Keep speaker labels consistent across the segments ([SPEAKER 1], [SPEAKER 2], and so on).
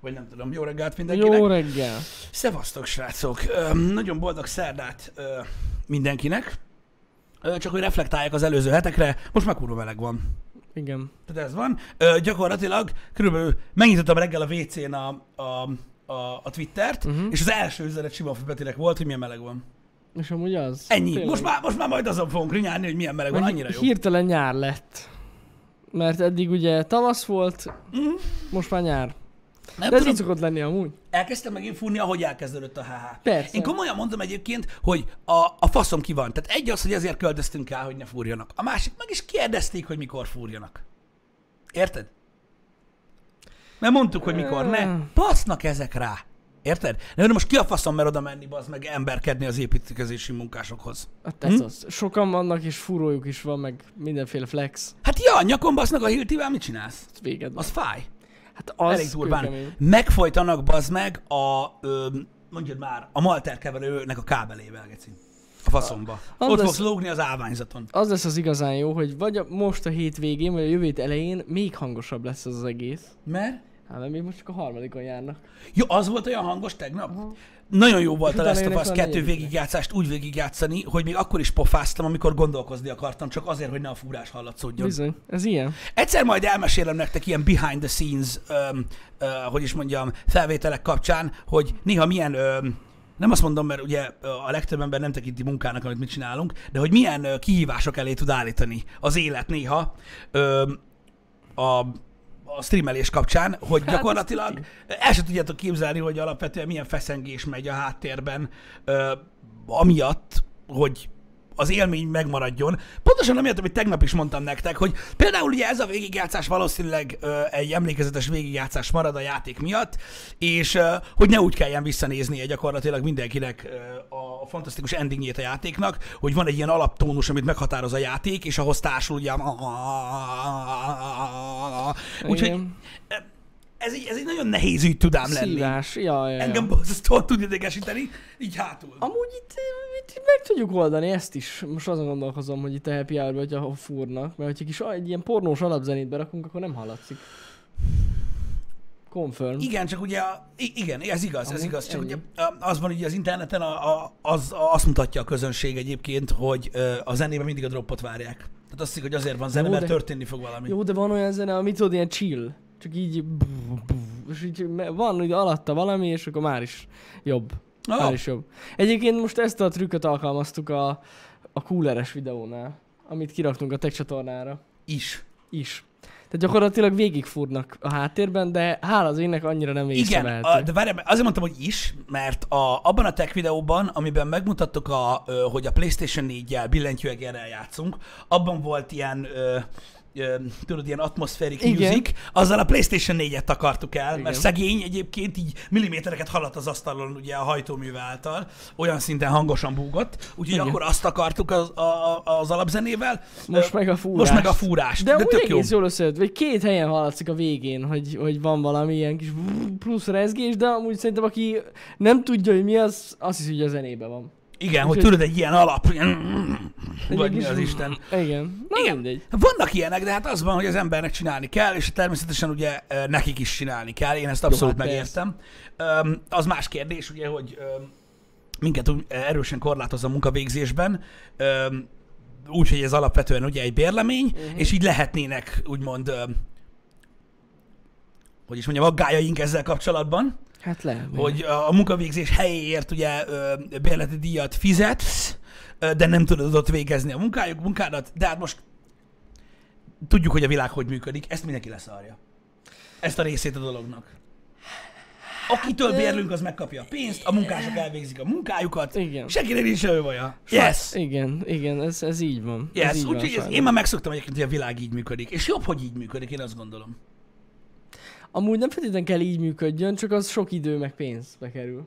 [SPEAKER 1] vagy nem tudom, jó reggelt mindenkinek.
[SPEAKER 2] Jó reggel.
[SPEAKER 1] Szevasztok, srácok! Öm, Nagyon boldog szerdát ö, mindenkinek. Ö, Csak hogy reflektálják az előző hetekre, most már kurva meleg van.
[SPEAKER 2] Igen.
[SPEAKER 1] Tehát ez van. Ö, gyakorlatilag körülbelül megnyitottam reggel a WC-n a, a, a, a
[SPEAKER 2] Mhm.
[SPEAKER 1] Twittert, uh-huh. és az első üzenet sima Petinek volt, hogy milyen meleg van.
[SPEAKER 2] És amúgy az.
[SPEAKER 1] Ennyi. Most már, most már majd azon fogunk rinyálni, hogy milyen meleg van,
[SPEAKER 2] Mert
[SPEAKER 1] annyira jó.
[SPEAKER 2] Hirtelen nyár lett. Mert eddig ugye tavasz volt,
[SPEAKER 1] Mhm.
[SPEAKER 2] most már nyár.
[SPEAKER 1] Nem
[SPEAKER 2] De ez
[SPEAKER 1] tudom,
[SPEAKER 2] így szokott lenni amúgy.
[SPEAKER 1] elkezdtem megint fúrni, ahogy elkezdődött a HH.
[SPEAKER 2] Persze.
[SPEAKER 1] Én komolyan mondom egyébként, hogy a, a faszom ki van. Tehát egy az, hogy ezért köldöztünk el, hogy ne fúrjanak. A másik meg is kérdezték, hogy mikor fúrjanak. Érted? Mert mondtuk, hogy mikor ne. Basznak ezek rá. Érted? Nem, de most ki a faszom mer oda menni, bazd meg emberkedni az építkezési munkásokhoz.
[SPEAKER 2] Hát ez az. Sokan vannak és fúrójuk is van, meg mindenféle flex.
[SPEAKER 1] Hát ja, nyakon basznak a hiltivel, mit csinálsz?
[SPEAKER 2] Ez Véged van.
[SPEAKER 1] Az fáj.
[SPEAKER 2] Hát az
[SPEAKER 1] elég durván.
[SPEAKER 2] kőkemény.
[SPEAKER 1] Megfojtanak, bazd meg, a, ö, mondjad már, a malter keverőnek a kábelével, geci. A faszomba.
[SPEAKER 2] az
[SPEAKER 1] Ott
[SPEAKER 2] lesz-
[SPEAKER 1] fogsz lógni az állványzaton.
[SPEAKER 2] Az lesz az igazán jó, hogy vagy a, most a hét végén, vagy a jövő hét elején még hangosabb lesz ez az egész.
[SPEAKER 1] Mert?
[SPEAKER 2] Hát mert még most csak a harmadikon járnak.
[SPEAKER 1] Jó, az volt olyan hangos tegnap? Nagyon jó volt
[SPEAKER 2] És
[SPEAKER 1] a
[SPEAKER 2] utána
[SPEAKER 1] Last of
[SPEAKER 2] jönnek
[SPEAKER 1] Us
[SPEAKER 2] a
[SPEAKER 1] 2
[SPEAKER 2] negyedikre.
[SPEAKER 1] végigjátszást úgy végigjátszani, hogy még akkor is pofáztam, amikor gondolkozni akartam, csak azért, hogy ne a fúrás hallatszódjon.
[SPEAKER 2] Bizony, ez ilyen.
[SPEAKER 1] Egyszer majd elmesélem nektek ilyen behind the scenes, öm, ö, hogy is mondjam, felvételek kapcsán, hogy néha milyen, öm, nem azt mondom, mert ugye ö, a legtöbb ember nem tekinti munkának, amit mi csinálunk, de hogy milyen ö, kihívások elé tud állítani az élet néha öm, a, a streamelés kapcsán, hogy gyakorlatilag el sem tudjátok képzelni, hogy alapvetően milyen feszengés megy a háttérben, ö, amiatt, hogy az élmény megmaradjon. Pontosan amiatt, amit tegnap is mondtam nektek, hogy például ugye ez a végigjátszás valószínűleg ö, egy emlékezetes végigjátszás marad a játék miatt, és ö, hogy ne úgy kelljen visszanéznie gyakorlatilag mindenkinek ö, a, a fantasztikus endingjét a játéknak, hogy van egy ilyen alaptónus, amit meghatároz a játék, és ahhoz társul ugye... a- Úgyhogy
[SPEAKER 2] Igen.
[SPEAKER 1] ez egy, ez egy nagyon nehéz ügy tudám lenni.
[SPEAKER 2] Szívás. Ja, ja, ja.
[SPEAKER 1] Engem borzasztóan tud idegesíteni, így hátul.
[SPEAKER 2] Amúgy itt, itt meg tudjuk oldani ezt is. Most azon gondolkozom, hogy itt a happy hour hogyha fúrnak, mert hogyha kis, egy ilyen pornós alapzenét berakunk, akkor nem hallatszik. Confirm.
[SPEAKER 1] Igen, csak ugye, a- i- igen, ez igaz, ez
[SPEAKER 2] Amúgy
[SPEAKER 1] igaz, csak
[SPEAKER 2] ennyi.
[SPEAKER 1] ugye ö, az van ugye az interneten, a, a, az, a, azt mutatja a közönség egyébként, hogy ö, a zenében mindig a droppot várják. Tehát azt hiszik, hogy azért van zene,
[SPEAKER 2] Jó,
[SPEAKER 1] mert
[SPEAKER 2] de-
[SPEAKER 1] történni fog valami.
[SPEAKER 2] Jó, de van olyan zene, amit tudod, ilyen chill. Csak így... És így me- van, hogy alatta valami, és akkor már is jobb.
[SPEAKER 1] Ah.
[SPEAKER 2] Már is jobb. Egyébként most ezt a trükköt alkalmaztuk a, a cooleres videónál, amit kiraktunk a tech csatornára.
[SPEAKER 1] Is.
[SPEAKER 2] is. Tehát gyakorlatilag végigfúrnak a háttérben, de hála az énnek annyira nem
[SPEAKER 1] Igen,
[SPEAKER 2] észrevehető.
[SPEAKER 1] a, de várjál, mert azért mondtam, hogy is, mert a, abban a tech videóban, amiben megmutattuk, a, ö, hogy a PlayStation 4-jel billentyűegerrel játszunk, abban volt ilyen, ö, ö, tudod, ilyen atmoszférik
[SPEAKER 2] Igen.
[SPEAKER 1] music, azzal a PlayStation 4-et takartuk el, mert
[SPEAKER 2] Igen.
[SPEAKER 1] szegény egyébként így millimétereket haladt az asztalon ugye a hajtómű által, olyan szinten hangosan búgott, úgyhogy
[SPEAKER 2] Igen.
[SPEAKER 1] akkor azt akartuk az, a, a- az alapzenével.
[SPEAKER 2] Most
[SPEAKER 1] Ö,
[SPEAKER 2] meg a fúrás.
[SPEAKER 1] Most meg a fúrás.
[SPEAKER 2] De,
[SPEAKER 1] De,
[SPEAKER 2] úgy
[SPEAKER 1] tök jó.
[SPEAKER 2] egész jól összejött, vagy két helyen hallatszik a végén, hogy, hogy van valami ilyen kis plusz rezgés, de amúgy szerintem aki nem tudja, hogy mi az, azt hiszi, hogy a zenébe van.
[SPEAKER 1] Igen, hogy
[SPEAKER 2] Úgyhogy-
[SPEAKER 1] tudod, egy ilyen alap, ilyen,
[SPEAKER 2] Egy
[SPEAKER 1] vagy mi
[SPEAKER 2] ilyen kis-
[SPEAKER 1] az Isten.
[SPEAKER 2] Igen. Na
[SPEAKER 1] Igen.
[SPEAKER 2] Igen. mindegy.
[SPEAKER 1] Vannak ilyenek, de hát az van, hogy az embernek csinálni kell, és természetesen ugye ö, nekik is csinálni kell, én ezt abszolút
[SPEAKER 2] Jó, hát
[SPEAKER 1] megértem. Öm, Az más kérdés, ugye, hogy öm, minket úgy eh, erősen korlátoz a munkavégzésben, öm, úgyhogy ez alapvetően ugye egy bérlemény,
[SPEAKER 2] Mhm.
[SPEAKER 1] és így lehetnének úgymond, öm, hogy is mondjam, aggájaink ezzel kapcsolatban,
[SPEAKER 2] Hát le.
[SPEAKER 1] hogy a munkavégzés helyéért ugye ö, bérleti díjat fizetsz, ö, de nem tudod ott végezni a munkájuk, munkádat, de hát most tudjuk, hogy a világ hogy működik, ezt mindenki leszarja. Ezt a részét a dolognak. Akitől
[SPEAKER 2] Hát, ö-
[SPEAKER 1] bérlünk, az megkapja a pénzt, a munkások elvégzik a munkájukat,
[SPEAKER 2] Igen.
[SPEAKER 1] senkinek nincs semmi baja. Yes!
[SPEAKER 2] Igen, igen, ez, ez így van. ez
[SPEAKER 1] Yes,
[SPEAKER 2] így van,
[SPEAKER 1] úgyhogy ez-
[SPEAKER 2] sajnos.
[SPEAKER 1] én már megszoktam egyébként, hogy a világ így működik, és jobb, hogy így működik, én azt gondolom.
[SPEAKER 2] Amúgy nem feltétlenül kell így működjön, csak az sok idő meg pénzbe kerül.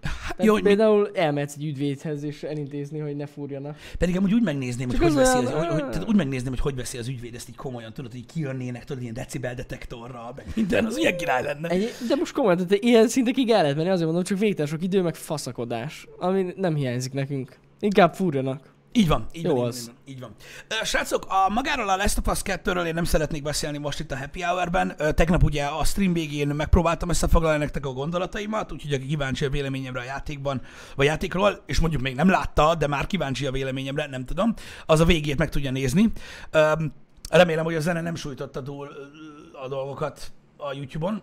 [SPEAKER 2] Tehát
[SPEAKER 1] Jó,
[SPEAKER 2] Jó,
[SPEAKER 1] hogy mi-
[SPEAKER 2] például mi... elmehetsz egy ügyvédhez és elintézni, hogy ne fúrjanak.
[SPEAKER 1] Pedig amúgy úgy megnézném, hogy
[SPEAKER 2] Csak
[SPEAKER 1] hogy,
[SPEAKER 2] az
[SPEAKER 1] veszi az,
[SPEAKER 2] olyan-
[SPEAKER 1] hogy, hogy, tehát úgy megnézném, hogy hogy veszi az ügyvéd ezt így komolyan, tudod, hogy kijönnének, tudod, ilyen decibel detektorral, meg minden, az ilyen király lenne.
[SPEAKER 2] Egy, de most komolyan, tehát ilyen szintekig el lehet menni, azért mondom, csak végtelen sok idő meg faszakodás, ami nem hiányzik nekünk. Inkább fúrjanak.
[SPEAKER 1] Így van, így
[SPEAKER 2] Jó
[SPEAKER 1] van,
[SPEAKER 2] az.
[SPEAKER 1] így van, így van. Ö, Srácok, a magáról a Last of Us 2-ről én nem szeretnék beszélni most itt a Happy Hour-ben. Ö, Tegnap ugye a stream végén megpróbáltam összefoglalni nektek a gondolataimat, úgyhogy aki kíváncsi a véleményemre a játékban, vagy játékról, és mondjuk még nem látta, de már kíváncsi a véleményemre, nem tudom, az a végét meg tudja nézni. Öm, Remélem, hogy a zene nem sújtotta túl ö, a dolgokat a YouTube-on.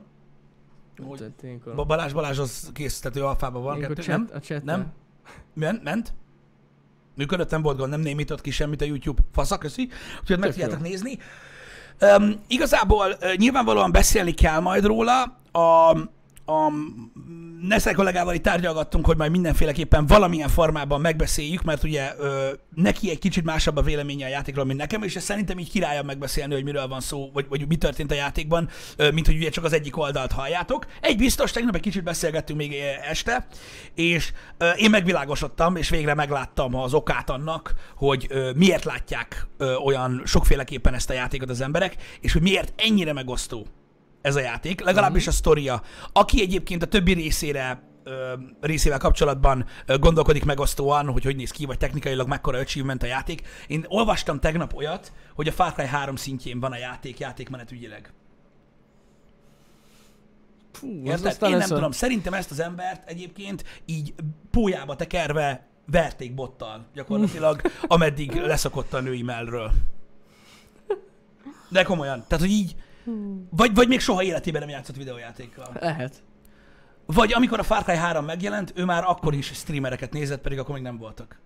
[SPEAKER 1] Hogy-
[SPEAKER 2] Tehát ilyenkor-
[SPEAKER 1] Ba- Balázs Balázs az készítető alfában van,
[SPEAKER 2] ilyenkor
[SPEAKER 1] kettő,
[SPEAKER 2] chat-
[SPEAKER 1] nem?
[SPEAKER 2] A chat
[SPEAKER 1] Nem? Ment? Ment? Működött, nem volt gond, nem némított ki semmit a YouTube. Fasza, köszi. Úgyhogy meg
[SPEAKER 2] jó.
[SPEAKER 1] tudjátok nézni. Um, igazából uh, nyilvánvalóan beszélni kell majd róla. A, a Neszel kollégával itt tárgyalgattunk, hogy majd mindenféleképpen valamilyen formában megbeszéljük, mert ugye ö, neki egy kicsit másabb a véleménye a játékról, mint nekem, és ez szerintem így királyabb megbeszélni, hogy miről van szó, vagy, vagy mi történt a játékban, ö, mint hogy ugye csak az egyik oldalt halljátok. Egy biztos, tegnap egy kicsit beszélgettünk még ö, este, és ö, én megvilágosodtam, és végre megláttam az okát annak, hogy ö, miért látják ö, olyan sokféleképpen ezt a játékot az emberek, és hogy miért ennyire megosztó ez a játék, legalábbis a sztoria. Aki egyébként a többi részére ö, részével kapcsolatban ö, gondolkodik megosztóan, hogy hogy néz ki, vagy technikailag mekkora achievement a játék. Én olvastam tegnap olyat, hogy a Far Cry 3 szintjén van a játék, játékmenet ügyileg.
[SPEAKER 2] Fú, az
[SPEAKER 1] Érted?
[SPEAKER 2] aztán
[SPEAKER 1] Én nem
[SPEAKER 2] lesz a-
[SPEAKER 1] tudom, szerintem ezt az embert egyébként így pólyába tekerve verték bottal gyakorlatilag, ameddig leszokott a női mellről. De komolyan. Tehát, hogy így,
[SPEAKER 2] Hmm.
[SPEAKER 1] vagy, vagy még soha életében nem játszott videójátékkal.
[SPEAKER 2] Lehet.
[SPEAKER 1] Vagy amikor a Far Cry 3 megjelent, ő már akkor is streamereket nézett, pedig akkor még nem voltak.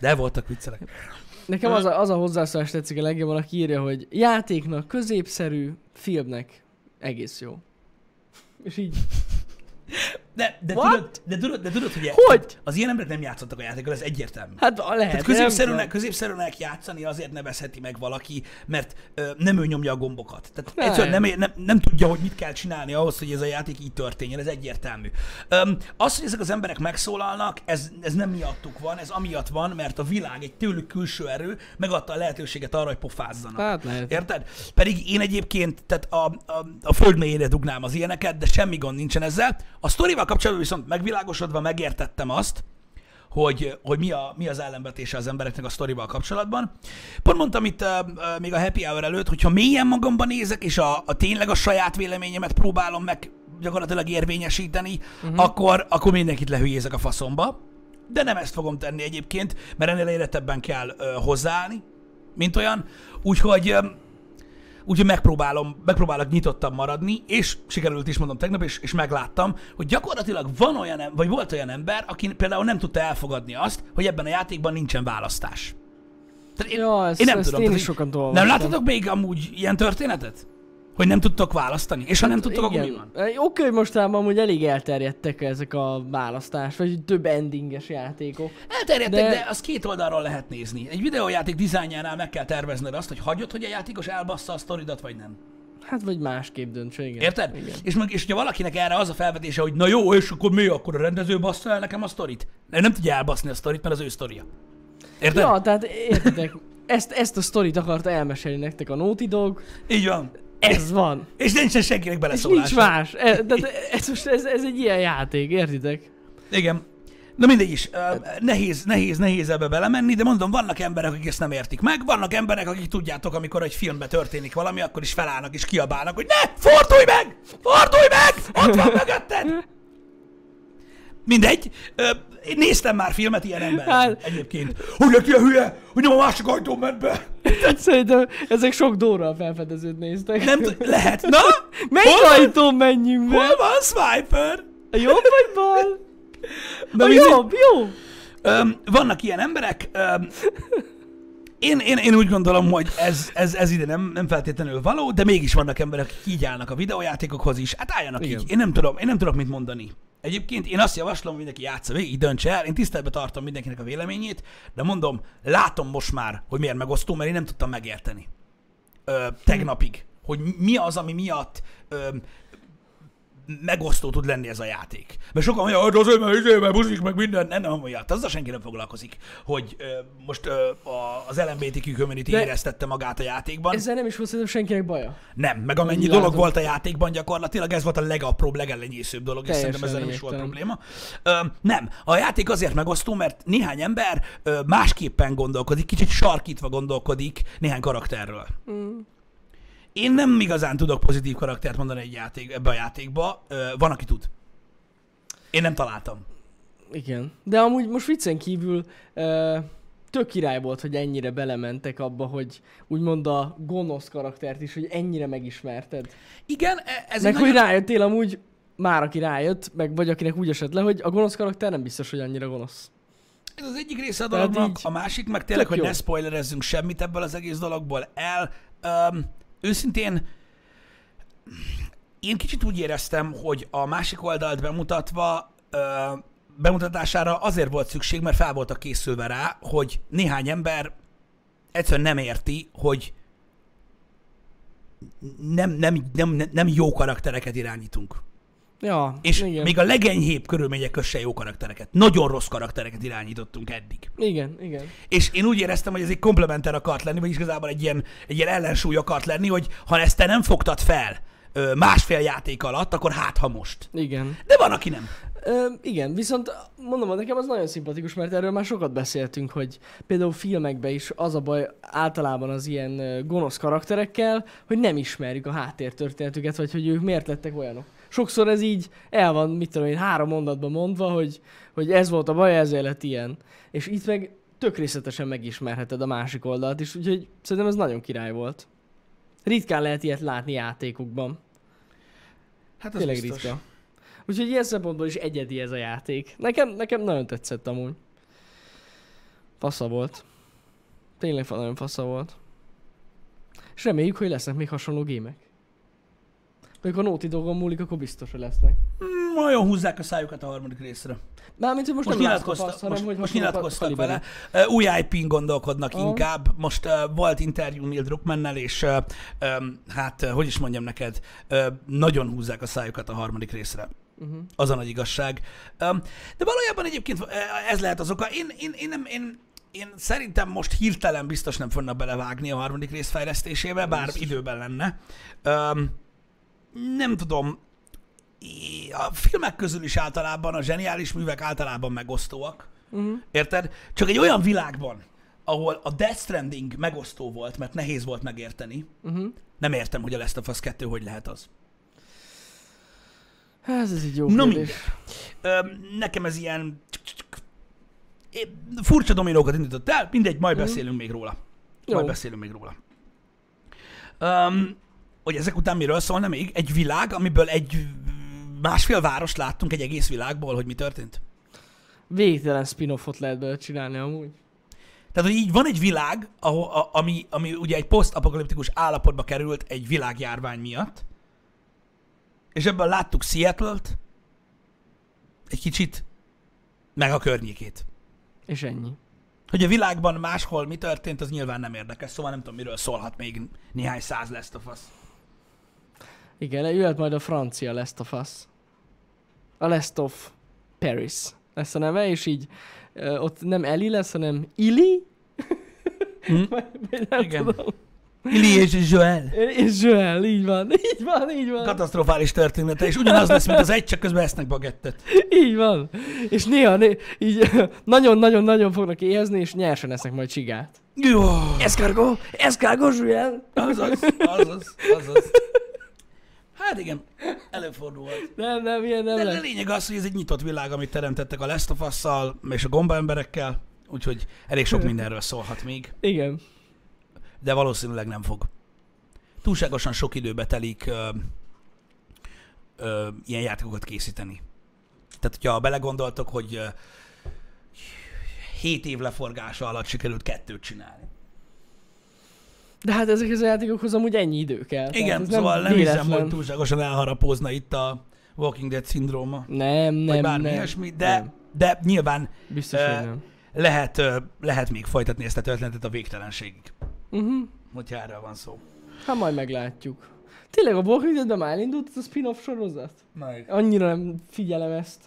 [SPEAKER 1] De voltak viccelek.
[SPEAKER 2] Nekem az a, az a hozzászólás tetszik a legjobban, aki írja, hogy játéknak középszerű, filmnek egész jó. És így,
[SPEAKER 1] De, de,
[SPEAKER 2] What?
[SPEAKER 1] tudod, de, tudod, de tudod, hogy,
[SPEAKER 2] Hogy?
[SPEAKER 1] az ilyen emberek nem játszottak a játékkal, ez egyértelmű.
[SPEAKER 2] hát a lehet,
[SPEAKER 1] Tehát középszerűnek, középszerűnek játszani azért nevezheti meg valaki, mert ö, nem ő nyomja a gombokat. Tehát nem.
[SPEAKER 2] Nem.
[SPEAKER 1] egyszerűen nem, nem, nem tudja, hogy mit kell csinálni ahhoz, hogy ez a játék így történjen, ez egyértelmű. Öm, az, hogy ezek az emberek megszólalnak, ez, ez nem miattuk van, ez amiatt van, mert a világ egy tőlük külső erő megadta a lehetőséget arra, hogy pofázzanak.
[SPEAKER 2] Hát lehet.
[SPEAKER 1] Érted? Pedig én egyébként, tehát a, a, a föld mélyére dugnám az ilyeneket, de semmi gond nincsen ezzel. A sztorival kapcsolatban viszont megvilágosodva megértettem azt, hogy, hogy mi, a, mi az ellenvetése az embereknek a sztorival kapcsolatban. Pont mondtam itt uh, uh, még a happy hour előtt, hogyha mélyen magamban nézek, és a, a tényleg a saját véleményemet próbálom meg gyakorlatilag érvényesíteni, uh-huh. akkor, akkor mindenkit lehülyézek a faszomba. De nem ezt fogom tenni egyébként, mert ennél érettebben kell uh, hozzáállni, mint olyan. Úgyhogy um, úgyhogy megpróbálom, megpróbálok nyitottan maradni, és sikerült is mondom tegnap, és, és megláttam, hogy gyakorlatilag van olyan, em- vagy volt olyan ember, aki például nem tudta elfogadni azt, hogy ebben a játékban nincsen választás. Tehát én,
[SPEAKER 2] Ja, ezt-
[SPEAKER 1] én nem
[SPEAKER 2] ezt
[SPEAKER 1] tudom.
[SPEAKER 2] én
[SPEAKER 1] tehát
[SPEAKER 2] is
[SPEAKER 1] így-
[SPEAKER 2] sokan
[SPEAKER 1] nem
[SPEAKER 2] olvastam.
[SPEAKER 1] láttatok még amúgy ilyen történetet? Hogy nem tudtok választani? És ha nem tudtok, akkor mi
[SPEAKER 2] Hát Igen.
[SPEAKER 1] van?
[SPEAKER 2] Oké, okay, mostában amúgy elég elterjedtek ezek a választás, vagy több endinges játékok.
[SPEAKER 1] Elterjedtek, de...
[SPEAKER 2] De-
[SPEAKER 1] de az két oldalról lehet nézni. Egy videójáték dizájnjánál meg kell tervezned azt, hogy hagyod, hogy a játékos elbassza a sztoridat, vagy nem.
[SPEAKER 2] Hát vagy másképp döntsön, igen.
[SPEAKER 1] Érted?
[SPEAKER 2] Igen.
[SPEAKER 1] És, meg, és hogyha valakinek erre az a felvetése, hogy na jó, és akkor mi, akkor a rendező bassza el nekem a sztorit? Ő nem tudja elbaszni a sztorit, mert az ő sztoria. Érted? Ja.
[SPEAKER 2] Ja, tehát értitek, ezt, ezt a sztorit akarta elmesélni nektek a Naughty Dog,
[SPEAKER 1] Így van.
[SPEAKER 2] ez van.
[SPEAKER 1] És nincsen senkinek
[SPEAKER 2] És
[SPEAKER 1] beleszólása.
[SPEAKER 2] nincs más. E, de, de ez, most, ez, ez egy ilyen játék, értitek?
[SPEAKER 1] Igen. Na mindegy is, ö, nehéz, nehéz, nehéz ebbe belemenni, de mondom, vannak emberek, akik ezt nem értik meg, vannak emberek, akik tudjátok, amikor egy filmbe történik valami, akkor is felállnak és kiabálnak, hogy ne, fordulj meg! Fordulj meg! Ott van mögötted! Mindegy. Ö, én néztem már filmet ilyen emberrel
[SPEAKER 2] Hát-
[SPEAKER 1] egyébként. Hogy lett ilyen hülye, hogy nem a másik ajtón ment be?
[SPEAKER 2] Szerintem ezek sok dóra felfedezőt néztek.
[SPEAKER 1] Nem tud- lehet. Na?
[SPEAKER 2] Melyik
[SPEAKER 1] Hol van-
[SPEAKER 2] ajtón menjünk be?
[SPEAKER 1] Hol van a swiper?
[SPEAKER 2] A jobb vagy bal?
[SPEAKER 1] Na,
[SPEAKER 2] a
[SPEAKER 1] mindegy.
[SPEAKER 2] jobb, jó!
[SPEAKER 1] Öm, vannak ilyen emberek. Öm, én, én, én úgy gondolom, hogy ez, ez, ez ide nem, nem feltétlenül való, de mégis vannak emberek, akik így állnak a videójátékokhoz is. Hát álljanak Igen.
[SPEAKER 2] Igen.
[SPEAKER 1] így. Én nem tudom, én nem tudok mit mondani. Egyébként én azt javaslom, hogy mindenki játsza végig, így döntse el. Én tiszteletbe tartom mindenkinek a véleményét, de mondom, látom most már, hogy miért megosztó, mert én nem tudtam megérteni. Ö, tegnapig. Hogy mi az, ami miatt ö, megosztó tud lenni ez a játék. Mert sokan mondják, hogy azért, mert izé, mert buzik, meg minden. Nem, nem, mondja, azzal senki nem foglalkozik, hogy ö, most ö, a- az LMBTQ community
[SPEAKER 2] De-
[SPEAKER 1] éreztette magát a játékban.
[SPEAKER 2] Ezzel nem is volt szerintem senkinek baja.
[SPEAKER 1] Nem, meg amennyi
[SPEAKER 2] Úgy
[SPEAKER 1] dolog
[SPEAKER 2] látom.
[SPEAKER 1] volt a játékban gyakorlatilag, ez volt a legapróbb, legellenyészőbb dolog, és
[SPEAKER 2] Teljesen
[SPEAKER 1] szerintem ezzel nem is volt
[SPEAKER 2] lényegtelen.
[SPEAKER 1] probléma. Ö, nem, a játék azért megosztó, mert néhány ember ö, másképpen gondolkodik, kicsit sarkítva gondolkodik néhány karakterről.
[SPEAKER 2] Hmm.
[SPEAKER 1] Én nem igazán tudok pozitív karaktert mondani egy játék, ebbe a játékba. Ö, van, aki tud. Én nem találtam.
[SPEAKER 2] Igen. De amúgy most viccen kívül ö, tök király volt, hogy ennyire belementek abba, hogy úgymond a gonosz karaktert is, hogy ennyire megismerted.
[SPEAKER 1] Igen, e- ez
[SPEAKER 2] meg
[SPEAKER 1] egy
[SPEAKER 2] hogy
[SPEAKER 1] nagyon...
[SPEAKER 2] rájöttél amúgy, már aki rájött, meg vagy akinek úgy esett le, hogy a gonosz karakter nem biztos, hogy annyira gonosz.
[SPEAKER 1] Ez az egyik része a
[SPEAKER 2] Tehát
[SPEAKER 1] dolognak,
[SPEAKER 2] így-
[SPEAKER 1] a másik meg tényleg,
[SPEAKER 2] Tök
[SPEAKER 1] hogy ne
[SPEAKER 2] jó.
[SPEAKER 1] spoilerezzünk semmit ebből az egész dologból el. Um, őszintén, én kicsit úgy éreztem, hogy a másik oldalt bemutatva, ö, bemutatására azért volt szükség, mert fel voltak készülve rá, hogy néhány ember egyszerűen nem érti, hogy nem, nem, nem, nem- nem jó karaktereket irányítunk.
[SPEAKER 2] Ja,
[SPEAKER 1] És
[SPEAKER 2] igen.
[SPEAKER 1] még a legenyhébb körülmények közt se jó karaktereket. Nagyon rossz karaktereket irányítottunk eddig.
[SPEAKER 2] Igen, igen.
[SPEAKER 1] És én úgy éreztem, hogy ez egy komplementer akart lenni, vagy igazából egy ilyen, egy ilyen ellensúly akart lenni, hogy ha ezt te nem fogtad fel ö, másfél játék alatt, akkor hát ha most.
[SPEAKER 2] Igen.
[SPEAKER 1] De van, aki nem.
[SPEAKER 2] Ö, igen, viszont mondom, nekem az nagyon szimpatikus, mert erről már sokat beszéltünk, hogy például filmekben is az a baj általában az ilyen ö, gonosz karakterekkel, hogy nem ismerjük a háttértörténetüket, vagy hogy ők miért lettek olyanok. Sokszor ez így el van, mit tudom én, három mondatban mondva, hogy, hogy ez volt a baj, ezért lett ilyen. És itt meg tök részletesen megismerheted a másik oldalt is, úgyhogy szerintem ez nagyon király volt. Ritkán lehet ilyet látni játékokban.
[SPEAKER 1] Hát
[SPEAKER 2] Tényleg ritka. Úgyhogy ilyen szempontból is egyedi ez a játék. Nekem, nekem nagyon tetszett amúgy. Fasza volt. Tényleg fa- nagyon fasza volt. És reméljük, hogy lesznek még hasonló gémek. Amikor a Naughty Dogon múlik, akkor biztos, hogy lesznek.
[SPEAKER 1] Mm, Nagyon húzzák a szájukat a harmadik részre.
[SPEAKER 2] Mármint, hogy most,
[SPEAKER 1] Most, most
[SPEAKER 2] nem nyilatkoztak,
[SPEAKER 1] nyilatkoztak,
[SPEAKER 2] azt, hanem,
[SPEAKER 1] most,
[SPEAKER 2] hogy
[SPEAKER 1] most
[SPEAKER 2] hasonló
[SPEAKER 1] nyilatkoztak
[SPEAKER 2] kaliberű.
[SPEAKER 1] vele. Ö, Új IP-n gondolkodnak
[SPEAKER 2] Aha.
[SPEAKER 1] inkább. Most ö, volt interjú Neil Druckmannnel, és ö, ö, hát, ö, hogy is mondjam neked, ö, nagyon húzzák a szájukat a harmadik részre.
[SPEAKER 2] Mhm.
[SPEAKER 1] Az a nagy igazság. Öm, De valójában egyébként ö, ez lehet az oka. Én, én, én nem, én, én szerintem most hirtelen biztos nem fognak belevágni a harmadik rész fejlesztésébe, bár
[SPEAKER 2] Biztos.
[SPEAKER 1] időben lenne. Öm, Nem tudom, I- a filmek közül is általában, a zseniális művek általában megosztóak.
[SPEAKER 2] Mhm.
[SPEAKER 1] Érted? Csak egy olyan világban, ahol a Death Stranding megosztó volt, mert nehéz volt megérteni.
[SPEAKER 2] Mhm.
[SPEAKER 1] Nem értem, hogy a Last of Us 2 hogy lehet az.
[SPEAKER 2] Hát Ez, ez egy jó
[SPEAKER 1] Na
[SPEAKER 2] kérdés.
[SPEAKER 1] Öm, nekem ez ilyen é- furcsa dominókat indított el, mindegy, majd
[SPEAKER 2] Mhm.
[SPEAKER 1] beszélünk még róla.
[SPEAKER 2] Jó.
[SPEAKER 1] Majd beszélünk még róla. Öm, hogy ezek után miről szólna még? Egy világ, amiből egy másfél várost láttunk egy egész világból, hogy mi történt.
[SPEAKER 2] Végtelen spin-offot lehet belőle csinálni amúgy.
[SPEAKER 1] Tehát, hogy így van egy világ, ahol, a, ami, ami ugye egy posztapokaliptikus állapotba került egy világjárvány miatt, és ebből láttuk Seattle-t, egy kicsit, meg a környékét.
[SPEAKER 2] És ennyi.
[SPEAKER 1] Hogy a világban máshol mi történt, az nyilván nem érdekes, szóval nem tudom, miről szólhat még néhány száz lesz a fasz.
[SPEAKER 2] Igen, jöhet majd a francia Last of Us. A Last of Paris lesz a neve, és így ö, ott nem Eli lesz, hanem Ili?
[SPEAKER 1] Hm?
[SPEAKER 2] Vagy nem
[SPEAKER 1] Igen.
[SPEAKER 2] Tudom.
[SPEAKER 1] Ili és Joel.
[SPEAKER 2] És Joel, így van, így van, így van,
[SPEAKER 1] Katasztrofális története, és ugyanaz lesz, mint az egy, csak közben esznek bagettet.
[SPEAKER 2] így van. És néha né, így nagyon-nagyon-nagyon fognak éhezni, és nyersen esznek majd csigát.
[SPEAKER 1] Jó.
[SPEAKER 2] Eszkárgó, eszkárgó Joel.
[SPEAKER 1] Azaz, azaz, azaz. Hát igen, előfordulhat.
[SPEAKER 2] Nem, nem, ilyen nem
[SPEAKER 1] De a
[SPEAKER 2] lesz.
[SPEAKER 1] lényeg az, hogy ez egy nyitott világ, amit teremtettek a Last of Us-szal és a gombaemberekkel, úgyhogy elég sok mindenről szólhat még,
[SPEAKER 2] Igen.
[SPEAKER 1] de valószínűleg nem fog. Túlságosan sok időbe telik ö, ö, ilyen játékokat készíteni. Tehát, hogyha belegondoltok, hogy ö, 7 év leforgása alatt sikerült kettőt csinálni.
[SPEAKER 2] Hát De hát ezekhez a játékokhoz amúgy ennyi idő kell.
[SPEAKER 1] Igen,
[SPEAKER 2] ez
[SPEAKER 1] szóval nem hiszem,
[SPEAKER 2] véletlen.
[SPEAKER 1] hogy túlságosan elharapózna itt a Walking Dead szindróma,
[SPEAKER 2] Nem, nem,
[SPEAKER 1] vagy bármi
[SPEAKER 2] nem.
[SPEAKER 1] ilyesmi, de,
[SPEAKER 2] Nem.
[SPEAKER 1] de nyilván
[SPEAKER 2] Biztos,
[SPEAKER 1] Eh,
[SPEAKER 2] hogy nem.
[SPEAKER 1] lehet, ö, lehet még folytatni ezt a történetet a végtelenségig,
[SPEAKER 2] Uh-huh.
[SPEAKER 1] hogyha erről van szó.
[SPEAKER 2] Hát majd meglátjuk. Tényleg a Walking Deadben már elindult ez a spin-off sorozat?
[SPEAKER 1] Meg.
[SPEAKER 2] Annyira nem figyelem ezt.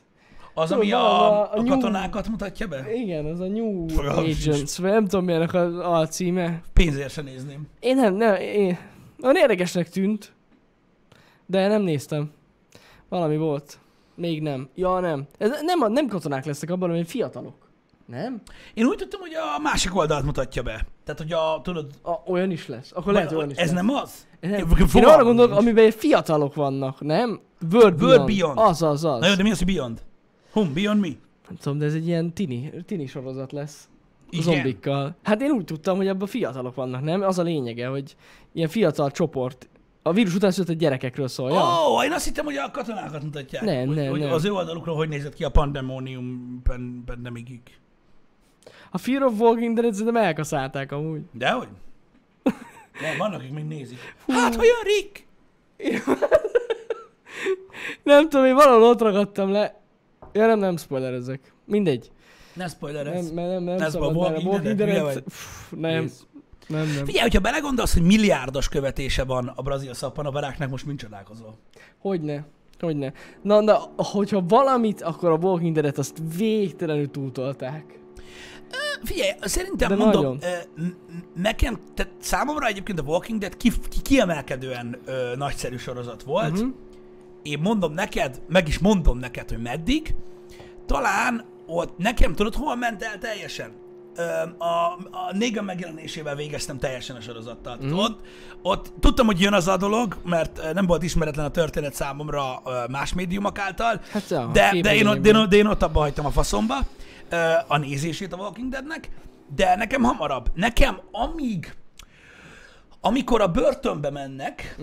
[SPEAKER 1] Az,
[SPEAKER 2] Tudod,
[SPEAKER 1] ami
[SPEAKER 2] van
[SPEAKER 1] a,
[SPEAKER 2] a-
[SPEAKER 1] a,
[SPEAKER 2] a nyúl.
[SPEAKER 1] katonákat mutatja be?
[SPEAKER 2] Igen, az a New
[SPEAKER 1] Fogalmam sincs.
[SPEAKER 2] Agents, vagy nem tudom milyenek az alcíme.
[SPEAKER 1] Pénzért se nézném.
[SPEAKER 2] Én nem, nem, én... Olyan érdekesnek tűnt, de nem néztem. Valami volt. Még nem. Ja, nem. Ez nem, a- nem katonák lesznek abban, hanem fiatalok. Nem?
[SPEAKER 1] Én úgy tudtam, hogy a másik oldalt mutatja be. Tehát, hogy a, tudod,
[SPEAKER 2] A, olyan is lesz. Akkor lehet, hogy olyan is
[SPEAKER 1] ez
[SPEAKER 2] lesz.
[SPEAKER 1] nem az?
[SPEAKER 2] Nem.
[SPEAKER 1] Fogalmam
[SPEAKER 2] Én arra
[SPEAKER 1] nincs.
[SPEAKER 2] gondolok, amiben fiatalok vannak, nem? World,
[SPEAKER 1] World
[SPEAKER 2] Beyond.
[SPEAKER 1] Beyond.
[SPEAKER 2] Az, az, az.
[SPEAKER 1] Na jó, de mi az, hogy Beyond? Hum, Beyond mi?
[SPEAKER 2] Nem tudom, de ez egy ilyen tini, tini sorozat lesz.
[SPEAKER 1] Igen.
[SPEAKER 2] Zombikkal. Hát én úgy tudtam, hogy abban fiatalok vannak, nem? Az a lényege, hogy ilyen fiatal csoport. A vírus után született gyerekekről szól,
[SPEAKER 1] Ó,
[SPEAKER 2] ja?
[SPEAKER 1] oh, én azt hittem, hogy a katonákat mutatják.
[SPEAKER 2] Nem,
[SPEAKER 1] hogy,
[SPEAKER 2] nem,
[SPEAKER 1] hogy
[SPEAKER 2] nem.
[SPEAKER 1] Az ő oldalukról hogy nézett ki a pandemónium pen, pandemigig.
[SPEAKER 2] A Fear of Walking Dead szerintem elkaszálták amúgy.
[SPEAKER 1] Dehogy? Nem, vannak, akik még nézik. Hát, ha jön Rick!
[SPEAKER 2] Nem tudom, én valahol ott ragadtam le. Ja, nem, nem spoilerezek. Mindegy.
[SPEAKER 1] Ne spoilerezz.
[SPEAKER 2] Nem, nem, nem, nem
[SPEAKER 1] Ez
[SPEAKER 2] szabad,
[SPEAKER 1] a
[SPEAKER 2] mert a
[SPEAKER 1] Walking Dead-et, hülye
[SPEAKER 2] Dead-
[SPEAKER 1] vagy?
[SPEAKER 2] Pff, nem,
[SPEAKER 1] Nézd.
[SPEAKER 2] nem, nem.
[SPEAKER 1] Figyelj, hogyha belegondolsz, hogy milliárdos követése van a brazil szappanoveráknak, most mind csodálkozol.
[SPEAKER 2] Hogyne, hogyne. Na, de hogyha valamit, akkor a Walking Dead-et azt végtelenül túltolták.
[SPEAKER 1] Figyelj, szerintem
[SPEAKER 2] De
[SPEAKER 1] De mondom,
[SPEAKER 2] nagyon.
[SPEAKER 1] nagyon. nekem, tehát számomra egyébként a Walking Dead ki, ki, kiemelkedően ö, nagyszerű sorozat volt.
[SPEAKER 2] Mhm.
[SPEAKER 1] Uh-huh. Én mondom neked, meg is mondom neked, hogy meddig. Talán ott nekem tudod, hol ment el teljesen? Ö, a, a Néga megjelenésével végeztem teljesen a sorozattal.
[SPEAKER 2] Mhm.
[SPEAKER 1] Mm. Ott, ott tudtam, hogy jön az a dolog, mert ö, nem volt ismeretlen a történet számomra ö, más médiumok által,
[SPEAKER 2] Hát ja,
[SPEAKER 1] de, de, én
[SPEAKER 2] képregényekben.
[SPEAKER 1] ott, de, én ott, de én ott abba hagytam a faszomba ö, a nézését a Walking Deadnek, de nekem hamarabb. Nekem amíg, amikor a börtönbe mennek,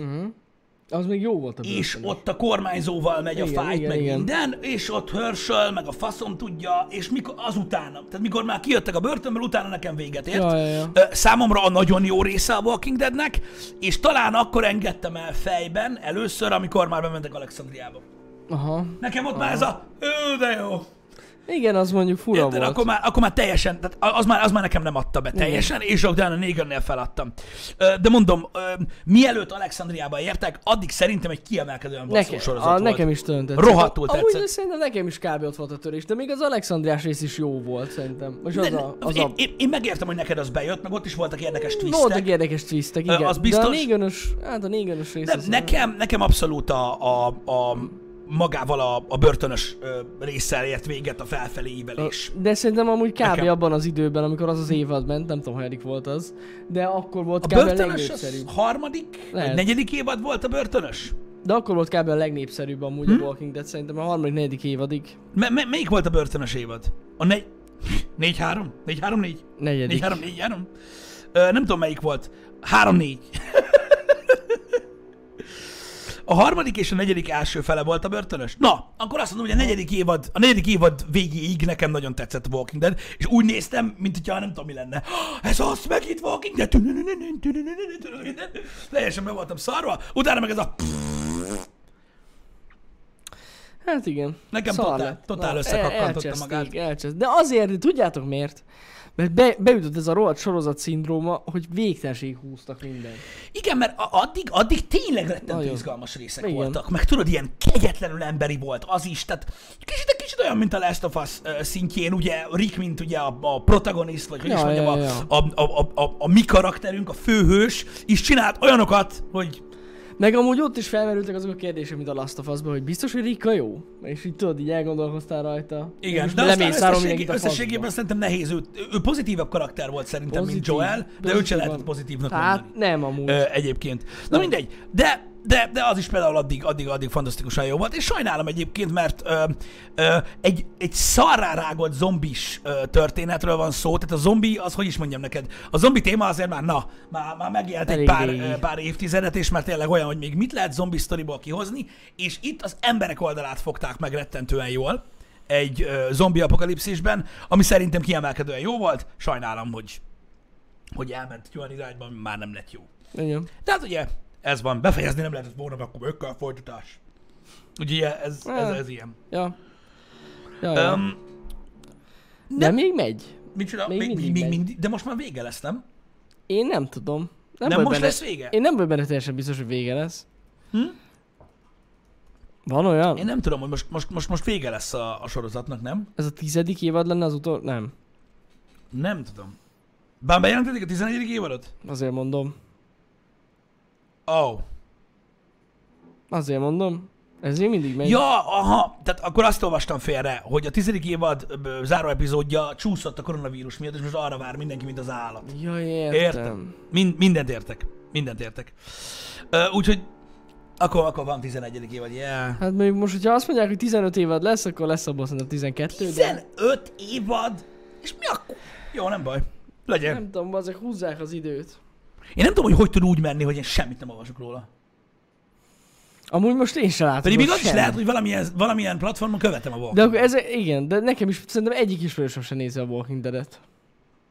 [SPEAKER 2] Az még jó volt a
[SPEAKER 1] és
[SPEAKER 2] bőrön.
[SPEAKER 1] ott a kormányzóval megy
[SPEAKER 2] Igen,
[SPEAKER 1] a fight,
[SPEAKER 2] igen,
[SPEAKER 1] meg
[SPEAKER 2] igen.
[SPEAKER 1] minden, és ott hörsöl, meg a faszom tudja, és mikor azután, tehát mikor már kijöttek a börtönből, utána nekem véget ért.
[SPEAKER 2] Ja, ja, ja.
[SPEAKER 1] Ö, Számomra a nagyon jó része a Walking Deadnek, és talán akkor engedtem el fejben először, amikor már bementek Alexandriába.
[SPEAKER 2] Aha.
[SPEAKER 1] Nekem ott már ez a, ő de jó,
[SPEAKER 2] Igen, az mondjuk fura
[SPEAKER 1] Érted?
[SPEAKER 2] volt.
[SPEAKER 1] Akkor már, akkor már teljesen, tehát a- az már, az már nekem nem adta be teljesen, és utána négyennél feladtam. Ö, De mondom, ö, mielőtt Alexandriába értek, addig szerintem egy kiemelkedően baszó
[SPEAKER 2] Nekem,
[SPEAKER 1] sorozat
[SPEAKER 2] a,
[SPEAKER 1] volt.
[SPEAKER 2] nekem is tőlem tetszett.
[SPEAKER 1] Rohadtul
[SPEAKER 2] Amúgy
[SPEAKER 1] tetszett.
[SPEAKER 2] de szerintem nekem is kb. ott volt a törés, de még az Alexandriás rész is jó volt szerintem. Most az
[SPEAKER 1] Ne-
[SPEAKER 2] a, az
[SPEAKER 1] én,
[SPEAKER 2] a...
[SPEAKER 1] én, én megértem, hogy neked az bejött, meg ott is voltak érdekes
[SPEAKER 2] Voltak
[SPEAKER 1] twistek.
[SPEAKER 2] érdekes twistek,
[SPEAKER 1] Ö,
[SPEAKER 2] igen.
[SPEAKER 1] az
[SPEAKER 2] De a
[SPEAKER 1] biztos.
[SPEAKER 2] négönös, hát a négönös rész
[SPEAKER 1] Nem,
[SPEAKER 2] az-
[SPEAKER 1] nekem, nekem abszolút a, a, a magával a, a börtönös ö, résszel ért véget a felfelé ívelés.
[SPEAKER 2] De szerintem amúgy kb.
[SPEAKER 1] Nekem.
[SPEAKER 2] abban az időben, amikor az az évad ment, nem tudom, hanyadik volt az, de akkor volt
[SPEAKER 1] A
[SPEAKER 2] kb. a
[SPEAKER 1] börtönös az
[SPEAKER 2] legnépszerűbb.
[SPEAKER 1] harmadik,
[SPEAKER 2] Lehet.
[SPEAKER 1] vagy negyedik évad volt a börtönös?
[SPEAKER 2] De akkor volt kb. a legnépszerűbb amúgy
[SPEAKER 1] Hm?
[SPEAKER 2] a Walking Dead, szerintem a harmadik, negyedik évadig.
[SPEAKER 1] Me- me- melyik volt a börtönös évad? A negy... 4-3? 4-3-4?
[SPEAKER 2] Negyedik.
[SPEAKER 1] 4-3-4-3? Ö, nem tudom melyik volt. 3-4. a harmadik és a negyedik első fele volt a börtönös. Na, akkor azt mondom, hogy a negyedik évad, a negyedik évad végéig nekem nagyon tetszett a Walking Dead, és úgy néztem, mint hogyha nem tudom mi lenne. Ez az, meg itt Walking Dead. Teljesen be voltam szarva, utána meg ez a...
[SPEAKER 2] Hát igen.
[SPEAKER 1] Nekem
[SPEAKER 2] Szar
[SPEAKER 1] totál-
[SPEAKER 2] lett.
[SPEAKER 1] totál
[SPEAKER 2] Na,
[SPEAKER 1] összekakkantotta
[SPEAKER 2] elcseszték,
[SPEAKER 1] magát.
[SPEAKER 2] Elcseszt. De azért, de tudjátok miért? Mert be, beütött ez a rohadt sorozat szindróma, hogy végtelenség húztak mindent.
[SPEAKER 1] Igen, mert a- addig, addig tényleg rettentő
[SPEAKER 2] Nagyon.
[SPEAKER 1] izgalmas részek
[SPEAKER 2] Igen.
[SPEAKER 1] Igen. voltak, meg tudod, ilyen kegyetlenül emberi volt az is, tehát kicsit, kicsit olyan, mint a Last of Us ö, szintjén, ugye Rick, mint ugye a, a protagonist, vagy hogy
[SPEAKER 2] Ja,
[SPEAKER 1] is mondjam,
[SPEAKER 2] ja,
[SPEAKER 1] a,
[SPEAKER 2] ja.
[SPEAKER 1] a, a, a, a, a mi karakterünk, a főhős is csinált olyanokat, hogy
[SPEAKER 2] Meg amúgy ott is felmerültek azok a kérdések, mint a Last of Us-ban, hogy biztos, hogy Rika jó? És így tudod, így elgondolkoztál rajta.
[SPEAKER 1] igen,
[SPEAKER 2] És
[SPEAKER 1] de aztán
[SPEAKER 2] lemészárol
[SPEAKER 1] összességé,
[SPEAKER 2] mindenkit a
[SPEAKER 1] összességében
[SPEAKER 2] faszba.
[SPEAKER 1] szerintem nehéz, ő, ő pozitívabb karakter volt szerintem, mint
[SPEAKER 2] Pozitív.
[SPEAKER 1] Joel, de őt se
[SPEAKER 2] Pozitívan.
[SPEAKER 1] lehetett pozitívnak mondani.
[SPEAKER 2] Hát nem amúgy.
[SPEAKER 1] Ö, egyébként. Na mindegy, de, de, de az is például addig, addig, addig fantasztikusan jó volt, és sajnálom egyébként, mert ö, ö, egy, egy szarrá rágott zombis ö, történetről van szó, tehát a zombi, az hogy is mondjam neked, a zombi téma azért már, na, már, már megélt egy
[SPEAKER 2] Elég
[SPEAKER 1] pár,
[SPEAKER 2] régi.
[SPEAKER 1] ö, pár évtizedet, és már tényleg olyan, hogy még mit lehet zombi sztoriból kihozni, és itt az emberek oldalát fogták meg rettentően jól egy ö, zombi apokalipszisben, ami szerintem kiemelkedően jó volt, sajnálom, hogy hogy elment egy olyan irányba, ami már nem lett jó.
[SPEAKER 2] Igen.
[SPEAKER 1] De hát ugye, ez van, befejezni nem lehetett volna, mert akkor ökkel folytatás. Ugye ez, ez, ez ilyen.
[SPEAKER 2] Ja. Ja, ja.
[SPEAKER 1] Um,
[SPEAKER 2] de még megy.
[SPEAKER 1] mit csinál?
[SPEAKER 2] még
[SPEAKER 1] Még, még,
[SPEAKER 2] mindig
[SPEAKER 1] még
[SPEAKER 2] megy.
[SPEAKER 1] mindig, de most már vége lesz, nem?
[SPEAKER 2] Én nem tudom.
[SPEAKER 1] Nem, nem
[SPEAKER 2] vagy
[SPEAKER 1] most
[SPEAKER 2] benne-
[SPEAKER 1] lesz vége? Én...
[SPEAKER 2] Én nem vagyok benne teljesen biztos, hogy vége lesz. Hm? Van olyan?
[SPEAKER 1] Én nem tudom, hogy most, most, most, most vége lesz a, a sorozatnak, nem?
[SPEAKER 2] Ez a tizedik évad lenne az utol... Nem.
[SPEAKER 1] Nem tudom. Bár bejelentették a 11. évadot?
[SPEAKER 2] Azért mondom.
[SPEAKER 1] Oh.
[SPEAKER 2] Azért mondom. Ez még mindig megy.
[SPEAKER 1] Ja, aha, tehát akkor azt olvastam félre, hogy a 10. évad ö, záró epizódja csúszott a koronavírus miatt, és most arra vár mindenki, mint az állat.
[SPEAKER 2] Ja,
[SPEAKER 1] Értem.
[SPEAKER 2] értem.
[SPEAKER 1] Mind, mindent értek. Mindent értek. Ö, Úgyhogy akkor, akkor van 11. évad, yeah.
[SPEAKER 2] Hát mondjuk most, hogyha azt mondják, hogy 15 évad lesz, akkor lesz abból szerintem 12, de
[SPEAKER 1] 15 évad? És mi akkor? Jó, nem baj. Legyen.
[SPEAKER 2] nem tudom, azok húzzák az időt.
[SPEAKER 1] Én nem tudom, hogy hogy tud úgy menni, hogy én semmit nem olvasok róla.
[SPEAKER 2] Amúgy most én sem látom.
[SPEAKER 1] Pedig még az is
[SPEAKER 2] sem.
[SPEAKER 1] lehet, hogy valamilyen, valamilyen platformon követem a Walking
[SPEAKER 2] De akkor ez, igen, de nekem is szerintem egyik ismerősöm sem nézi a Walking Dead-et.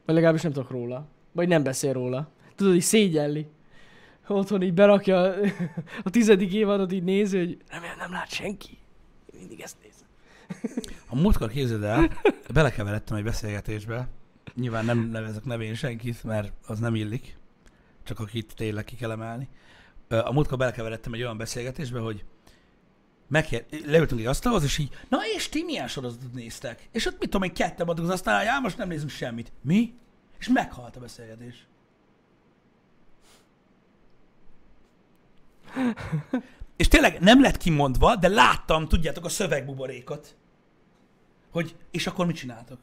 [SPEAKER 2] Vagy legalábbis nem tudok róla. Vagy nem beszél róla. Tudod, így szégyelli. Otthon így berakja a- a tizedik évadot, így nézi, hogy remélem nem lát senki. Én mindig ezt nézem.
[SPEAKER 1] A múltkor képzeld el, belekeveredtem egy beszélgetésbe. Nyilván nem nevezek nevén senkit, mert az nem illik. Csak akit tényleg ki kell emelni. Ö, A múltkor belekeveredtem egy olyan beszélgetésbe, hogy megkér... leültünk egy asztalhoz, és így, na és ti milyen sorozatot néztek? És ott mit tudom, én ketten mondtuk az asztalnál, hogy "Á, most nem nézünk semmit. Mi? És meghalt a beszélgetés. És tényleg nem lett kimondva, de láttam, tudjátok, a szövegbuborékot. Hogy, és akkor mit csináltok?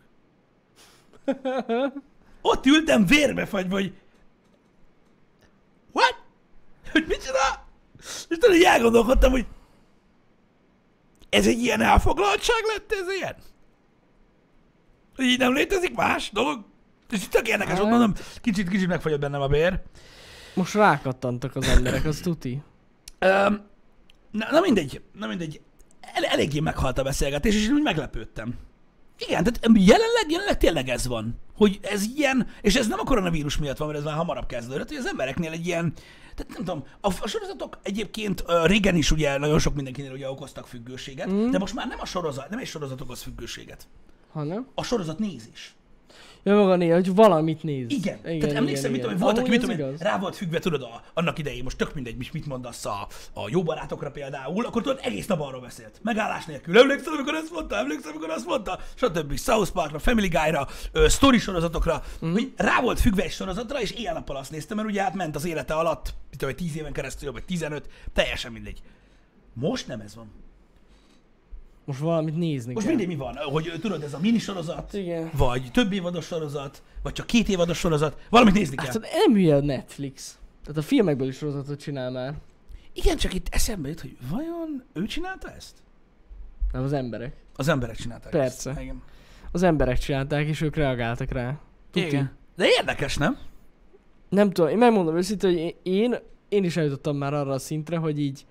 [SPEAKER 1] Ott ültem vérbe fagyva, hogy What? Hogy mit csinál? És tudod, így elgondolkodtam, hogy ez egy ilyen elfoglaltság lett, ez ilyen? Hogy így nem létezik más dolog? És itt tök érdekes, ott mondom, kicsit, kicsit megfagyott bennem a bér.
[SPEAKER 2] Most rákattantak az emberek, az tuti.
[SPEAKER 1] Öm, na, na mindegy, na mindegy. El, eléggé meghalt a beszélgetés, és én úgy meglepődtem. Igen, tehát jelenleg, jelenleg tényleg ez van. Hogy ez ilyen, és ez nem a koronavírus miatt van, mert ez már hamarabb kezdődött, hogy az embereknél egy ilyen, tehát nem tudom, a, a sorozatok egyébként ö, régen is ugye nagyon sok mindenkinél ugye okoztak függőséget, mm. de most már nem a sorozat, nem egy sorozat okoz függőséget.
[SPEAKER 2] Ha nem?
[SPEAKER 1] A sorozat nézés.
[SPEAKER 2] Ja, maga néha, hogy valamit néz.
[SPEAKER 1] Igen. igen Tehát emlékszem, mit tudom, én, volt, aki
[SPEAKER 2] Amúgy
[SPEAKER 1] mit
[SPEAKER 2] ez
[SPEAKER 1] tudom, én,
[SPEAKER 2] igaz.
[SPEAKER 1] rá volt függve, tudod, a, annak idején, most tök mindegy, mit- mit mondasz a, a jó barátokra például, akkor tudod, egész nap arról beszélt. Megállás nélkül. Emlékszem, amikor ezt mondta, emlékszem, amikor azt mondta, stb. South Parkra, Family Guy-ra, ö, story sorozatokra.
[SPEAKER 2] Mhm.
[SPEAKER 1] Mm. Hogy rá volt függve egy sorozatra, és éjjel-nappal azt néztem, mert ugye hát ment az élete alatt, mit tudom, én, 10 éven keresztül, vagy 15, teljesen mindegy. Most nem ez van.
[SPEAKER 2] Most valamit nézni
[SPEAKER 1] Most
[SPEAKER 2] kell.
[SPEAKER 1] mindig mi van, hogy ö, tudod, ez a mini sorozat,
[SPEAKER 2] Igen.
[SPEAKER 1] vagy több évados sorozat, vagy csak két évados sorozat, valamit nézni kell.
[SPEAKER 2] Hát nem hülye a Netflix. Tehát a filmekből is sorozatot csinál már.
[SPEAKER 1] Igen, csak itt eszembe jut, hogy vajon ő csinálta ezt?
[SPEAKER 2] Nem az emberek.
[SPEAKER 1] Az emberek csinálták
[SPEAKER 2] Persze.
[SPEAKER 1] ezt. Igen.
[SPEAKER 2] Az emberek csinálták, és ők reagáltak rá. Tuti.
[SPEAKER 1] Igen. De érdekes, nem?
[SPEAKER 2] Nem tudom, én megmondom őszintén, hogy én, én is eljutottam már arra a szintre, hogy így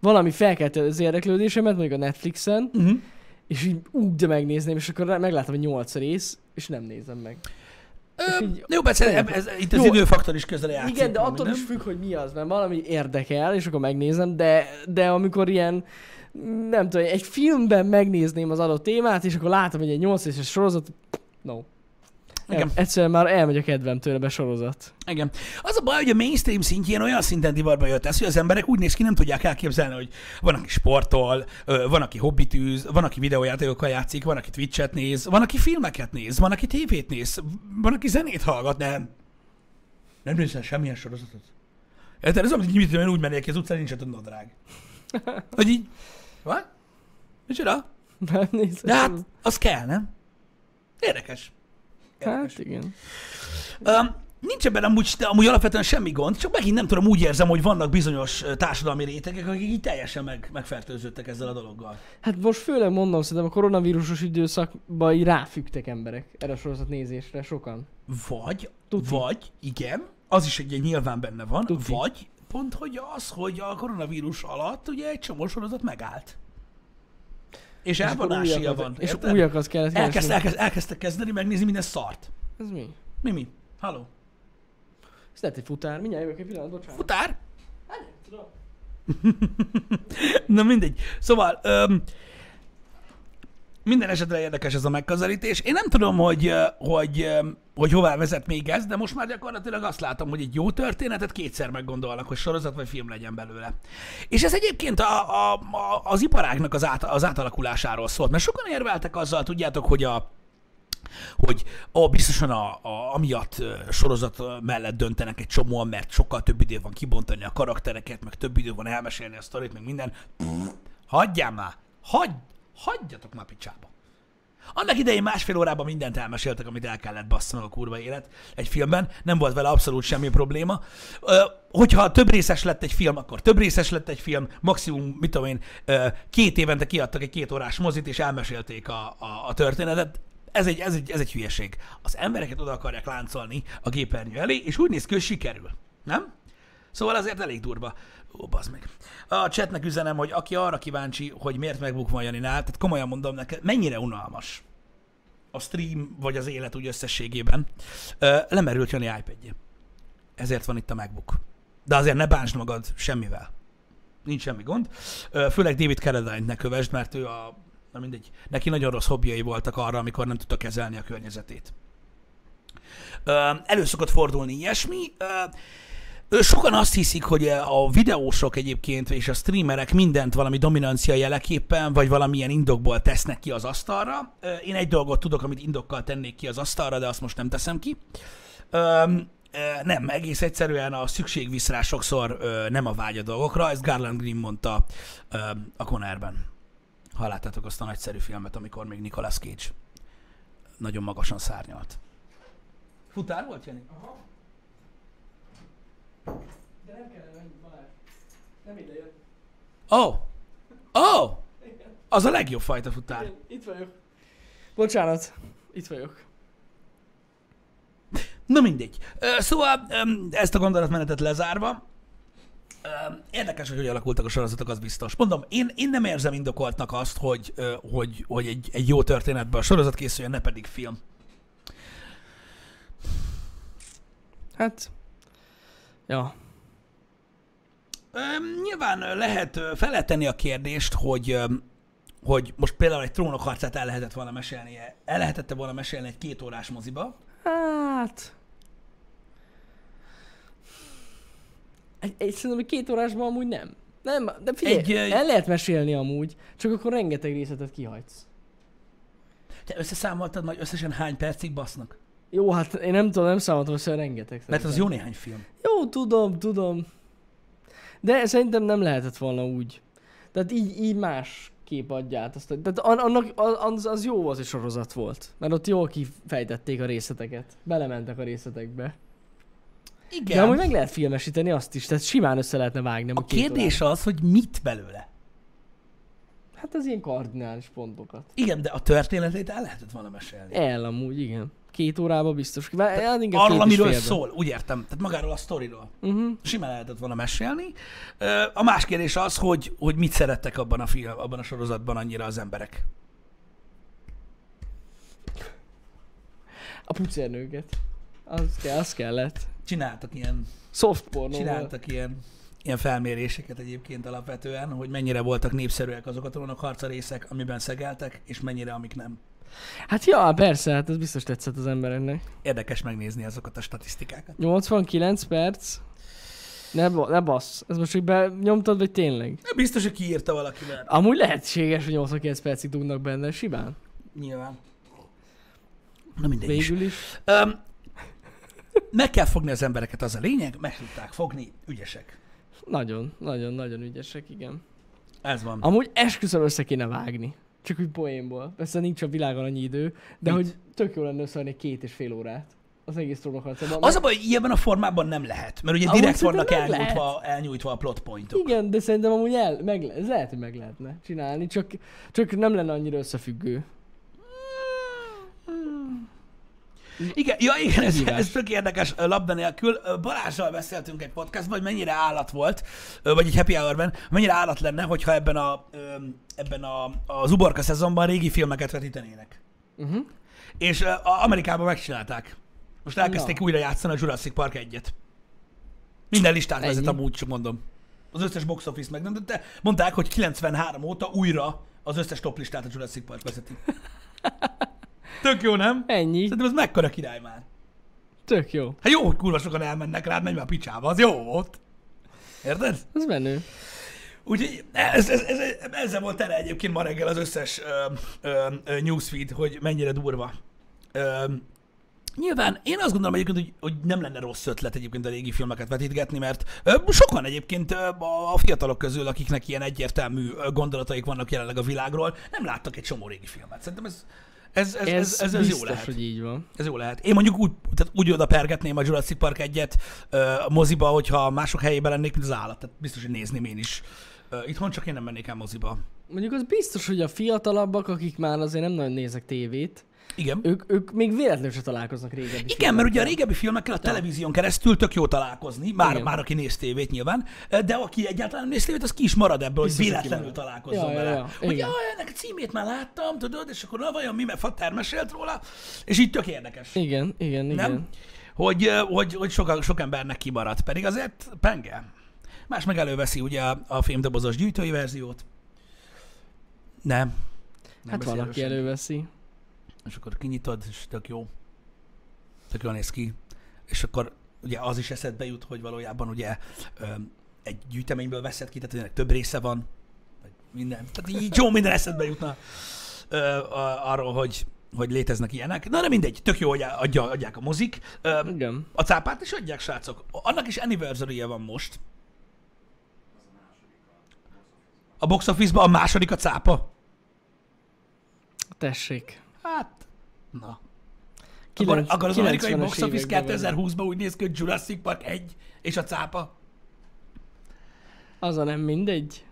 [SPEAKER 2] valami felkelti az érdeklődésemet, mondjuk a Netflixen,
[SPEAKER 1] Uh-huh.
[SPEAKER 2] és így úgy, de megnézném, és akkor rá- meglátom, hogy 8 rész, és nem nézem meg.
[SPEAKER 1] Ö,
[SPEAKER 2] így-
[SPEAKER 1] jó, persze, eb- ez, itt az
[SPEAKER 2] Jó.
[SPEAKER 1] időfaktor is közel játszik.
[SPEAKER 2] Igen, de
[SPEAKER 1] meg
[SPEAKER 2] attól
[SPEAKER 1] minden.
[SPEAKER 2] is függ, hogy mi az, mert valami érdekel, és akkor megnézem, de, de amikor ilyen, nem tudom, egy filmben megnézném az adott témát, és akkor látom, hogy egy 8 éves sorozat, no.
[SPEAKER 1] Igen.
[SPEAKER 2] Igen. Egyszerűen már elmegy a kedvem tőle be sorozat.
[SPEAKER 1] Igen. Az a baj, hogy a mainstream szintjén olyan szinten divatba jött ez, hogy az emberek úgy néz ki, nem tudják elképzelni, hogy van, aki sportol, ö, van, aki hobbitűz, van, aki videójátékokkal játszik, van, aki Twitch-et néz, van, aki filmeket néz, van, aki tévét néz, van, aki zenét hallgat, nem. Nem nézel semmilyen sorozatot. Érted? Ez olyan, mint mit tudom én úgy mennék ki az utcán, nincs ott a nadrág. Hogy így... Van? Micsoda?
[SPEAKER 2] Nem nézem.
[SPEAKER 1] De hát, az kell, nem? Érdekes.
[SPEAKER 2] hát igen.
[SPEAKER 1] Um, nincs ebben amúgy, de amúgy alapvetően semmi gond, csak megint nem tudom, úgy érzem, hogy vannak bizonyos ö, társadalmi rétegek, akik így teljesen meg, megfertőződtek ezzel a dologgal.
[SPEAKER 2] Hát most főleg mondom, szerintem a koronavírusos időszakban így ráfügtek emberek erre a sorozat nézésre, sokan.
[SPEAKER 1] Vagy,
[SPEAKER 2] Tuti.
[SPEAKER 1] vagy, igen, az is egy, egy nyilván benne van,
[SPEAKER 2] Tuti.
[SPEAKER 1] vagy pont, hogy az, hogy a koronavírus alatt ugye egy csomó sorozat megállt. És
[SPEAKER 2] akkor
[SPEAKER 1] elvonásia
[SPEAKER 2] újakat-
[SPEAKER 1] van.
[SPEAKER 2] És
[SPEAKER 1] érted?
[SPEAKER 2] újakat kellett
[SPEAKER 1] elkezd,
[SPEAKER 2] keresni.
[SPEAKER 1] elkezd, elkezdtek kezdeni megnézni minden szart.
[SPEAKER 2] Ez mi?
[SPEAKER 1] Mi, mi? Halló?
[SPEAKER 2] Ez lehet egy futár. Mindjárt jövök egy pillanat, bocsánat.
[SPEAKER 1] Futár?
[SPEAKER 2] Hát, nem tudom.
[SPEAKER 1] Na mindegy. Szóval, öm, Minden esetre érdekes ez a megközelítés. Én nem tudom, hogy, ö, hogy, ö, hogy hová vezet még ez, de most már gyakorlatilag azt látom, hogy egy jó történetet kétszer meggondolnak, hogy sorozat vagy film legyen belőle. És ez egyébként a, a, a, az iparágnak az, át, az átalakulásáról szólt, mert sokan érveltek azzal, tudjátok, hogy a, hogy ó, biztosan a, a, amiatt ö, sorozat ö, mellett döntenek egy csomóan, mert sokkal több idő van kibontani a karaktereket, meg több idő van elmesélni a sztorit, meg minden. Hagyjál már! Hagy, hagyjatok már picsába! Annak idején másfél órában mindent elmeséltek, amit el kellett bassza meg a kurva élet egy filmben. Nem volt vele abszolút semmi probléma. Ö, hogyha több részes lett egy film, akkor több részes lett egy film. Maximum, mit tudom én, ö, két évente kiadtak egy két órás mozit, és elmesélték a, a, a történetet. Ez egy, ez, egy, ez egy hülyeség. Az embereket oda akarják láncolni a gépernyő elé, és úgy néz ki, hogy sikerül. Nem? Szóval azért elég durva. Ó, bazd meg. A chatnek üzenem, hogy aki arra kíváncsi, hogy miért megbukvan Janinál, tehát komolyan mondom neked, mennyire unalmas a stream vagy az élet úgy összességében, ö, lemerült Jani iPadje. Ezért van itt a MacBook. De azért ne bántsd magad semmivel. Nincs semmi gond. Ö, Főleg David Carradine-t ne kövesd, mert ő a... Na mindegy. Neki nagyon rossz hobbjai voltak arra, amikor nem tudta kezelni a környezetét. Ö, Elő szokott fordulni ilyesmi. Ö, Ö, Sokan azt hiszik, hogy eh, a videósok egyébként és a streamerek mindent valami dominancia jeleképpen, vagy valamilyen indokból tesznek ki az asztalra. Ö, Én egy dolgot tudok, amit indokkal tennék ki az asztalra, de azt most nem teszem ki. Öm, ö, nem, egész egyszerűen a szükség visz rá sokszor ö, nem a vágy a dolgokra, ezt Garland Green mondta ö, a Conárban. Ha láttátok azt a nagyszerű filmet, amikor még Nicolas Cage nagyon magasan szárnyalt. Futár volt, Jani?
[SPEAKER 2] De nem kellene menni már. Nem ide jött.
[SPEAKER 1] Ó! Oh. Ó! Oh. Az a legjobb fajta futár.
[SPEAKER 2] Én Itt vagyok. Bocsánat. Itt vagyok.
[SPEAKER 1] Na mindegy. Ö, Szóval öm, ezt a gondolatmenetet lezárva, öm, érdekes, hogy hogy alakultak a sorozatok, az biztos. Mondom, én, én nem érzem indokoltnak azt, hogy, ö, hogy, hogy egy, egy jó történetből sorozat készüljön, ne pedig film.
[SPEAKER 2] Hát... Ja.
[SPEAKER 1] Öm, Nyilván ö, lehet, ö, fel lehet tenni a kérdést, hogy, öm, hogy most például egy trónokharcát el lehetett volna mesélni, el lehetette volna mesélni egy két órás moziba,
[SPEAKER 2] Hát... Egy, egy, szerintem egy két órásban amúgy nem. Nem, de figyelj,
[SPEAKER 1] Egy,
[SPEAKER 2] egy,
[SPEAKER 1] ö,
[SPEAKER 2] el lehet mesélni amúgy, csak akkor rengeteg részletet kihagysz.
[SPEAKER 1] Te összeszámoltad majd összesen hány percig basznak?
[SPEAKER 2] Jó, hát én nem tudom, nem számoltam össze, hogy rengeteg.
[SPEAKER 1] Mert az
[SPEAKER 2] szerintem.
[SPEAKER 1] jó néhány film.
[SPEAKER 2] Jó, tudom, tudom. De szerintem nem lehetett volna úgy. Tehát így, így más kép adja át. Azt, tehát an- annak, az, az jó az is sorozat volt. Mert ott jól kifejtették a részleteket. Belementek a részletekbe.
[SPEAKER 1] Igen.
[SPEAKER 2] De amúgy meg lehet filmesíteni azt is, tehát simán össze lehetne vágni.
[SPEAKER 1] a
[SPEAKER 2] amúgy két
[SPEAKER 1] kérdés az, hogy mit belőle.
[SPEAKER 2] órán. Hát az ilyen kardinális pontokat.
[SPEAKER 1] Igen, de a történetét el lehetett volna mesélni.
[SPEAKER 2] El amúgy, igen. Két órába biztos. Vá- hát inkább
[SPEAKER 1] Arról,
[SPEAKER 2] két és
[SPEAKER 1] amiről
[SPEAKER 2] félben.
[SPEAKER 1] szól, úgy értem. Tehát magáról a sztoriról.
[SPEAKER 2] Uh-huh.
[SPEAKER 1] Simán lehetett volna mesélni. Ö, A más kérdés az, hogy, hogy mit szerettek abban a film, abban a sorozatban annyira az emberek.
[SPEAKER 2] A pucérnőket. Az, kell, az kellett.
[SPEAKER 1] Csináltak ilyen,
[SPEAKER 2] Soft pornó.
[SPEAKER 1] csináltak ilyen, ilyen felméréseket egyébként alapvetően, hogy mennyire voltak népszerűek azok a trónokharca részek, amiben szegeltek, és mennyire, amik nem.
[SPEAKER 2] Hát ja, persze, hát ez biztos tetszett az embereknek.
[SPEAKER 1] Érdekes megnézni azokat a statisztikákat.
[SPEAKER 2] 89 perc. Ne, ba- ne bassz, ez most csak benyomtad, vagy tényleg?
[SPEAKER 1] Nem Biztos, hogy kiírta valaki, mert
[SPEAKER 2] Amúgy lehetséges, hogy 89 percig dugnak benne, simán.
[SPEAKER 1] nyilván. Na mindegy is.
[SPEAKER 2] Végül is.
[SPEAKER 1] Öm, meg kell fogni az embereket, az a lényeg, meg tudták fogni, ügyesek.
[SPEAKER 2] Nagyon, nagyon, nagyon ügyesek, igen.
[SPEAKER 1] Ez van.
[SPEAKER 2] Amúgy esküszöm össze kéne vágni. Csak úgy poénból. Persze nincs a világon annyi idő, de
[SPEAKER 1] Mit?
[SPEAKER 2] hogy tök jó lenne összeadni két és fél órát. Az egész trónokharcában.
[SPEAKER 1] Az a baj, hogy ilyenben a formában nem lehet, mert ugye
[SPEAKER 2] Amúgy
[SPEAKER 1] direkt
[SPEAKER 2] szerintem
[SPEAKER 1] vannak
[SPEAKER 2] meg
[SPEAKER 1] elnyújtva, elnyújtva a plot pointok.
[SPEAKER 2] Igen, de szerintem amúgy el, meg, le- ez lehet, hogy meg lehetne csinálni, csak, csak nem lenne annyira összefüggő.
[SPEAKER 1] Igen, ja igen, ez,
[SPEAKER 2] Kihívás.
[SPEAKER 1] ez tök érdekes ö, labda nélkül. Ö, Balázsral beszéltünk egy podcastban, hogy mennyire állat volt, ö, vagy egy happy hour-ben, mennyire állat lenne, hogyha ebben a, ö, ebben a, az uborka szezonban régi filmeket vetítenének. Mhm.
[SPEAKER 2] Uh-huh.
[SPEAKER 1] És ö, a- Amerikában megcsinálták. Most elkezdték
[SPEAKER 2] Na.
[SPEAKER 1] újra játszani a Jurassic Park egyet. Minden listát
[SPEAKER 2] Ennyi.
[SPEAKER 1] vezet, amúgy csak mondom. Az összes box office meg nem, de mondták, hogy 93 óta újra az összes top listát a Jurassic Park vezeti. Tök jó, nem?
[SPEAKER 2] Ennyi.
[SPEAKER 1] Szerintem az mekkora király már.
[SPEAKER 2] Tök jó.
[SPEAKER 1] Hát jó, hogy kurva sokan elmennek rád, menj már picsába, az jó volt. Érted?
[SPEAKER 2] Ez menő.
[SPEAKER 1] Úgyhogy ez, ez, ez, ez, ezzel volt tele egyébként ma reggel az összes ö, ö, ö, newsfeed, hogy mennyire durva. Ö, nyilván én azt gondolom egyébként, hogy, hogy nem lenne rossz ötlet egyébként a régi filmeket vetítgetni, mert ö, sokan egyébként ö, a, a fiatalok közül, akiknek ilyen egyértelmű ö, gondolataik vannak jelenleg a világról, nem láttak egy csomó régi filmet. Szerintem ez, ez, ez, ez, ez, ez
[SPEAKER 2] biztos,
[SPEAKER 1] jó lehet.
[SPEAKER 2] hogy így van.
[SPEAKER 1] Ez jó lehet. Én mondjuk úgy, tehát úgy oda pergetném a Jurassic Park egyet ö, a moziba, hogyha mások helyében lennék, mint az állat. Tehát biztos, hogy nézném én is. Ö, Itthon csak én nem mennék el moziba.
[SPEAKER 2] Mondjuk az biztos, hogy a fiatalabbak, akik már azért nem nagyon nézek tévét,
[SPEAKER 1] Igen.
[SPEAKER 2] ők, ők még véletlenül se találkoznak régebbi
[SPEAKER 1] Igen, mert ugye a régebbi filmekkel a televízión keresztül tök jó találkozni, már,
[SPEAKER 2] Igen.
[SPEAKER 1] már aki néz tévét nyilván, de aki egyáltalán nem néz tévét, az ki is marad ebből, hogy
[SPEAKER 2] Biztos, hogy
[SPEAKER 1] véletlenül
[SPEAKER 2] kimarad.
[SPEAKER 1] találkozzon
[SPEAKER 2] Ja, ja,
[SPEAKER 1] vele.
[SPEAKER 2] ja.
[SPEAKER 1] Hogy
[SPEAKER 2] Igen.
[SPEAKER 1] jaj, ennek a címét már láttam, tudod, és akkor na vajon mi, mert Fater mesélt róla, és így tök érdekes.
[SPEAKER 2] Igen, igen, igen.
[SPEAKER 1] nem? Hogy, ö, hogy, hogy sok, sok embernek kimaradt, pedig azért penge. Más meg előveszi ugye a, a filmdobozos gyűjtői verziót. Nem. nem
[SPEAKER 2] Hát
[SPEAKER 1] veszi
[SPEAKER 2] van, aki
[SPEAKER 1] erősen.
[SPEAKER 2] előveszi.
[SPEAKER 1] És akkor kinyitod, és tök jó. Tök jól néz ki. És akkor ugye az is eszedbe jut, hogy valójában ugye öm, egy gyűjteményből veszed ki, tehát ennek több része van. Vagy minden. Tehát így jó minden eszedbe jutna ö, a, arról, hogy, hogy léteznek ilyenek. Na de mindegy, tök jó, hogy á- adja, adják a mozik. Öm,
[SPEAKER 2] Igen.
[SPEAKER 1] a cápát is adják, srácok. Annak is anniversary van most. A box office a második a cápa?
[SPEAKER 2] Tessék.
[SPEAKER 1] Hát, na. Akkor,
[SPEAKER 2] Kilenc-
[SPEAKER 1] akkor az amerikai
[SPEAKER 2] 90-es
[SPEAKER 1] box office
[SPEAKER 2] években vagyunk.
[SPEAKER 1] 2020-ban úgy néz ki, hogy Jurassic Park 1 és a cápa.
[SPEAKER 2] Az a nem mindegy.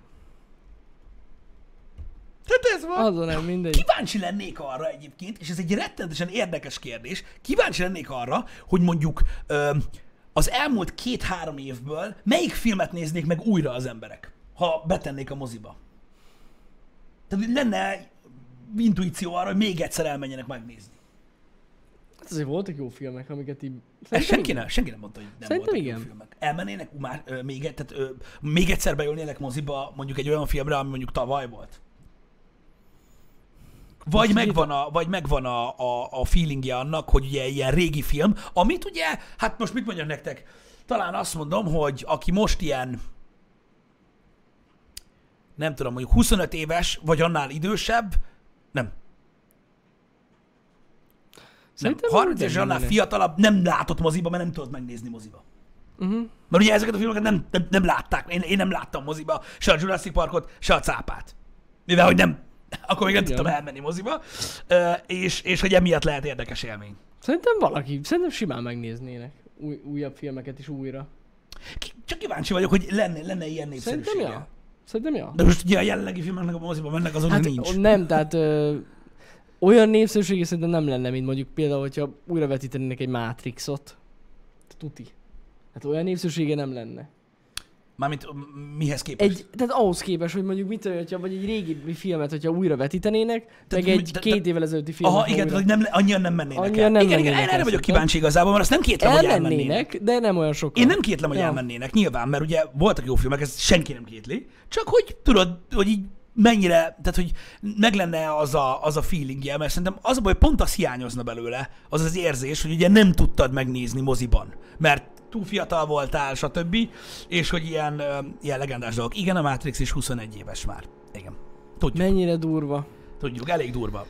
[SPEAKER 1] Tehát Hát ez van.
[SPEAKER 2] Az a nem mindegy.
[SPEAKER 1] Kíváncsi lennék arra egyébként, és ez egy rettenetesen érdekes kérdés, kíváncsi lennék arra, hogy mondjuk ö, az elmúlt két-három évből melyik filmet néznék meg újra az emberek, ha betennék a moziba. Tehát hogy lenne intuíció arra, hogy még egyszer elmenjenek megnézni.
[SPEAKER 2] Hát azért voltak jó filmek, amiket így...
[SPEAKER 1] Ez
[SPEAKER 2] Szerintem
[SPEAKER 1] senki, nem, senki nem mondta, hogy nem
[SPEAKER 2] Szerintem
[SPEAKER 1] voltak
[SPEAKER 2] igen.
[SPEAKER 1] jó filmek. Elmennének már, ö, még, egy- tehát, ö, még egyszer beülnének moziba mondjuk egy olyan filmre, ami mondjuk tavaly volt? Vagy megvan, a, vagy megvan a, a, a feelingje annak, hogy ugye ilyen régi film, amit ugye, hát most mit mondjak nektek? Talán azt mondom, hogy aki most ilyen, nem tudom, mondjuk 25 éves, vagy annál idősebb, nem, nem,
[SPEAKER 2] Szerintem
[SPEAKER 1] 30
[SPEAKER 2] nem
[SPEAKER 1] és annál
[SPEAKER 2] lenne.
[SPEAKER 1] fiatalabb nem látott moziba, mert nem tudod megnézni moziba.
[SPEAKER 2] Mhm.
[SPEAKER 1] Mert ugye ezeket a filmeket nem, nem, nem látták. Én, én nem láttam moziba se a Jurassic Parkot, se a cápát. Mivel, hogy nem, akkor még nem
[SPEAKER 2] Igen.
[SPEAKER 1] tudtam elmenni moziba, Ö, és, és hogy emiatt lehet érdekes élmény.
[SPEAKER 2] Szerintem valaki, szerintem simán megnéznének új, újabb filmeket is újra.
[SPEAKER 1] Ki- Csak kíváncsi vagyok, hogy lenne, lenne ilyen
[SPEAKER 2] Szerintem
[SPEAKER 1] népszerűsége.
[SPEAKER 2] ja. Szerintem ja.
[SPEAKER 1] De most ugye a jelenlegi filmeknek a moziba mennek, azon hát, nincs.
[SPEAKER 2] o- Nem, tehát ö, olyan népszerűsége szerintem nem lenne, mint mondjuk például, hogyha újra vetítenének egy Matrixot. Tuti. Hát olyan népszerűsége nem lenne.
[SPEAKER 1] Mármint m- mihez képest?
[SPEAKER 2] Egy, tehát ahhoz képest, hogy mondjuk mit tudom, hogyha, vagy egy régi filmet, hogyha újra vetítenének, meg
[SPEAKER 1] mi-
[SPEAKER 2] egy
[SPEAKER 1] de- de-
[SPEAKER 2] két évvel ezelőtti filmet.
[SPEAKER 1] Aha,
[SPEAKER 2] ha
[SPEAKER 1] igen,
[SPEAKER 2] újra-
[SPEAKER 1] tehát, hogy nem, annyian nem mennének
[SPEAKER 2] Annyian
[SPEAKER 1] el.
[SPEAKER 2] nem
[SPEAKER 1] igen, igen,
[SPEAKER 2] mennének
[SPEAKER 1] erre
[SPEAKER 2] el,
[SPEAKER 1] vagyok
[SPEAKER 2] szerintem.
[SPEAKER 1] kíváncsi igazából, mert azt nem kétlem, hogy elmennének.
[SPEAKER 2] elmennének, de nem olyan sokan.
[SPEAKER 1] Én nem kétlem, hogy
[SPEAKER 2] Ja.
[SPEAKER 1] elmennének, nyilván, mert ugye voltak jó filmek, ezt senki nem kétli. Csak hogy tudod, hogy így mennyire, tehát hogy meg lenne az a, az a feelingje, mert szerintem az a baj, hogy pont az hiányozna belőle, az az érzés, hogy ugye nem tudtad megnézni moziban, mert túl fiatal voltál, stb. És hogy ilyen, ö, ilyen legendás dolgok. Igen, a Matrix is 21 éves már. Igen. Tudjuk,
[SPEAKER 2] Mennyire durva.
[SPEAKER 1] tudjuk, elég durva.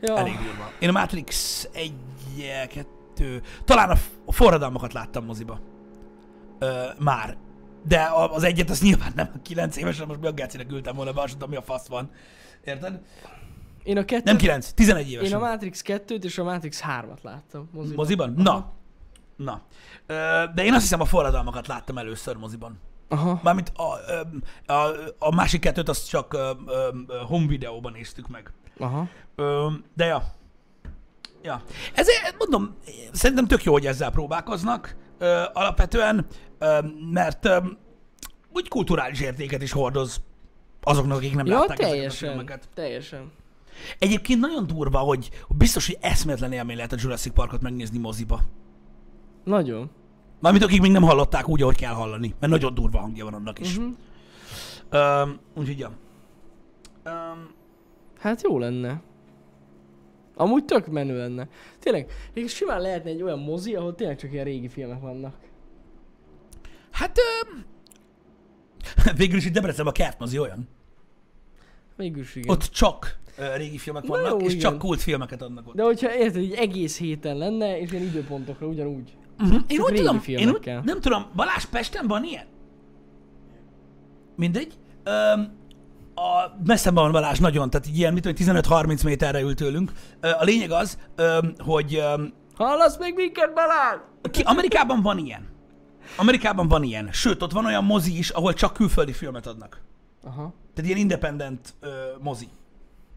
[SPEAKER 2] Ja.
[SPEAKER 1] Elég durva. Én a Matrix egy, kettő, talán a f- a forradalmakat láttam moziba. Ö, már. De a- az egyet, az nyilván nem. Kilenc évesen most mi a gecinek ültem volna be, azt sem tudom, mi a fasz van. Érted?
[SPEAKER 2] Én a kettőt,
[SPEAKER 1] Nem kilenc, tizenegy
[SPEAKER 2] én a
[SPEAKER 1] évesen.
[SPEAKER 2] Matrix 2-t és a Matrix 3-at láttam moziban.
[SPEAKER 1] Moziban? Na. Na. Ö, de én azt hiszem a forradalmakat láttam először moziban.
[SPEAKER 2] Aha.
[SPEAKER 1] Mármint a, ö, a, a másik kettőt azt csak ö, ö, ö, home videóban néztük meg.
[SPEAKER 2] Aha.
[SPEAKER 1] Ö, de ja. Ja. Ezért mondom, szerintem tök jó, hogy ezzel próbálkoznak ö, alapvetően, ö, mert ö, úgy kulturális értéket is hordoz azoknak, akik nem
[SPEAKER 2] Ja,
[SPEAKER 1] látták ezeket a
[SPEAKER 2] teljesen.
[SPEAKER 1] filmeket.
[SPEAKER 2] Teljesen.
[SPEAKER 1] Egyébként nagyon durva, hogy biztos, hogy eszméletlen élmény lehet a Jurassic Parkot megnézni moziba.
[SPEAKER 2] Nagyon.
[SPEAKER 1] Mármint akik még nem hallották úgy, ahogy kell hallani, mert nagyon durva hangja van annak is.
[SPEAKER 2] Mhm.
[SPEAKER 1] Öm, úgyhogy ja. Öm,
[SPEAKER 2] Hát jó lenne. Amúgy tök menő lenne. Tényleg, és simán lehetne egy olyan mozi, ahol tényleg csak ilyen régi filmek vannak.
[SPEAKER 1] Hát ö, végül is itt Debrecenben a kertmozi olyan.
[SPEAKER 2] Mégis igen.
[SPEAKER 1] Igen. Ott csak ö, régi filmek
[SPEAKER 2] Na
[SPEAKER 1] vannak,
[SPEAKER 2] jó,
[SPEAKER 1] és
[SPEAKER 2] igen.
[SPEAKER 1] csak kult filmeket adnak ott.
[SPEAKER 2] De hogyha érted, így egész héten lenne, és ilyen időpontokra ugyanúgy.
[SPEAKER 1] Mhm. Én
[SPEAKER 2] Csak
[SPEAKER 1] úgy
[SPEAKER 2] régi
[SPEAKER 1] tudom, én úgy,
[SPEAKER 2] filmekkel.
[SPEAKER 1] nem tudom, Balázs Pesten van ilyen? Mindegy. Öm, a, messze van Balázs nagyon, tehát így ilyen, mit tudom, én, 15-30 méterre ül tőlünk. Ö, a lényeg az, öm, hogy öm,
[SPEAKER 2] Hallasz még minket, Balázs?
[SPEAKER 1] ki, Amerikában van ilyen. Amerikában van ilyen. Sőt, ott van olyan mozi is, ahol csak külföldi filmet adnak.
[SPEAKER 2] Aha.
[SPEAKER 1] Tehát ilyen independent ö, mozi,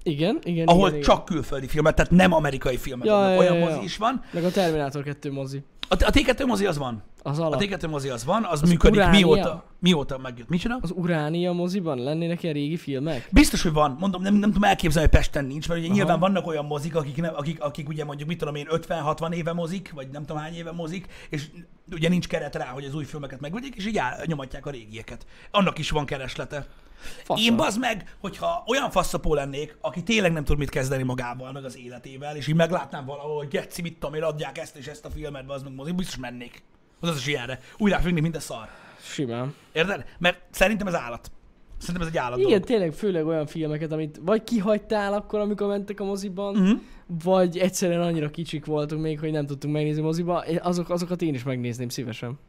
[SPEAKER 2] Igen, igen,
[SPEAKER 1] ahol
[SPEAKER 2] igen,
[SPEAKER 1] csak külföldi filmet, tehát nem amerikai filmet
[SPEAKER 2] Ja,
[SPEAKER 1] adnak.
[SPEAKER 2] ja,
[SPEAKER 1] olyan
[SPEAKER 2] ja, ja.
[SPEAKER 1] mozi is van.
[SPEAKER 2] Igen. Meg a Terminátor 2 mozi.
[SPEAKER 1] A, a T2 mozi az van.
[SPEAKER 2] Az
[SPEAKER 1] A
[SPEAKER 2] alap.
[SPEAKER 1] T2 mozi az van, az, működik
[SPEAKER 2] Uránia?
[SPEAKER 1] mióta, mióta megjött. Mit csinál?
[SPEAKER 2] Az Uránia moziban lennének ilyen régi filmek?
[SPEAKER 1] Biztos, hogy van, mondom, nem, nem tudom elképzelni, hogy Pesten nincs, mert ugye
[SPEAKER 2] Aha.
[SPEAKER 1] nyilván vannak olyan mozik, akik, nem, akik, akik ugye mondjuk, mit tudom én, 50-60 éve mozik, vagy nem tudom hány éve mozik, és ugye nincs keret rá, hogy az új filmeket megvegyék, és így áll, nyomatják a régieket. Annak is van kereslete.
[SPEAKER 2] Faszal.
[SPEAKER 1] Én bazd meg, hogyha olyan faszapó lennék, aki tényleg nem tud mit kezdeni magával, meg az életével, és így meglátnám valahol, hogy geci, mit tudom én, adják ezt és ezt a filmet, bazd meg mozik, biztos mennék. Az is ilyenre. Újra függni, mint a szar.
[SPEAKER 2] Simán.
[SPEAKER 1] Érted? Mert szerintem ez állat. Szerintem ez egy állat
[SPEAKER 2] Igen,
[SPEAKER 1] dolog.
[SPEAKER 2] tényleg főleg olyan filmeket, amit vagy kihagytál akkor, amikor mentek a moziban,
[SPEAKER 1] Mhm.
[SPEAKER 2] vagy egyszerűen annyira kicsik voltunk még, hogy nem tudtunk megnézni moziba, Én- azok, azokat én is megnézném szívesen.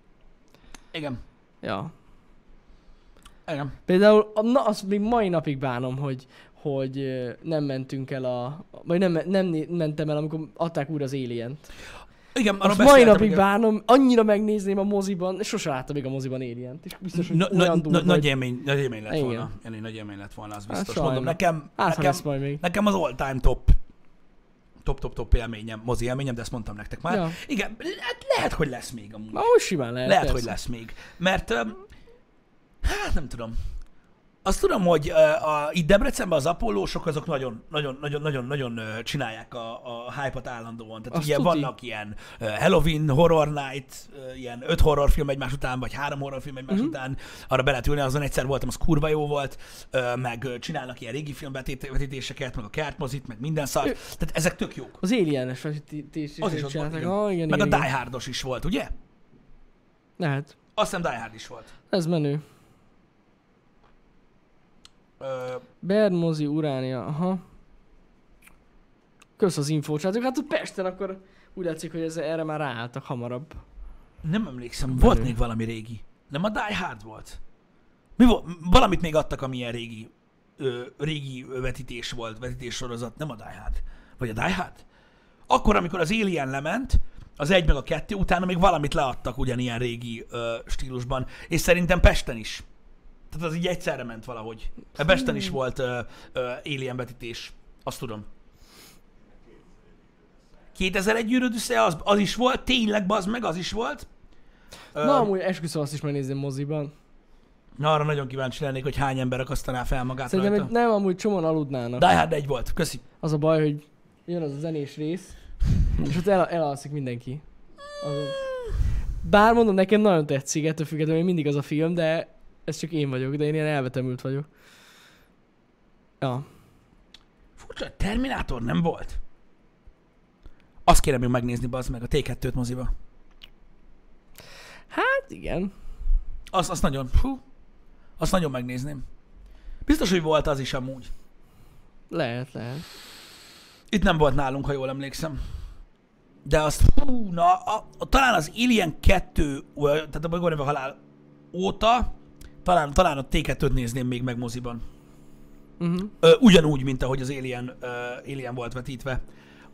[SPEAKER 1] Igen.
[SPEAKER 2] Ja.
[SPEAKER 1] Igen.
[SPEAKER 2] Például, a- na azt még mai napig bánom, hogy, hogy ö, nem mentünk el a... Vagy nem, nem né- mentem el, amikor adták úr az alien
[SPEAKER 1] Igen, arra
[SPEAKER 2] Azt mai
[SPEAKER 1] beszéltem,
[SPEAKER 2] napig
[SPEAKER 1] igen.
[SPEAKER 2] bánom, annyira megnézném a moziban, és sose láttam még a moziban alien és biztos, hogy
[SPEAKER 1] Na- na-
[SPEAKER 2] olyan
[SPEAKER 1] na-
[SPEAKER 2] durva,
[SPEAKER 1] Nagy
[SPEAKER 2] hogy-
[SPEAKER 1] élmény, nagy élmény lett
[SPEAKER 2] Igen.
[SPEAKER 1] volna. Jani, nagy élmény lett volna, az
[SPEAKER 2] Hát
[SPEAKER 1] biztos.
[SPEAKER 2] sajnos.
[SPEAKER 1] Mondom, nekem,
[SPEAKER 2] Hát, ha
[SPEAKER 1] nekem,
[SPEAKER 2] lesz majd még.
[SPEAKER 1] nekem az all time top top, top, top élményem, mozi élményem, de ezt mondtam nektek már.
[SPEAKER 2] Ja.
[SPEAKER 1] Igen, hát lehet, hogy lesz még amúgy.
[SPEAKER 2] Na, most simán lehet.
[SPEAKER 1] lehet,
[SPEAKER 2] persze.
[SPEAKER 1] hogy lesz még. Mert, öm, hát nem tudom. Azt tudom, hogy ö, a, itt Debrecenben az apollósok azok nagyon, nagyon, nagyon, nagyon, nagyon ö, csinálják a, a hype-ot állandóan. Tehát
[SPEAKER 2] Azt
[SPEAKER 1] ugye
[SPEAKER 2] tuti.
[SPEAKER 1] vannak ilyen ö, Halloween, Horror Night, ö, ilyen öt horrorfilm egymás után, vagy három horrorfilm egymás
[SPEAKER 2] Mhm.
[SPEAKER 1] uh-huh. után, arra be lehet ülni, azon egyszer voltam, az kurva jó volt, ö, meg ö, csinálnak ilyen régi filmvetítéseket, meg a kertmozit, meg minden szart.
[SPEAKER 2] Ő-
[SPEAKER 1] Tehát ezek tök jók.
[SPEAKER 2] Az alien-es vetítés
[SPEAKER 1] Az is ott volt,
[SPEAKER 2] csinálták.
[SPEAKER 1] igen.
[SPEAKER 2] Ah, igen,
[SPEAKER 1] Meg a
[SPEAKER 2] igen,
[SPEAKER 1] Die
[SPEAKER 2] igen.
[SPEAKER 1] Hardos is volt, ugye?
[SPEAKER 2] Lehet.
[SPEAKER 1] Azt hiszem Die Hard is volt.
[SPEAKER 2] Ez menő.
[SPEAKER 1] Ö,
[SPEAKER 2] Bermozi, Uránia, aha. Kösz az infót, srácok. Hát a Pesten akkor úgy látszik, hogy ez, erre már ráálltak hamarabb.
[SPEAKER 1] Nem emlékszem, volt
[SPEAKER 2] Menő.
[SPEAKER 1] még valami régi. Nem a Die Hard volt? Mi volt? Valamit még adtak, amilyen régi, ö, régi vetítés volt, vetítés sorozat, nem a Die Hard. Vagy a Die Hard? Akkor, amikor az Alien lement, az egy meg a kettő, utána még valamit leadtak ugyanilyen régi ö, stílusban, és szerintem Pesten is. Tehát az így egyszerre ment valahogy. Hát Pesten is
[SPEAKER 2] Hmm.
[SPEAKER 1] volt ö, ö, Alien vetítés, azt tudom. 2001 gyűrűd össze, az, az is volt, tényleg bazd meg, az is volt. Ö, Hát
[SPEAKER 2] Na, amúgy esküszöm azt is megnézném moziban.
[SPEAKER 1] Na, arra nagyon kíváncsi lennék, hogy hány ember akasztaná fel magát
[SPEAKER 2] Szerintem
[SPEAKER 1] Szerintem
[SPEAKER 2] egy,
[SPEAKER 1] rajta.
[SPEAKER 2] nem, amúgy csomóan aludnának.
[SPEAKER 1] Die Hard 1 volt, köszi.
[SPEAKER 2] Az a baj, hogy jön az a zenés rész, és ott el, elalszik mindenki. Az... Bár mondom, nekem nagyon tetszik, ettől függetlenül még mindig az a film, de ez csak én vagyok, de én ilyen elvetemült vagyok. Ja.
[SPEAKER 1] Furcsa, Terminátor nem volt. Azt kérem még megnézni, bazd meg, a T2-t moziba.
[SPEAKER 2] Hát igen.
[SPEAKER 1] Azt, azt nagyon, hú, azt nagyon megnézném. Biztos, hogy volt az is amúgy.
[SPEAKER 2] Lehet, lehet.
[SPEAKER 1] Itt nem volt nálunk, ha jól emlékszem. De azt, hú, na, a, a, talán az Alien 2, ö, tehát a Bolygóneve halál óta, talán, talán a T2-t nézném még meg moziban.
[SPEAKER 2] Uh-huh.
[SPEAKER 1] Ö, ugyanúgy, mint ahogy az Alien, ö, Alien volt vetítve.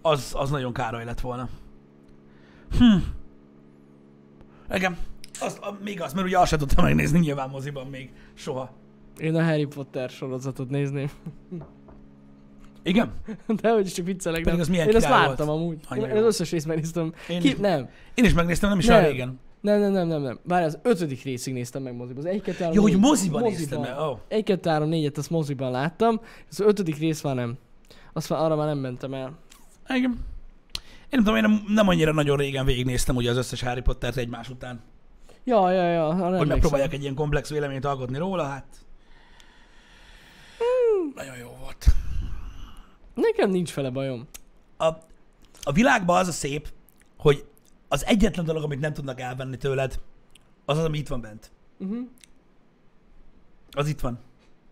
[SPEAKER 1] Az, az nagyon károly lett volna. Hm. Igen, az, a, még az, mert ugye azt sem tudtam megnézni nyilván moziban még soha.
[SPEAKER 2] Én a Harry Potter sorozatot nézném.
[SPEAKER 1] Igen?
[SPEAKER 2] De hogy csak viccelek,
[SPEAKER 1] Pedig
[SPEAKER 2] nem.
[SPEAKER 1] az milyen
[SPEAKER 2] Én azt
[SPEAKER 1] király
[SPEAKER 2] láttam
[SPEAKER 1] volt.
[SPEAKER 2] amúgy.
[SPEAKER 1] Annyira
[SPEAKER 2] Én az
[SPEAKER 1] jó.
[SPEAKER 2] összes részt megnéztem.
[SPEAKER 1] Én
[SPEAKER 2] Ki...
[SPEAKER 1] is.
[SPEAKER 2] Nem.
[SPEAKER 1] Én is megnéztem, nem is olyan
[SPEAKER 2] Nem.
[SPEAKER 1] régen.
[SPEAKER 2] Nem, nem, nem, nem, nem. Várj, az ötödik részig néztem meg moziban. Az egy, kettő, három,
[SPEAKER 1] Jó, hogy
[SPEAKER 2] négy.
[SPEAKER 1] moziban, néztem meg. Oh.
[SPEAKER 2] Egy, kettő, három, négyet azt moziban láttam, az ötödik rész már nem. Azt már arra már nem mentem el.
[SPEAKER 1] Igen. Én nem tudom, én nem, nem annyira nagyon régen végignéztem ugye az összes Harry Pottert egymás után.
[SPEAKER 2] Ja, ja, ja, arra
[SPEAKER 1] hogy
[SPEAKER 2] emlékszem.
[SPEAKER 1] megpróbálják egy ilyen komplex véleményt alkotni róla, hát... Nagyon jó volt.
[SPEAKER 2] Nekem nincs fele bajom.
[SPEAKER 1] a, a világban az a szép, hogy az egyetlen dolog, amit nem tudnak elvenni tőled, az az, ami itt van bent. Mhm.
[SPEAKER 2] Uh-huh.
[SPEAKER 1] Az itt van.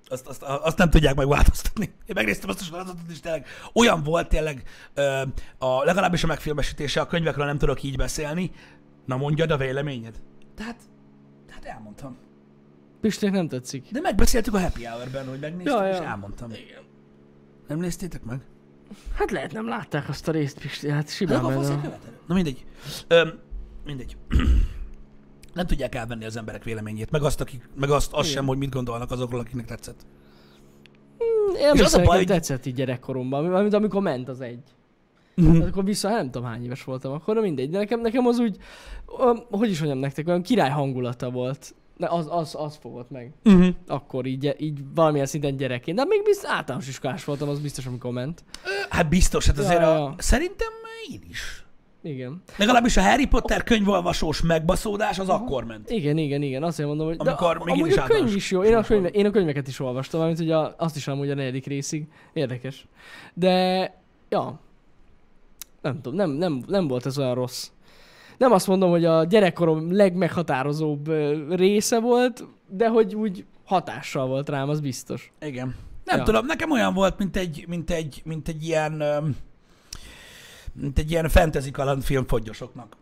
[SPEAKER 1] Azt, azt, azt nem tudják megváltoztatni. Én megnéztem azt a sorozatot is, tényleg olyan volt tényleg, ö, a, legalábbis a megfilmesítése, a könyvekről nem tudok így beszélni. Na mondjad a véleményed. Tehát, tehát elmondtam.
[SPEAKER 2] Pisték nem tetszik.
[SPEAKER 1] De megbeszéltük a happy hour-ben, hogy megnéztük, ja,
[SPEAKER 2] Ja,
[SPEAKER 1] és
[SPEAKER 2] ja.
[SPEAKER 1] elmondtam.
[SPEAKER 2] Igen.
[SPEAKER 1] Nem néztétek meg?
[SPEAKER 2] Hát lehet nem látták azt a részt, Pisti, hát simán
[SPEAKER 1] Nem, a fasz egy
[SPEAKER 2] benne.
[SPEAKER 1] követelő. Na mindegy. Öm, mindegy. Nem tudják elvenni az emberek véleményét, meg azt, akik, meg azt, azt
[SPEAKER 2] Igen.
[SPEAKER 1] sem, hogy mit gondolnak azokról, akiknek tetszett.
[SPEAKER 2] Én
[SPEAKER 1] És az a
[SPEAKER 2] nekem
[SPEAKER 1] baj,
[SPEAKER 2] baj,
[SPEAKER 1] hogy-
[SPEAKER 2] tetszett így gyerekkoromban, mint amikor ment az egy.
[SPEAKER 1] Mhm.
[SPEAKER 2] Hát akkor vissza, hát nem tudom hány éves voltam akkor, de mindegy. De nekem, nekem az úgy, öm, hogy is mondjam nektek, olyan király hangulata volt. De az, az, az fogott meg.
[SPEAKER 1] Uh-huh.
[SPEAKER 2] Akkor így, így valamilyen szinten gyerekként. De még biztos általános iskolás voltam, az biztos, amikor ment.
[SPEAKER 1] Hát biztos, hát
[SPEAKER 2] Ja,
[SPEAKER 1] azért
[SPEAKER 2] ja,
[SPEAKER 1] a,
[SPEAKER 2] ja.
[SPEAKER 1] szerintem én is.
[SPEAKER 2] Igen.
[SPEAKER 1] Legalábbis a Harry Potter könyvolvasós megbaszódás az akkor ment.
[SPEAKER 2] Igen, igen, igen. Azt mondom, hogy de
[SPEAKER 1] Amikor még én
[SPEAKER 2] amúgy
[SPEAKER 1] is
[SPEAKER 2] a könyv
[SPEAKER 1] általános
[SPEAKER 2] is jó. Én a,
[SPEAKER 1] iskolás
[SPEAKER 2] könyve, én a könyveket is olvastam, amit ugye a- azt is amúgy a negyedik részig. Érdekes. De, ja. Nem tudom, nem, nem, nem volt ez olyan rossz. Nem azt mondom, hogy a gyerekkorom legmeghatározóbb ö, része volt, de hogy úgy hatással volt rám, az biztos.
[SPEAKER 1] Igen. Nem ja.
[SPEAKER 2] Ja.
[SPEAKER 1] tudom, nekem olyan volt, mint egy, mint egy, mint egy ilyen, öm, mint egy ilyen fantasy kalandfilm fogyosoknak.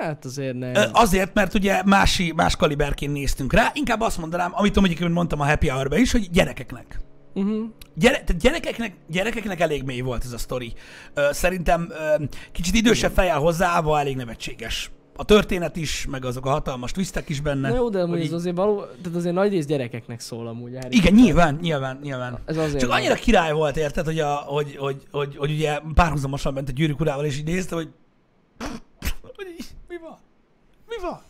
[SPEAKER 2] Hát azért nem.
[SPEAKER 1] Ö, Azért, mert ugye mási, más kaliberként néztünk rá, inkább azt mondanám, amit mondjuk én mondtam a Happy hour is, hogy gyerekeknek.
[SPEAKER 2] Uh-huh.
[SPEAKER 1] Gyere, tehát gyerekeknek, gyerekeknek elég mély volt ez a sztori. Ö, Szerintem ö, kicsit idősebb fejjel hozzáállva elég nevetséges. A történet is, meg azok a hatalmas twistek is benne.
[SPEAKER 2] Na jó, de
[SPEAKER 1] hogy
[SPEAKER 2] amúgy ez
[SPEAKER 1] így-
[SPEAKER 2] azért való, tehát azért nagy rész gyerekeknek szól amúgy. Harry
[SPEAKER 1] Igen,
[SPEAKER 2] Potter.
[SPEAKER 1] nyilván, nyilván, nyilván.
[SPEAKER 2] Ez azért
[SPEAKER 1] Csak
[SPEAKER 2] van.
[SPEAKER 1] annyira király volt, érted, hogy, a, hogy, hogy, hogy, hogy ugye párhuzamosan ment a gyűrűk urával, és így néztem, hogy... hogy így, mi van? Mi van?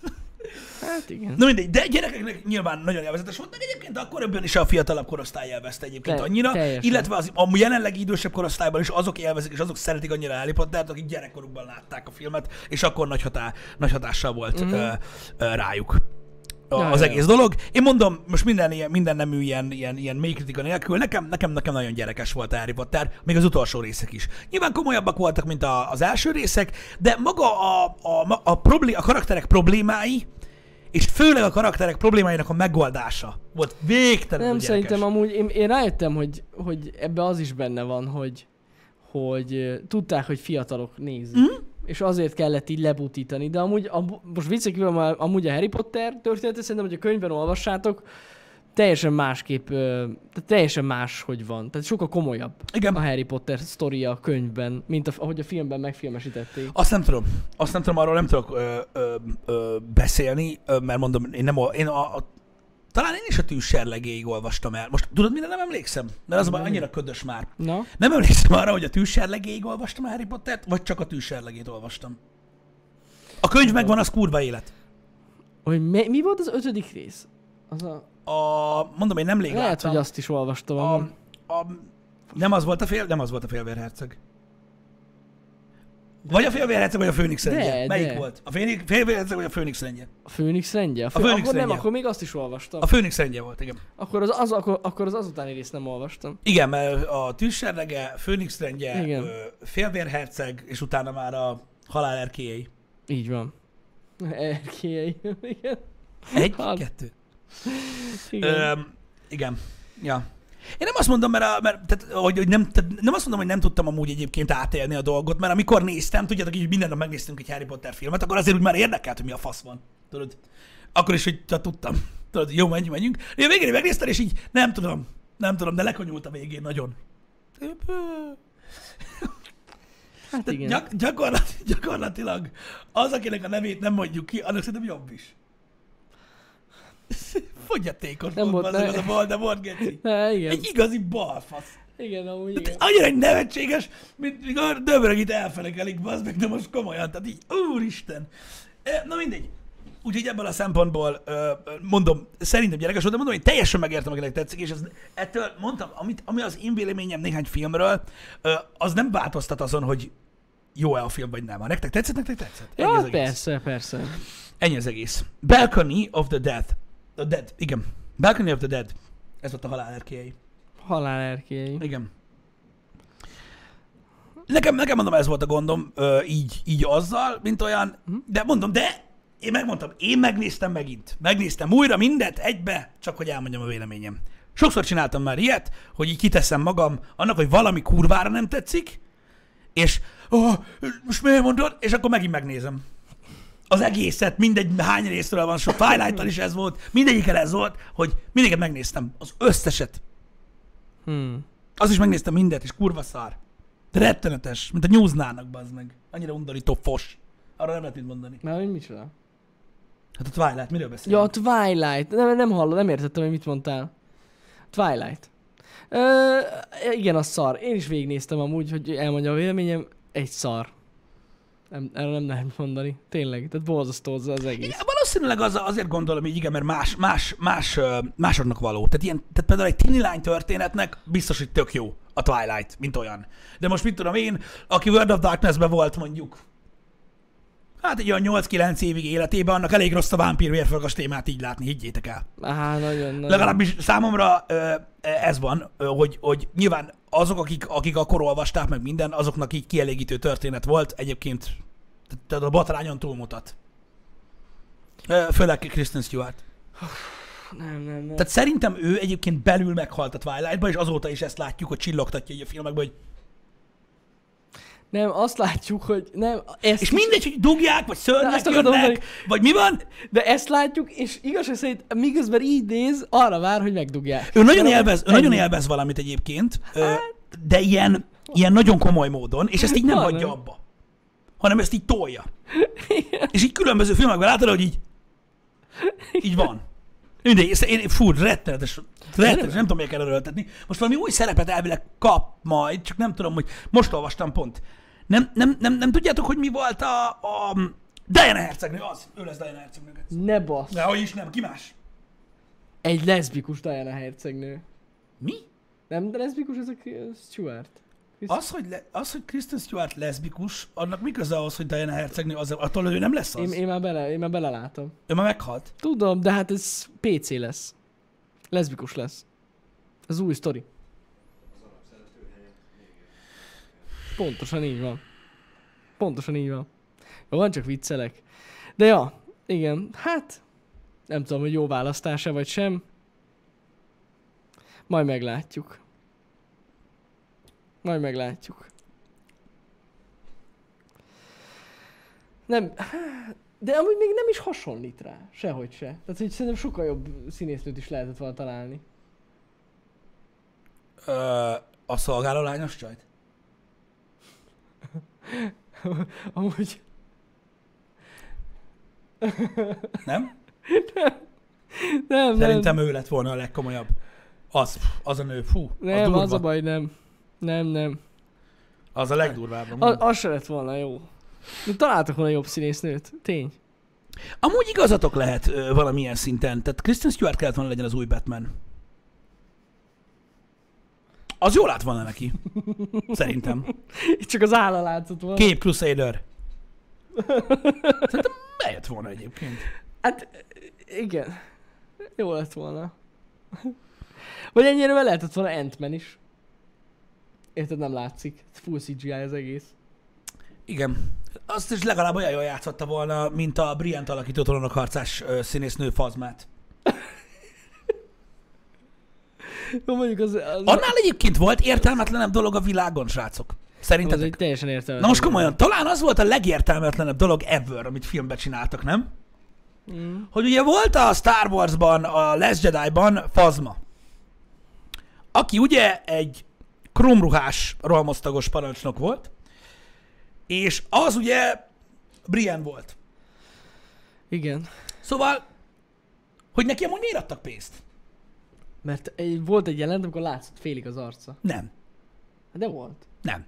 [SPEAKER 2] Hát igen.
[SPEAKER 1] Na mindegy, de gyerekeknek nyilván nagyon élvezetes volt, meg egyébként akkor ebben is a fiatalabb korosztály élvezte egyébként
[SPEAKER 2] Te-
[SPEAKER 1] annyira,
[SPEAKER 2] teljesen.
[SPEAKER 1] illetve az, a jelenlegi idősebb korosztályban is azok élvezik, és azok szeretik annyira Harry Pottert, akik gyerekkorukban látták a filmet, és akkor nagy, hatá, nagy hatással volt
[SPEAKER 2] Mhm.
[SPEAKER 1] mm-hmm. ö, ö, rájuk a-
[SPEAKER 2] Ja,
[SPEAKER 1] az
[SPEAKER 2] ja, ja.
[SPEAKER 1] egész dolog. Én mondom, most minden, ilyen, minden nemű ilyen, ilyen, ilyen mély kritika nélkül, nekem, nekem, nekem nagyon gyerekes volt a Harry Potter, még az utolsó részek is. Nyilván komolyabbak voltak, mint a, az első részek, de maga a, a, ma- a, problé- a karakterek problémái, és főleg a karakterek problémáinak a megoldása volt végtelenül
[SPEAKER 2] Nem,
[SPEAKER 1] gyerekes.
[SPEAKER 2] szerintem amúgy én, én rájöttem, hogy, hogy ebbe az is benne van, hogy, hogy ö, tudták, hogy fiatalok nézik. Mm? És azért kellett így lebutítani, de amúgy, a, most viccek kívül, már amúgy a Harry Potter története, szerintem, hogy a könyvben olvassátok, teljesen másképp, ö, tehát teljesen más, hogy van. Tehát sokkal komolyabb
[SPEAKER 1] Igen.
[SPEAKER 2] a Harry Potter sztoria a könyvben, mint a, ahogy a filmben megfilmesítették.
[SPEAKER 1] Azt nem tudom. Azt nem tudom, arról nem tudok ö, ö, ö, beszélni, ö, mert mondom, én nem a, én a, a talán én is a tűzserlegéig olvastam el. Most tudod, mire nem emlékszem? Mert az már annyira ködös már.
[SPEAKER 2] Na,
[SPEAKER 1] Nem emlékszem arra, hogy a tűzserlegéig olvastam a Harry Pottert, vagy csak a tűzserlegét olvastam. A könyv megvan, az kurva élet.
[SPEAKER 2] hogy mi, mi volt az ötödik rész? Az a,
[SPEAKER 1] A, mondom, én nemrég
[SPEAKER 2] lehet,
[SPEAKER 1] láttam.
[SPEAKER 2] hogy azt is olvastam.
[SPEAKER 1] a,
[SPEAKER 2] amúgy.
[SPEAKER 1] a, nem az volt a fél, nem az volt a félvérherceg. Vagy a félvérherceg, vagy a főnix
[SPEAKER 2] De,
[SPEAKER 1] rendje. Melyik
[SPEAKER 2] de.
[SPEAKER 1] volt? A féni- félvérherceg, vagy a főnix rendje?
[SPEAKER 2] A Főnix rendje? A, fő...
[SPEAKER 1] Főnix
[SPEAKER 2] akkor
[SPEAKER 1] rendje.
[SPEAKER 2] nem, akkor még azt is olvastam.
[SPEAKER 1] A Főnix rendje volt, igen.
[SPEAKER 2] Akkor, az, az, akkor, akkor az azutáni részt nem olvastam.
[SPEAKER 1] Igen, mert a tűzserlege, Főnix rendje,
[SPEAKER 2] Igen.
[SPEAKER 1] ö, félvérherceg, és utána már a halál erkélyei.
[SPEAKER 2] Így van. Erkélyei. Igen.
[SPEAKER 1] Egy,
[SPEAKER 2] Hát,
[SPEAKER 1] kettő.
[SPEAKER 2] Igen.
[SPEAKER 1] Öm, igen. Ja. Én nem azt mondom, mert, a, mert tehát, hogy, hogy nem, tehát nem azt mondom, hogy nem tudtam amúgy egyébként átélni a dolgot, mert amikor néztem, tudjátok, így hogy minden nap megnéztünk egy Harry Potter filmet, akkor azért úgy már érdekelt, hogy mi a fasz van. Tudod? Akkor is, hogy tehát tudtam. Tudod, jó, menjünk, menjünk. Én végén megnéztem, és így nem tudom, nem tudom, de lekonyult a végén nagyon.
[SPEAKER 2] Hát
[SPEAKER 1] Tehát
[SPEAKER 2] igen.
[SPEAKER 1] Gyak, gyakorlat, gyakorlatilag az, akinek a nevét nem mondjuk ki, annak szerintem jobb is. Fogyatékos
[SPEAKER 2] Nem
[SPEAKER 1] nem volt,
[SPEAKER 2] volt,
[SPEAKER 1] az,
[SPEAKER 2] ne-
[SPEAKER 1] a Voldemort, Geci.
[SPEAKER 2] Há, igen.
[SPEAKER 1] Egy igazi balfasz.
[SPEAKER 2] Igen, amúgy
[SPEAKER 1] Tehát
[SPEAKER 2] igen.
[SPEAKER 1] Annyira egy nevetséges, mint mikor döbrögit elfelekelik, bazd meg, de most komolyan. Tehát így, úristen. E, Na mindegy. Úgyhogy ebből a szempontból ö, ö, mondom, szerintem gyerekes volt, de mondom, hogy teljesen megértem, akinek tetszik, és ez, ettől mondtam, amit, ami az én véleményem néhány filmről, ö, az nem változtat azon, hogy jó-e a film, vagy nem. Ha nektek tetszett, nektek tetszett. Ennyi az
[SPEAKER 2] Ja,
[SPEAKER 1] egész.
[SPEAKER 2] persze, persze.
[SPEAKER 1] Ennyi az egész. Balcony of the Dead. A Dead, igen. Balcony of the Dead. Ez volt a halál erkélyei.
[SPEAKER 2] Halál erkélyei.
[SPEAKER 1] Igen. Nekem, nekem mondom, ez volt a gondom ö, így, így azzal, mint olyan, de mondom, de én megmondtam, én megnéztem megint. Megnéztem újra mindent egybe, csak hogy elmondjam a véleményem. Sokszor csináltam már ilyet, hogy így kiteszem magam annak, hogy valami kurvára nem tetszik, és oh, most miért mondod? És akkor megint megnézem. Az egészet, mindegy hány részről van, sok twilight is ez volt, mindegyikkel ez volt, hogy mindegyiket megnéztem, az összeset.
[SPEAKER 2] Hmm.
[SPEAKER 1] Az is megnéztem mindet, és kurva szár. De rettenetes, mint a nyúznának, bazd meg. Annyira undorító fos. Arra nem lehet mit mondani.
[SPEAKER 2] Már hogy micsoda?
[SPEAKER 1] Hát a Twilight, miről beszélünk?
[SPEAKER 2] Ja, a Twilight. Nem, nem hallom, nem értettem, hogy mit mondtál. Twilight. Ö, igen, a szar. Én is végignéztem amúgy, hogy elmondja a véleményem. Egy szar. Nem, erre nem lehet mondani. Tényleg. Tehát borzasztó az az egész.
[SPEAKER 1] Igen, hát valószínűleg az, azért gondolom, hogy igen, mert más, más, más, ö, másodnak való. Tehát, ilyen, tehát például egy tini lány történetnek biztos, hogy tök jó a Twilight, mint olyan. De most mit tudom én, aki World of Darkness-ben volt mondjuk, hát egy olyan 8-9 évig életében, annak elég rossz a vámpír vérfarkas témát így látni, higgyétek el.
[SPEAKER 2] Á, nagyon, nagyon.
[SPEAKER 1] Legalábbis számomra ö, ez van, ö, hogy, hogy nyilván azok, akik, akik akkor olvasták meg minden, azoknak így kielégítő történet volt, egyébként tehát- tehát a batrányon túlmutat. Ö, Főleg Kristen Stewart.
[SPEAKER 2] Nem, nem, nem.
[SPEAKER 1] Tehát szerintem ő egyébként belül meghalt a Twilightba, és azóta is ezt látjuk, hogy csillogtatja így a filmekben, hogy
[SPEAKER 2] Nem, azt látjuk, hogy nem. Ezt
[SPEAKER 1] és
[SPEAKER 2] is-
[SPEAKER 1] mindegy, hogy dugják, vagy
[SPEAKER 2] Na,
[SPEAKER 1] szörnyek
[SPEAKER 2] ezt akartam
[SPEAKER 1] jönnek,
[SPEAKER 2] mondani.
[SPEAKER 1] vagy mi van,
[SPEAKER 2] De ezt látjuk, és igazság szerint miközben így néz, arra vár, hogy megdugják.
[SPEAKER 1] Ő nagyon
[SPEAKER 2] De-
[SPEAKER 1] élvez, ő nagyon
[SPEAKER 2] Ennyi. Hát-
[SPEAKER 1] élvez valamit egyébként, ö, de ilyen, ilyen nagyon komoly módon, és ezt így nem
[SPEAKER 2] Van,
[SPEAKER 1] hagyja
[SPEAKER 2] nem?
[SPEAKER 1] abba, hanem ezt így tolja. És így különböző filmekben látod, hogy így, így van. Mindegy, ezt én, fú, rettenetes, rettenetes, nem tudom, miért kell erőltetni. Most valami új szerepet elvileg kap majd, csak nem tudom, hogy most olvastam pont. Nem, nem, nem, nem tudjátok, hogy mi volt a, a Diana hercegnő, az, ő lesz Diana hercegnő.
[SPEAKER 2] Ne basz.
[SPEAKER 1] De hogy is nem, ki más?
[SPEAKER 2] Egy leszbikus Diana hercegnő.
[SPEAKER 1] Mi?
[SPEAKER 2] Nem, de leszbikus ez a K- Stewart.
[SPEAKER 1] Az, hogy, le, az, hogy Kristen Stewart leszbikus, annak mi köze ahhoz, hogy Diana hercegnő, az, attól ő nem lesz az.
[SPEAKER 2] Én, én, már bele, én már belelátom.
[SPEAKER 1] Ő már meghalt.
[SPEAKER 2] Tudom, de hát ez PC lesz. Leszbikus lesz. Ez új sztori. Pontosan így van. Pontosan így van. Jó, van csak viccelek. De ja, igen, hát nem tudom, hogy jó választása vagy sem. Majd meglátjuk. Majd meglátjuk. Nem, de amúgy még nem is hasonlít rá, sehogy se. Tehát, hogy szerintem sokkal jobb színésznőt is lehetett volna találni.
[SPEAKER 1] Ö, a szolgáló lányos csajt?
[SPEAKER 2] Amúgy
[SPEAKER 1] Nem?
[SPEAKER 2] nem,
[SPEAKER 1] Szerintem ő lett volna a legkomolyabb. Az, az a Hmm. nő, fú,
[SPEAKER 2] nem, nem,
[SPEAKER 1] az,
[SPEAKER 2] az, az a baj, nem. Nem, nem.
[SPEAKER 1] az a legdurvább.
[SPEAKER 2] Az,
[SPEAKER 1] A...
[SPEAKER 2] az se lett volna jó. De találtak volna jobb színésznőt, tény.
[SPEAKER 1] Amúgy igazatok lehet ö, valamilyen szinten. Tehát Kristen Stewart kellett volna legyen az új Batman. Az jól lát volna neki. Szerintem.
[SPEAKER 2] Itt csak az álla látszott volna.
[SPEAKER 1] Cape Crusader. Szerintem bejött volna egyébként.
[SPEAKER 2] Hát, igen. Jó lett volna. Vagy ennyire be lehetett volna ant is. Érted, nem látszik. Full CGI az egész.
[SPEAKER 1] Igen. Azt is legalább olyan jól játszotta volna, mint a Briant alakító trónokharcás ö, színésznő fazmát.
[SPEAKER 2] Jó, mondjuk az... az
[SPEAKER 1] Annál egyébként volt értelmetlenebb dolog a világon, srácok.
[SPEAKER 2] az egy
[SPEAKER 1] Szerintetek?
[SPEAKER 2] teljesen értelmes.
[SPEAKER 1] Na most komolyan, talán az volt a legértelmetlenebb dolog ever, amit filmbe csináltak, nem?
[SPEAKER 2] Mm.
[SPEAKER 1] Hogy ugye volt a Star Wars-ban, a Last Jedi-ban Fazma, aki ugye egy kromruhás rohamosztagos parancsnok volt, és az ugye Brian volt.
[SPEAKER 2] Igen.
[SPEAKER 1] Szóval, hogy neki amúgy miért adtak pénzt?
[SPEAKER 2] Mert egy, volt egy jelent, amikor látszott félig az arca.
[SPEAKER 1] Nem,
[SPEAKER 2] Hát De volt.
[SPEAKER 1] nem.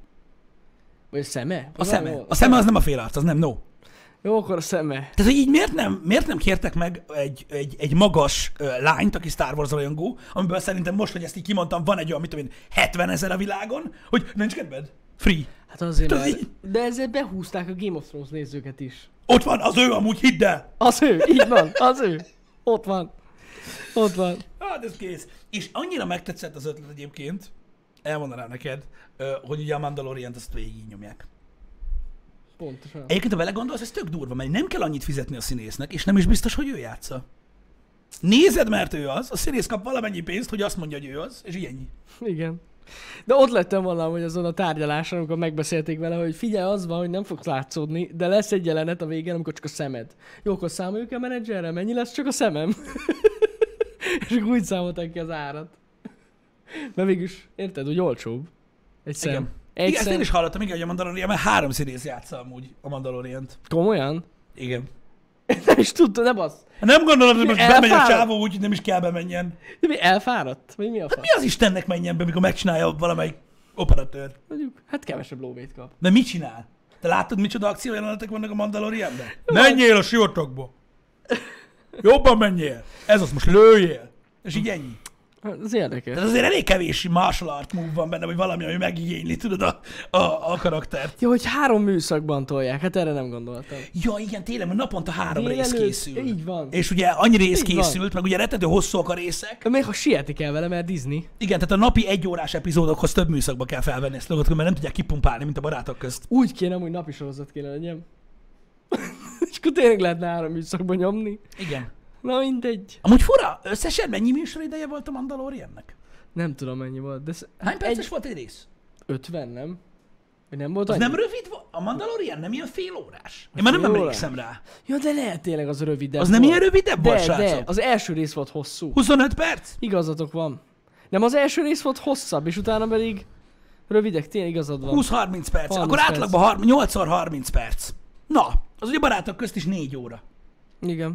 [SPEAKER 2] Vagy a szeme?
[SPEAKER 1] A
[SPEAKER 2] Vagy valami
[SPEAKER 1] szeme.
[SPEAKER 2] volt.
[SPEAKER 1] A szeme az nem a félarc, az nem, no.
[SPEAKER 2] Jó, akkor a szeme.
[SPEAKER 1] Tehát, hogy így miért nem, miért nem kértek meg egy, egy, egy magas ö, lányt, aki Star Wars rajongó, amiből szerintem most, hogy ezt így kimondtam, van egy olyan, mit tudom én, 70 ezer a világon, hogy nincs kedved? Free.
[SPEAKER 2] Hát azért
[SPEAKER 1] Tudod,
[SPEAKER 2] már...
[SPEAKER 1] így-
[SPEAKER 2] De ezzel behúzták a Game of Thrones nézőket is.
[SPEAKER 1] Ott van, az ő amúgy, hidd el!
[SPEAKER 2] Az ő, így van, az ő. Ott van. Ott van.
[SPEAKER 1] Hát ez kész. És annyira megtetszett az ötlet egyébként, elmondanám neked, ö, hogy ugye a Mandalorian-t azt végig nyomják.
[SPEAKER 2] Pontosan.
[SPEAKER 1] Egyébként, ha belegondolsz, ez tök durva, mert nem kell annyit fizetni a színésznek, és nem is biztos, hogy ő játsza. Nézed, mert ő az, a színész kap valamennyi pénzt, hogy azt mondja, hogy ő az, és így ennyi.
[SPEAKER 2] Igen. De ott lettem valahogy azon a tárgyaláson, amikor megbeszélték vele, hogy figyelj, az van, hogy nem fogsz látszódni, de lesz egy jelenet a végén, amikor csak a szemed. Jó, akkor számoljuk a menedzserre, mennyi lesz csak a szemem? És akkor úgy számolták ki az árat. Mert mégis, érted, úgy olcsóbb. Egy szem.
[SPEAKER 1] Igen.
[SPEAKER 2] Egy
[SPEAKER 1] igen, ezt
[SPEAKER 2] szem.
[SPEAKER 1] én is hallottam, igen, hogy a Mandalorian, mert három színész játsza amúgy a Mandalorian-t.
[SPEAKER 2] Komolyan?
[SPEAKER 1] Igen.
[SPEAKER 2] Nem is tudta, nem az.
[SPEAKER 1] Nem gondolod, hogy most
[SPEAKER 2] Elfáradt.
[SPEAKER 1] bemegy a csávó, úgy nem is kell bemenjen.
[SPEAKER 2] De mi elfáradt? Vagy mi a fasz?
[SPEAKER 1] Mi az Istennek menjen be, mikor megcsinálja valamelyik operatőr?
[SPEAKER 2] Mondjuk, hát kevesebb lóvét kap.
[SPEAKER 1] De mit csinál? Te látod, micsoda akciójelenetek vannak a Mandalorianben? Menjél a sivatagba! Jobban menjél! Ez az, most lőjél! És így ennyi.
[SPEAKER 2] Hát, Ez érdekes.
[SPEAKER 1] Tehát azért elég kevés martial art move van benne, vagy valami, ami megigényli, tudod, a, a, a karaktert.
[SPEAKER 2] Ja, hogy három műszakban tolják, hát erre nem gondoltam.
[SPEAKER 1] Ja, igen, tényleg, mert naponta három rész
[SPEAKER 2] Délelőtt-
[SPEAKER 1] készül.
[SPEAKER 2] így van.
[SPEAKER 1] És ugye annyi rész
[SPEAKER 2] Így van.
[SPEAKER 1] készült, meg ugye rettető hosszúak a részek.
[SPEAKER 2] De Még ha sietni kell vele, mert Disney.
[SPEAKER 1] Igen, tehát a napi egy órás epizódokhoz több műszakba kell felvenni ezt logot, mert nem tudják kipumpálni, mint a barátok közt.
[SPEAKER 2] Úgy kéne, hogy napi sorozat kéne legyen. És akkor tényleg lehetne három műszakban nyomni.
[SPEAKER 1] Igen.
[SPEAKER 2] Na mindegy.
[SPEAKER 1] Amúgy fura, összesen mennyi műsorideje volt a Mandaloriannek?
[SPEAKER 2] Nem tudom mennyi volt, de sz-
[SPEAKER 1] Hány perces
[SPEAKER 2] Egy-
[SPEAKER 1] volt egy rész?
[SPEAKER 2] 50, nem? Vagy nem volt
[SPEAKER 1] Az
[SPEAKER 2] annyi?
[SPEAKER 1] nem rövid volt? A Mandalorian nem ilyen fél órás? Én már nem
[SPEAKER 2] fél órás?
[SPEAKER 1] emlékszem rá.
[SPEAKER 2] Ja, de lehet tényleg az rövidebb
[SPEAKER 1] Az nem
[SPEAKER 2] volt.
[SPEAKER 1] ilyen rövidebb volt,
[SPEAKER 2] De, de,
[SPEAKER 1] srácok?
[SPEAKER 2] az első rész volt hosszú.
[SPEAKER 1] 25 perc?
[SPEAKER 2] Igazatok van. Nem, az első rész volt hosszabb, és utána pedig rövidek, tényleg igazad van.
[SPEAKER 1] 20-30 perc.
[SPEAKER 2] 30
[SPEAKER 1] Akkor
[SPEAKER 2] perc.
[SPEAKER 1] átlagban 8x30 perc. Na, az ugye barátok közt is 4 óra.
[SPEAKER 2] Igen.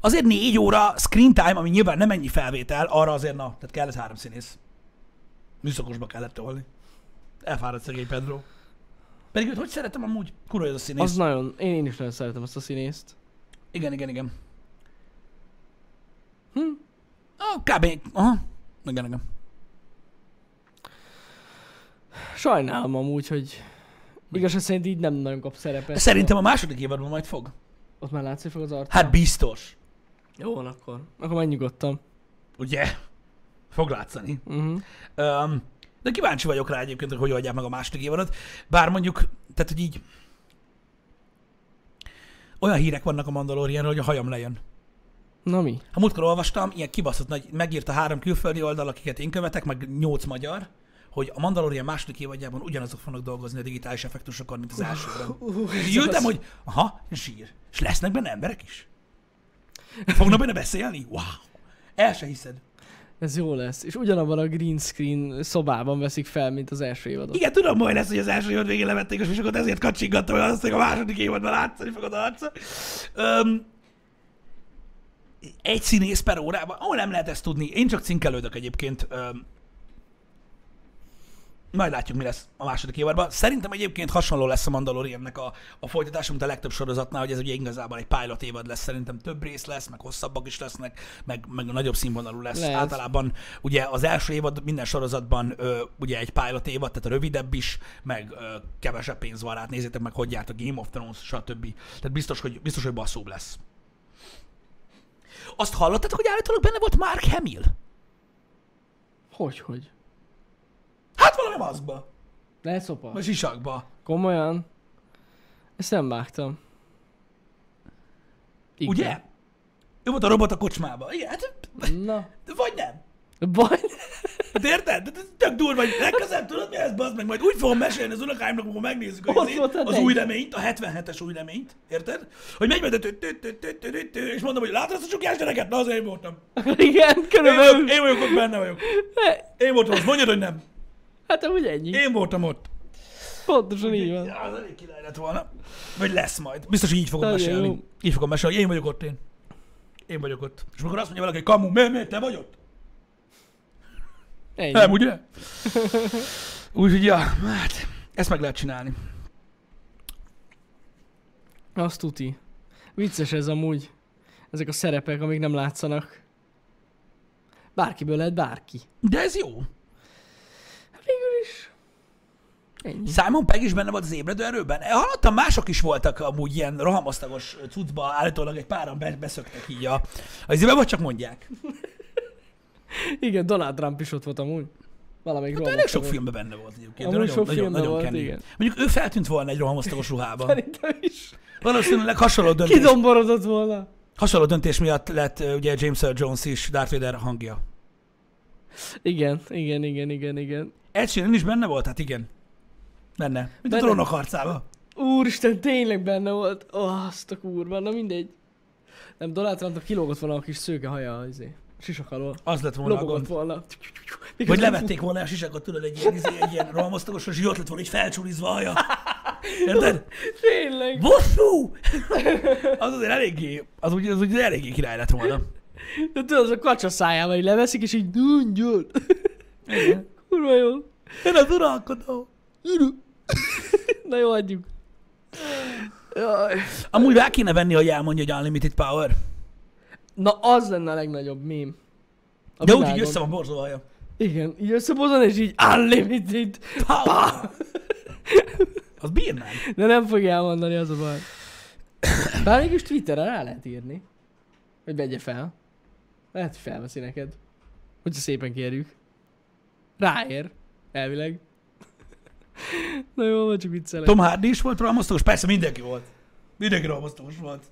[SPEAKER 1] Azért 4 óra screen time, ami nyilván nem ennyi felvétel, arra azért na, tehát kellett három színész. Műszakosba kellett tolni. Elfáradt szegény Pedro. Pedig őt hogy szeretem amúgy? Kurva ez a színész.
[SPEAKER 2] Az nagyon, én, én is nagyon szeretem azt a színészt.
[SPEAKER 1] Igen, igen, igen.
[SPEAKER 2] Hm.
[SPEAKER 1] Ah, kb. Aha. Igen, igen.
[SPEAKER 2] Sajnálom amúgy, hogy igazság szerint így nem nagyon kap szerepet.
[SPEAKER 1] Szerintem a második évadban majd fog.
[SPEAKER 2] Ott már látszik fog az arc.
[SPEAKER 1] Hát biztos.
[SPEAKER 2] Jó van akkor. Akkor menj nyugodtan.
[SPEAKER 1] Ugye? Fog látszani.
[SPEAKER 2] Uh-huh.
[SPEAKER 1] Um, de kíváncsi vagyok rá egyébként, hogy hogy oldják meg a második évadot. Bár mondjuk, tehát hogy így... Olyan hírek vannak a Mandalorianról, hogy a hajam lejön.
[SPEAKER 2] Na mi?
[SPEAKER 1] Ha múltkor olvastam, ilyen kibaszott nagy, megírta három külföldi oldal, akiket én követek, meg nyolc magyar, hogy a Mandalorian második évadjában ugyanazok fognak dolgozni a digitális effektusokon, mint az elsőben.
[SPEAKER 2] Uh,
[SPEAKER 1] És így ültem, hogy aha, zsír. És lesznek benne emberek is? Fognak benne beszélni? Wow! El se hiszed.
[SPEAKER 2] Ez jó lesz. És ugyanabban a green screen szobában veszik fel, mint az első évadot.
[SPEAKER 1] Igen, tudom, majd lesz, hogy az első évad végén levették, és most akkor ezért kacsingattam, hogy azt hogy a második évadban látszani fogod a arca. Öm, egy színész per órában, ahol nem lehet ezt tudni. Én csak cinkelődök egyébként. Öm, majd látjuk, mi lesz a második évadban. Szerintem egyébként hasonló lesz a Mandaloriannek a, a folytatása, mint a legtöbb sorozatnál, hogy ez ugye igazából egy pilot évad lesz. Szerintem több rész lesz, meg hosszabbak is lesznek, meg, meg nagyobb színvonalú lesz.
[SPEAKER 2] Lehet.
[SPEAKER 1] Általában ugye az első évad minden sorozatban ö, ugye egy pilot évad, tehát a rövidebb is, meg ö, kevesebb pénz van rá. Hát Nézzétek meg, hogy járt a Game of Thrones, stb. Tehát biztos, hogy, biztos, hogy basszóbb lesz. Azt hallottatok, hogy állítólag benne volt Mark Hamill?
[SPEAKER 2] Hogy, hogy?
[SPEAKER 1] Hát valami maszkba,
[SPEAKER 2] Lehet szopa?
[SPEAKER 1] vagy sisakba.
[SPEAKER 2] Komolyan? Ezt nem vágtam. Igen.
[SPEAKER 1] Ugye? Ő volt a robot a kocsmába. Igen, hát,
[SPEAKER 2] Na.
[SPEAKER 1] vagy nem.
[SPEAKER 2] Baj.
[SPEAKER 1] Hát érted? Hát ez Tök durva, hogy legközelebb tudod mi ez, bazd meg, majd úgy fogom mesélni az unokáimnak, amikor megnézzük
[SPEAKER 2] Ott
[SPEAKER 1] hogy
[SPEAKER 2] volt a
[SPEAKER 1] az
[SPEAKER 2] tej.
[SPEAKER 1] új reményt, a 77-es új reményt, érted? Hogy megy majd a tü- tü- tü- tü- tü- tü- és mondom, hogy látod ezt a csukás gyereket? Na az én voltam.
[SPEAKER 2] Igen,
[SPEAKER 1] Én vagyok,
[SPEAKER 2] körülbelül.
[SPEAKER 1] én vagyok ott, benne vagyok. Én voltam ott, mondjad, hogy nem.
[SPEAKER 2] Hát amúgy ennyi.
[SPEAKER 1] Én voltam ott.
[SPEAKER 2] Pontosan így van.
[SPEAKER 1] Ja, Az elég király lett volna. Vagy lesz majd. Biztos, hogy így fogom
[SPEAKER 2] Nagyon
[SPEAKER 1] mesélni.
[SPEAKER 2] jó.
[SPEAKER 1] Így fogom mesélni, hogy én vagyok ott, én. Én vagyok ott. És amikor azt mondja valaki, hogy kamu, miért, miért, te vagy ott?
[SPEAKER 2] Ennyi.
[SPEAKER 1] Nem, ugye? Úgyhogy, ja, hát, ezt meg lehet csinálni.
[SPEAKER 2] Azt tuti. Vicces ez amúgy. Ezek a szerepek, amik nem látszanak. Bárkiből lehet bárki.
[SPEAKER 1] De ez jó.
[SPEAKER 2] Hát Végül is. Ennyi.
[SPEAKER 1] Simon Pegg is benne volt az ébredő erőben. Eh, Hallottam, mások is voltak amúgy ilyen rohamosztagos cuccba, állítólag egy páran be- beszöktek így a... Az vagy csak mondják.
[SPEAKER 2] Igen, Donald Trump is ott volt amúgy. Valamelyik
[SPEAKER 1] Hát elég sok filmben benne volt egyébként, de
[SPEAKER 2] Amúgy
[SPEAKER 1] nagyon,
[SPEAKER 2] sok
[SPEAKER 1] nagyon,
[SPEAKER 2] filmben
[SPEAKER 1] nagyon
[SPEAKER 2] volt,
[SPEAKER 1] kemény.
[SPEAKER 2] igen.
[SPEAKER 1] Mondjuk ő feltűnt volna egy rohamosztagos ruhában.
[SPEAKER 2] Szerintem is.
[SPEAKER 1] Valószínűleg hasonló döntés,
[SPEAKER 2] Kidomborodott volna.
[SPEAKER 1] hasonló döntés miatt lett ö, ugye James Earl Jones is Darth Vader hangja.
[SPEAKER 2] Igen, igen, igen, igen, igen.
[SPEAKER 1] Ed Sheeran is benne volt? Hát igen. Benne. Mint
[SPEAKER 2] Benne.
[SPEAKER 1] a trónok harcába.
[SPEAKER 2] Úristen, tényleg benne volt. Ó, oh, azt a kurva, na mindegy. Nem, Donald Trumpnak kilógott volna a kis szőke haja izé. Sisak alól.
[SPEAKER 1] Az lett volna a gond.
[SPEAKER 2] Lobogott volna.
[SPEAKER 1] Vagy levették volna a sisakot, tudod, egy ilyen, izé, egy ilyen rohamosztagos, és így ott lett volna így felcsúrizva a haja. Érted?
[SPEAKER 2] Tényleg.
[SPEAKER 1] Bosszú! Az azért eléggé, az úgy, az úgy eléggé király lett volna.
[SPEAKER 2] De tudod, az a kacsa szájával így leveszik, és így dungyol. Kurva jó.
[SPEAKER 1] Én az uralkodó.
[SPEAKER 2] Na jó, adjuk. Jaj.
[SPEAKER 1] Amúgy rá kéne venni, hogy elmondja, hogy Unlimited Power.
[SPEAKER 2] Na az lenne a legnagyobb mém. A
[SPEAKER 1] De úgy,
[SPEAKER 2] világon.
[SPEAKER 1] így össze van borzolva a haja.
[SPEAKER 2] Igen, így összebozon, és így unlimited.
[SPEAKER 1] Power! Az bírnám.
[SPEAKER 2] De nem fogja elmondani, az a baj. Bár mégis Twitterre rá lehet írni. Hogy vegye fel. Lehet, hogy felveszi neked. Hogyha szépen kérjük. Ráér. Elvileg. Na jó, vagy csak viccelek.
[SPEAKER 1] Tom Hardy is volt rohamosztagos? Persze, mindenki volt. Mindenki rohamosztagos volt.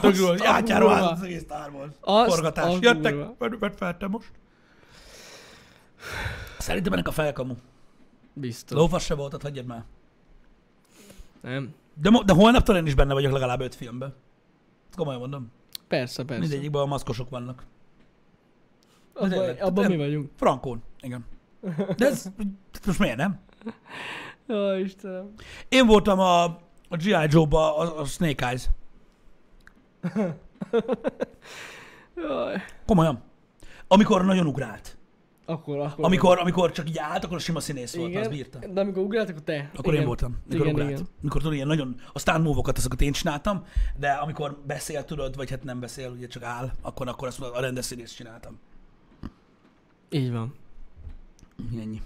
[SPEAKER 1] Tök jó,
[SPEAKER 2] Azt a
[SPEAKER 1] átjáró
[SPEAKER 2] kurva.
[SPEAKER 1] állt az egész Star Wars.
[SPEAKER 2] Azt
[SPEAKER 1] Forgatás.
[SPEAKER 2] a kurva.
[SPEAKER 1] Jöttek, vedd- vedd fel te most. Szerintem ennek a felkamu.
[SPEAKER 2] Biztos.
[SPEAKER 1] Lófasz se volt, hát hagyjad már.
[SPEAKER 2] Nem.
[SPEAKER 1] De, mo- de holnaptól én is benne vagyok legalább öt filmben. Komolyan mondom.
[SPEAKER 2] Persze, persze.
[SPEAKER 1] Mindegyikben a maszkosok vannak.
[SPEAKER 2] Abban
[SPEAKER 1] tényleg,
[SPEAKER 2] abba mi
[SPEAKER 1] tényleg.
[SPEAKER 2] vagyunk.
[SPEAKER 1] Frankón, igen. De ez most miért nem?
[SPEAKER 2] Jó, Istenem.
[SPEAKER 1] Én voltam a, a G.I. Joe-ba a, a Snake Eyes.
[SPEAKER 2] Jaj.
[SPEAKER 1] Komolyan. Amikor nagyon ugrált.
[SPEAKER 2] Akkor, akkor.
[SPEAKER 1] Amikor, amikor csak így állt, akkor a sima színész volt,
[SPEAKER 2] igen.
[SPEAKER 1] az bírta.
[SPEAKER 2] De amikor ugrált, akkor te.
[SPEAKER 1] Akkor
[SPEAKER 2] igen.
[SPEAKER 1] én voltam, mikor
[SPEAKER 2] igen,
[SPEAKER 1] ugrált.
[SPEAKER 2] igen.
[SPEAKER 1] Mikor tudod, ilyen nagyon, a stand move-okat azokat én csináltam, de amikor beszél, tudod, vagy hát nem beszél, ugye csak áll, akkor, akkor azt mondod, a rendes színészt csináltam.
[SPEAKER 2] Így van.
[SPEAKER 1] Hm, Ennyi.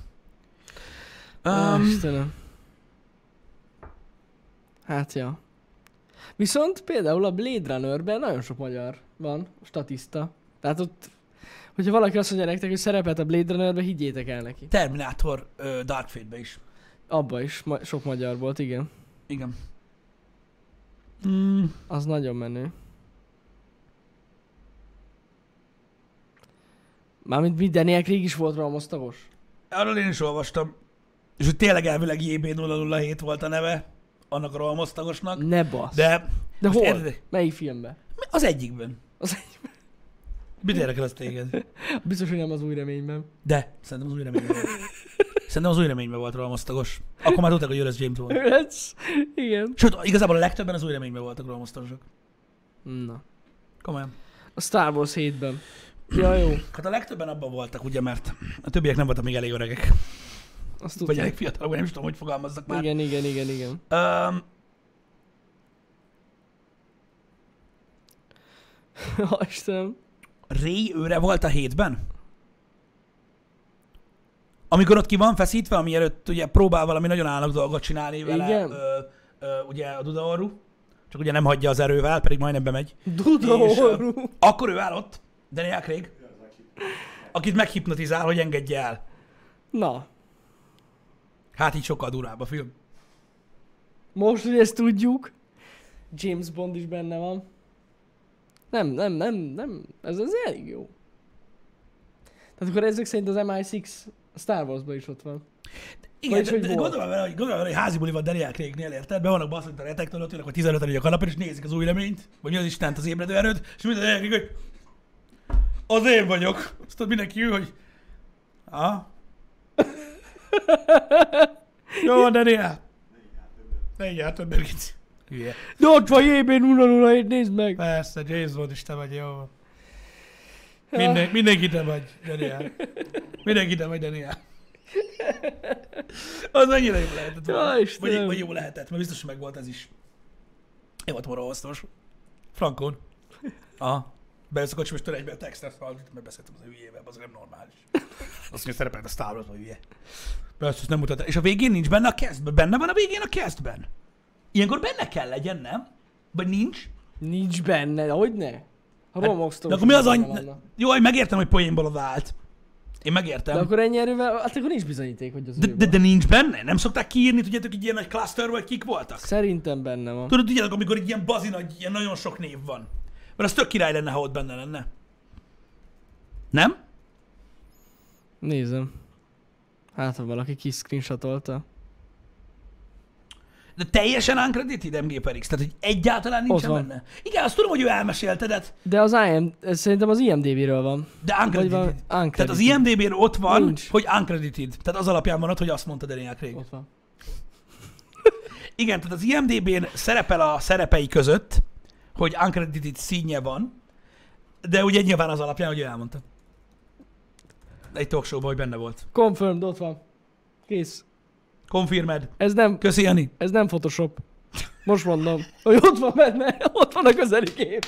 [SPEAKER 2] Á,
[SPEAKER 1] Um,
[SPEAKER 2] Istenem. Hát ja. Viszont például a Blade Runnerben nagyon sok magyar van, statiszta. Tehát ott, hogyha valaki azt mondja nektek, hogy szerepelt a Blade Runnerben, higgyétek el neki.
[SPEAKER 1] Terminátor ö, Dark Fate-be is.
[SPEAKER 2] Abba is ma- sok magyar volt, igen.
[SPEAKER 1] Igen. Mm,
[SPEAKER 2] Az nagyon menő. Mármint mi, Daniel Craig is volt rohamosztagos?
[SPEAKER 1] arról én is olvastam, és hogy tényleg elvileg JB007 volt a neve annak a rohamosztagosnak,
[SPEAKER 2] Ne basz.
[SPEAKER 1] de
[SPEAKER 2] De
[SPEAKER 1] most
[SPEAKER 2] hol?
[SPEAKER 1] érted-
[SPEAKER 2] Melyik filmben?
[SPEAKER 1] az egyikben.
[SPEAKER 2] Az
[SPEAKER 1] Mit érdekel az téged?
[SPEAKER 2] Biztos, hogy nem az új reményben.
[SPEAKER 1] De, szerintem az új reményben volt. Szerintem az új reményben volt rohamosztagos. Akkor már tudták, hogy ő lesz James Bond.
[SPEAKER 2] Ez, igen.
[SPEAKER 1] Sőt, igazából a legtöbben az új reményben voltak rohamosztagosok.
[SPEAKER 2] Na.
[SPEAKER 1] Komolyan.
[SPEAKER 2] A Star Wars 7-ben. Ja, jó.
[SPEAKER 1] Hát a legtöbben abban voltak, ugye, mert a többiek nem voltak még elég öregek.
[SPEAKER 2] Azt
[SPEAKER 1] Vagy
[SPEAKER 2] tudtam.
[SPEAKER 1] elég fiatalok, vagy nem is tudom, hogy fogalmazzak már.
[SPEAKER 2] Igen, igen, igen, igen.
[SPEAKER 1] Um,
[SPEAKER 2] Ha, Istenem.
[SPEAKER 1] Ray őre volt a hétben? Amikor ott ki van feszítve, ami előtt ugye próbál valami nagyon állag dolgot csinálni vele,
[SPEAKER 2] Igen.
[SPEAKER 1] Ö, ö, ugye a Dudaorú, csak ugye nem hagyja az erővel, pedig majdnem bemegy.
[SPEAKER 2] Duda
[SPEAKER 1] És, ö,
[SPEAKER 2] orrú.
[SPEAKER 1] Akkor ő áll ott, Daniel Craig, akit meghipnotizál, hogy engedje el.
[SPEAKER 2] Na.
[SPEAKER 1] Hát így sokkal durább a film.
[SPEAKER 2] Most, hogy ezt tudjuk, James Bond is benne van. Nem, nem, nem, nem. Ez az elég jó. Tehát akkor ezek szerint az MI6 a Star Warsban is ott van.
[SPEAKER 1] Igen,
[SPEAKER 2] Vagyis,
[SPEAKER 1] de,
[SPEAKER 2] hogy
[SPEAKER 1] de
[SPEAKER 2] volt.
[SPEAKER 1] gondolom vele, hogy, gondolom vele, hogy házi buli van Daniel Craignél, érted? Be vannak baszott a retektől, ott ülnek, hogy 15 a kanapén, és nézik az új reményt, vagy mi az Istent az ébredő erőt, és minden Daniel Craig, hogy az én vagyok. Azt tudod, mindenki ő, hogy ha? Jó van, Daniel. Ne így át többet, Gici. Hülye.
[SPEAKER 2] De ott van jében 007, nézd meg!
[SPEAKER 1] Persze, James Bond is te vagy, jó van. Minden, mindenki te vagy, Daniel. Mindenki te vagy, Daniel. Az annyira jó lehetett
[SPEAKER 2] Ja,
[SPEAKER 1] volna.
[SPEAKER 2] Istenem.
[SPEAKER 1] Vagy, vagy jó lehetett, mert biztos, hogy meg volt ez is. Én voltam a rohasztos. Frankon. Aha. Bejössz a kocsim, és tőle egyben textet felhallgatom, mert beszéltem az ő hülyével, az nem normális. Azt mondja, szerepelt a Star Wars, hogy hülye. Persze, ezt nem mutatta. És a végén nincs benne a kezdben. Benne van a végén a kezdben. Ilyenkor benne kell legyen, nem? Vagy nincs?
[SPEAKER 2] Nincs benne, hogy ne? Ha
[SPEAKER 1] Hát,
[SPEAKER 2] romoksztom.
[SPEAKER 1] De akkor mi az any... Jó, hogy megértem, hogy poénból vált. Én megértem.
[SPEAKER 2] De akkor ennyi erővel, hát akkor nincs bizonyíték, hogy az
[SPEAKER 1] De,
[SPEAKER 2] ő
[SPEAKER 1] de,
[SPEAKER 2] volt.
[SPEAKER 1] de nincs benne? Nem szokták kiírni, tudjátok, hogy ilyen nagy cluster vagy kik voltak?
[SPEAKER 2] Szerintem benne van.
[SPEAKER 1] Tudod, tudjátok, amikor így ilyen bazin, nagy, ilyen nagyon sok név van. Mert az tök király lenne, ha ott benne lenne. Nem?
[SPEAKER 2] Nézem. Hát, ha valaki kiscreenshotolta.
[SPEAKER 1] De teljesen uncredited MG per X, tehát hogy egyáltalán nincsen
[SPEAKER 2] van.
[SPEAKER 1] benne. Igen, azt tudom, hogy ő elmesélte, de,
[SPEAKER 2] De az IM, ez szerintem az imdb-ről van.
[SPEAKER 1] de
[SPEAKER 2] Vagy
[SPEAKER 1] uncredited.
[SPEAKER 2] van uncredited.
[SPEAKER 1] Tehát az IMDB-n ott van,
[SPEAKER 2] Nincs.
[SPEAKER 1] hogy uncredited. Tehát az alapján van ott, hogy azt mondta Daniel Craig.
[SPEAKER 2] Ott van.
[SPEAKER 1] Igen, tehát az IMDB-n szerepel a szerepei között, hogy uncredited színje van, de ugye nyilván az alapján, hogy ő elmondta. Egy talk show hogy benne volt.
[SPEAKER 2] Confirmed, ott van. Kész.
[SPEAKER 1] Confirmed.
[SPEAKER 2] Ez nem,
[SPEAKER 1] Köszi, Jani.
[SPEAKER 2] ez nem Photoshop. Most mondom, hogy ott van benne, ott van a közeli kép.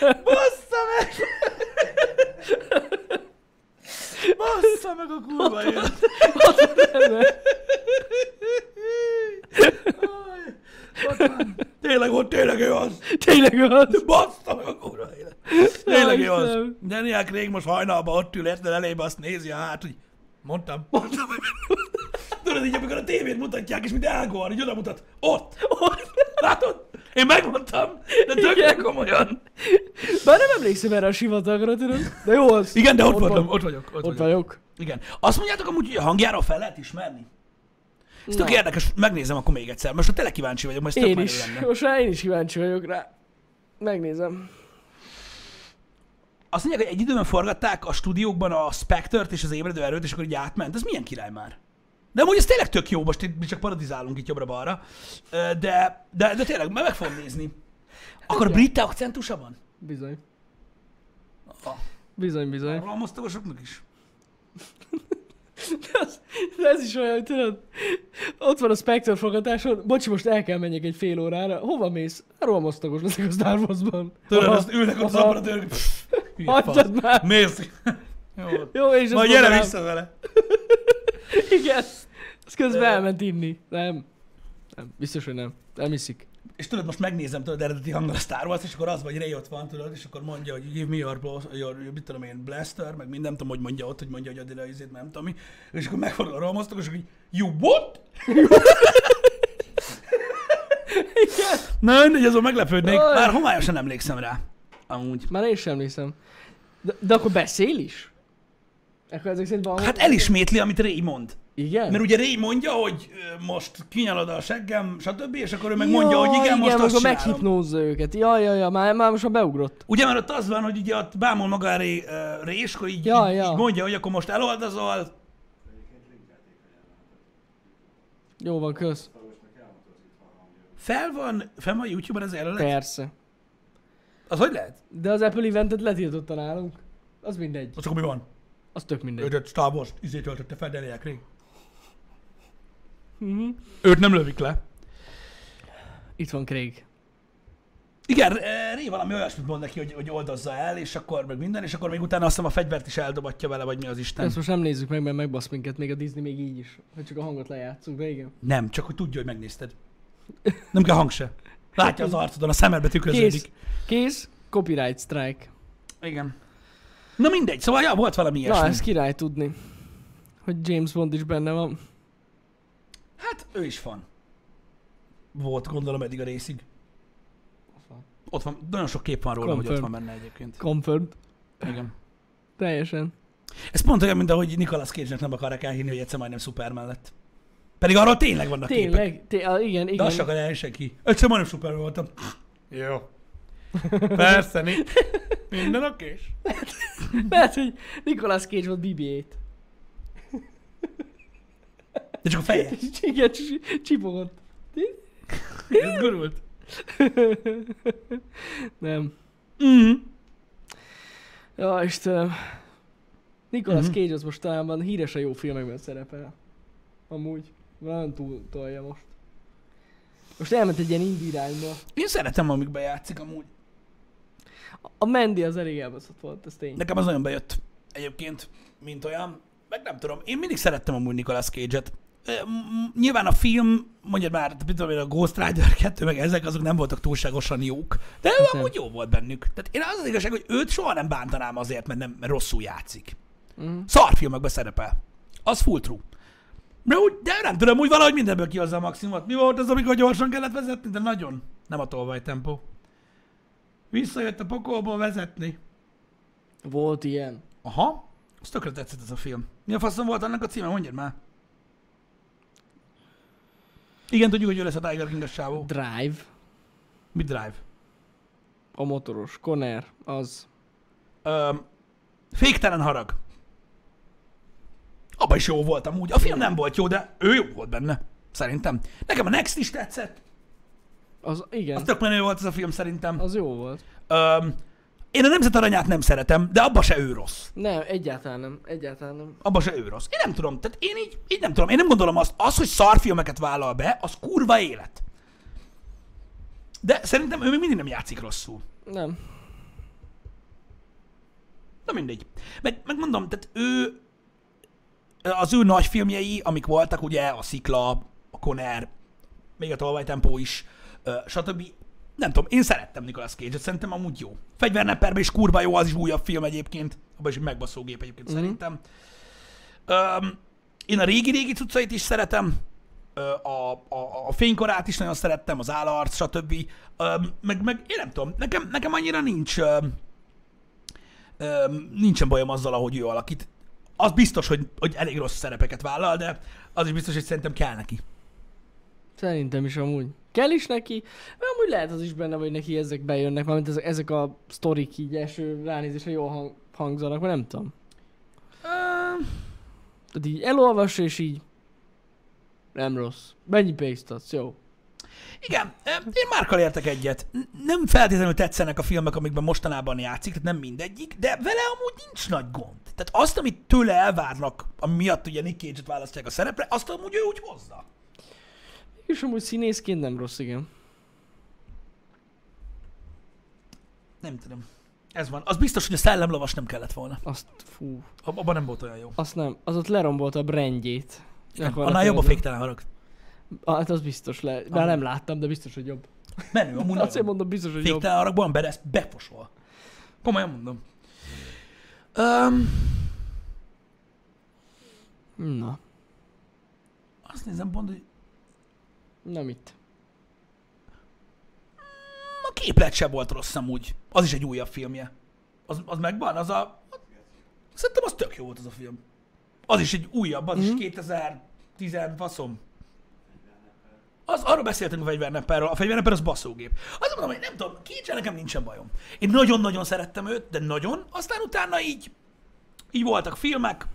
[SPEAKER 1] Bassza meg! Bassza meg a kurva élet! Aj, ott van. Tényleg ott, tényleg ő az!
[SPEAKER 2] Tényleg az.
[SPEAKER 1] Bassza meg a kurva élet! Tényleg ő az!
[SPEAKER 2] Istenem.
[SPEAKER 1] Daniel Craig most hajnalban ott ül, érted elébe, azt nézi a hát, hogy mondtam. Mondtam. Tudod, így amikor a tévét mutatják, és mint elgóan, hogy oda mutat. Ott! Ott! Látod? Én megmondtam, de tökre
[SPEAKER 2] Igen.
[SPEAKER 1] komolyan.
[SPEAKER 2] Bár nem emlékszem erre a sivatagra, tudod? De jó az.
[SPEAKER 1] Igen, de ott, voltam,
[SPEAKER 2] van.
[SPEAKER 1] ott vagyok. Ott,
[SPEAKER 2] Ott
[SPEAKER 1] vagyok.
[SPEAKER 2] vagyok.
[SPEAKER 1] Igen. Azt mondjátok amúgy, hogy a hangjáról fel lehet ismerni? Ez tök
[SPEAKER 2] Na.
[SPEAKER 1] érdekes, megnézem akkor még egyszer. Most tele kíváncsi vagyok, most tök
[SPEAKER 2] Én
[SPEAKER 1] menő
[SPEAKER 2] is.
[SPEAKER 1] lenne.
[SPEAKER 2] Most már én is kíváncsi vagyok rá. Megnézem.
[SPEAKER 1] Azt mondják, hogy egy időben forgatták a stúdiókban a Spectre-t és az ébredő erőt, és akkor így átment. Ez milyen király már? De amúgy ez tényleg tök jó, most itt mi csak paradizálunk itt jobbra-balra. Ö, De, de, de tényleg, meg, meg fogom nézni. Akkor a brit akcentusa van?
[SPEAKER 2] Bizony.
[SPEAKER 1] A-
[SPEAKER 2] Bizony, bizony.
[SPEAKER 1] Arra a mosztogosoknak is.
[SPEAKER 2] De az, de ez is olyan, hogy tudod, ott van a Spectre forgatáson, bocsi, most el kell menjek egy fél órára. Hova mész? Rohamosztagos leszek a Star Wars-ban.
[SPEAKER 1] Tudod,
[SPEAKER 2] Aha.
[SPEAKER 1] azt ülnek ott az
[SPEAKER 2] Aha.
[SPEAKER 1] operatőrök. pff, hülye fasz.
[SPEAKER 2] Hagyjad már!
[SPEAKER 1] Mész. Jó.
[SPEAKER 2] Jó, és ezt
[SPEAKER 1] Majd gyere
[SPEAKER 2] mondanám.
[SPEAKER 1] vissza vele.
[SPEAKER 2] Igen. Azt közben
[SPEAKER 1] Ö.
[SPEAKER 2] elment inni. Nem. nem. Biztos, hogy nem. Nem iszik.
[SPEAKER 1] És tudod, most megnézem, tudod, eredeti hanggal a Star Wars, és akkor az vagy Ray ott van, tudod, és akkor mondja, hogy give me your, blows, your mit tudom én, blaster, meg minden, nem tudom, hogy mondja ott, hogy mondja, hogy add ide a izét, nem tudom mi. És akkor megfordul a rohamosztok, és hogy you what?
[SPEAKER 2] Igen.
[SPEAKER 1] Na, mindegy, azon meglepődnék.
[SPEAKER 2] Aj.
[SPEAKER 1] Már homályosan emlékszem rá. Amúgy.
[SPEAKER 2] Már én sem emlékszem. De, de akkor beszél is? Akkor ezek szerint van...
[SPEAKER 1] Hát elismétli, amit Ray mond.
[SPEAKER 2] Igen?
[SPEAKER 1] Mert ugye Ray mondja, hogy ö, most kinyalod a seggem, stb. És akkor ő meg mondja, hogy igen, most
[SPEAKER 2] igen,
[SPEAKER 1] azt
[SPEAKER 2] akkor
[SPEAKER 1] csinálom.
[SPEAKER 2] meghipnózza őket. Jaj, jaj, jaj, már, már most már beugrott.
[SPEAKER 1] Ugye, mert ott az van, hogy ugye ott bámul maga a ré, ö, ré és akkor így,
[SPEAKER 2] Ja,
[SPEAKER 1] így,
[SPEAKER 2] ja.
[SPEAKER 1] így mondja, hogy akkor most eloldazol.
[SPEAKER 2] Jó van, kösz.
[SPEAKER 1] Fel van, fenn van a YouTube-on ez előtt?
[SPEAKER 2] Persze.
[SPEAKER 1] Az hogy lehet?
[SPEAKER 2] De az Apple eventet letiltotta nálunk. Az mindegy.
[SPEAKER 1] Az akkor mi van?
[SPEAKER 2] Az tök mindegy.
[SPEAKER 1] Őt Star Wars izét töltötte fel Daniel Craig.
[SPEAKER 2] Mhm.
[SPEAKER 1] Őt nem lövik le.
[SPEAKER 2] Itt van Craig.
[SPEAKER 1] Igen, eh, Ré valami olyasmit mond neki, hogy, hogy oldozza el, és akkor meg minden, és akkor még utána azt hiszem a fegyvert is eldobatja vele, vagy mi az Isten.
[SPEAKER 2] Ezt most nem nézzük meg, mert megbasz minket még a Disney még így is. Hogy csak a hangot lejátszunk, de igen.
[SPEAKER 1] Nem, csak hogy tudja, hogy megnézted. Nem kell hang se. Látja az arcodon, a szemedbe tükröződik.
[SPEAKER 2] Kész. Kész. Copyright strike.
[SPEAKER 1] Igen. Na mindegy, szóval ja, volt valami
[SPEAKER 2] Na,
[SPEAKER 1] ilyesmi.
[SPEAKER 2] ezt király tudni. Hogy James Bond is benne van.
[SPEAKER 1] Hát ő is van. Volt, gondolom eddig a részig.
[SPEAKER 2] van.
[SPEAKER 1] Ott van, nagyon sok kép van róla, hogy ott
[SPEAKER 2] Confirm.
[SPEAKER 1] van benne egyébként.
[SPEAKER 2] Confirmed.
[SPEAKER 1] Igen.
[SPEAKER 2] Teljesen.
[SPEAKER 1] Ez pont olyan, mint ahogy Nicolas cage nem akarják elhinni, hogy egyszer majdnem Superman lett. Pedig arról tényleg vannak képek.
[SPEAKER 2] Tényleg? Té- ah, igen,
[SPEAKER 1] De
[SPEAKER 2] igen.
[SPEAKER 1] azt se akarja el senki. Egyszer majdnem Superman voltam. Jó. Persze, ni- minden a kés.
[SPEAKER 2] Lehet, hogy Nicolas Cage volt BB-8.
[SPEAKER 1] De csak a feje.
[SPEAKER 2] Igen, csi- csipogott.
[SPEAKER 1] Ez gurult.
[SPEAKER 2] Nem.
[SPEAKER 1] Mm.
[SPEAKER 2] Ja, Istenem. Nicolas
[SPEAKER 1] Mhm.
[SPEAKER 2] Cage az most talán híres a jó filmekben szerepel. Amúgy. Nagyon túl tolja most. Most elment egy ilyen indie irányba.
[SPEAKER 1] Én szeretem, amikbe játszik amúgy.
[SPEAKER 2] A Mandy az elég elbaszott volt, ez tény.
[SPEAKER 1] Nekem az nagyon bejött egyébként, mint olyan. Meg nem tudom, én mindig szerettem amúgy Nicolas Cage-et. Ö, m- Nyilván a film, mondjad már, mit tudom én, a Ghost Rider 2, meg ezek, azok nem voltak túlságosan jók, de ő
[SPEAKER 2] nem.
[SPEAKER 1] amúgy jó volt bennük. Tehát én az az igazság, hogy őt soha nem bántanám azért, mert nem mert rosszul játszik.
[SPEAKER 2] Mhm.
[SPEAKER 1] Mm. Szarfilmekben szerepel. Az full true. De, úgy, de nem tudom, úgy valahogy mindenből kihozza a maximumot. Mi volt az, amikor gyorsan kellett vezetni? De nagyon. Nem a tolvaj tempó. Visszajött a pokolból vezetni.
[SPEAKER 2] Volt ilyen.
[SPEAKER 1] Aha. Az tökre tetszett ez a film. Mi a faszom volt annak a címe? Mondjad már. Igen, tudjuk, hogy ő lesz a Tiger King-es sávó.
[SPEAKER 2] Drive,
[SPEAKER 1] Mi drive?
[SPEAKER 2] a motoros, Conner, az.
[SPEAKER 1] Öm, féktelen harag. Abba is jó voltam úgy. A film nem volt jó, de ő jó volt benne. Szerintem. Nekem a Next is tetszett.
[SPEAKER 2] Az,
[SPEAKER 1] Az
[SPEAKER 2] igen,
[SPEAKER 1] tök menő volt ez a film szerintem.
[SPEAKER 2] az jó volt.
[SPEAKER 1] Öm, én a Nemzet Aranyát nem szeretem, de abba se ő rossz.
[SPEAKER 2] Nem, egyáltalán nem, egyáltalán nem.
[SPEAKER 1] Abba se ő rossz. Én nem tudom, tehát én így, így nem tudom, én nem gondolom azt, az, hogy szarfilmeket vállal be, az kurva élet. De szerintem ő még mindig nem játszik rosszul.
[SPEAKER 2] Nem.
[SPEAKER 1] Na mindegy. Meg, megmondom, tehát ő, az ő nagy filmjei, amik voltak, ugye a Szikla, a Conner, még a Tolvajtempó is, ö, stb. Nem tudom, én szerettem Nicolas Cage-et, szerintem amúgy jó. Fegyverneperben is kurva jó, az is újabb film egyébként, abban is egy megbaszó gép egyébként mm-hmm. szerintem. Öm, én a régi-régi cuccait is szeretem, Ö, a, a, a fénykorát is nagyon szerettem, az állarc, stb. Öm, meg, meg én nem tudom, nekem, nekem annyira nincs, öm, öm, nincsen bajom azzal, ahogy ő alakít. Az biztos, hogy, hogy elég rossz szerepeket vállal, de az is biztos, hogy szerintem kell neki.
[SPEAKER 2] Szerintem is amúgy. Kell is neki, mert amúgy lehet az is benne, hogy neki ezek bejönnek, mármint ezek, ezek a sztorik így első ránézésre jól hang, hangzanak, vagy nem tudom. Tehát így elolvas, és így nem rossz. Mennyi pénzt adsz? Jó.
[SPEAKER 1] Igen, ö, én Márkal értek egyet. N- Nem feltétlenül tetszenek a filmek, amikben mostanában játszik, tehát nem mindegyik, de vele amúgy nincs nagy gond. Tehát azt, amit tőle elvárnak, ami miatt ugye Nick Cage-et választják a szerepre, azt amúgy ő úgy hozza.
[SPEAKER 2] És amúgy színészként nem rossz, igen.
[SPEAKER 1] Nem tudom. Ez van. Az biztos, hogy a szellemlovas nem kellett volna.
[SPEAKER 2] Azt, fú,
[SPEAKER 1] Ab- Abban nem volt olyan jó.
[SPEAKER 2] azt nem, az ott lerombolta a brandjét.
[SPEAKER 1] Igen,
[SPEAKER 2] Gyakorlatilag.
[SPEAKER 1] annál jobb a féktelen harag.
[SPEAKER 2] Ah, Hát az biztos le,
[SPEAKER 1] Amúgy.
[SPEAKER 2] bár nem láttam, de biztos, hogy jobb.
[SPEAKER 1] Menő, amúgy
[SPEAKER 2] Azért
[SPEAKER 1] nagyon.
[SPEAKER 2] mondom, biztos, hogy jobb.
[SPEAKER 1] Féktelen haragban ember ezt befosol. Komolyan mondom. Um,
[SPEAKER 2] Na,
[SPEAKER 1] azt nézem pont, hogy
[SPEAKER 2] nem itt.
[SPEAKER 1] a képlet se volt rossz amúgy. Az is egy újabb filmje. Az, az megvan? Az a... Szerintem az tök jó volt az a film. Az is egy újabb, az mm-hmm. is 2010 faszom. Az, arról beszéltünk a fegyvernepperről. A fegyvernepper az baszógép. Azt mondom, hogy nem tudom, kétszer nekem nincsen bajom. Én nagyon-nagyon szerettem őt, de nagyon. Aztán utána így, így voltak filmek,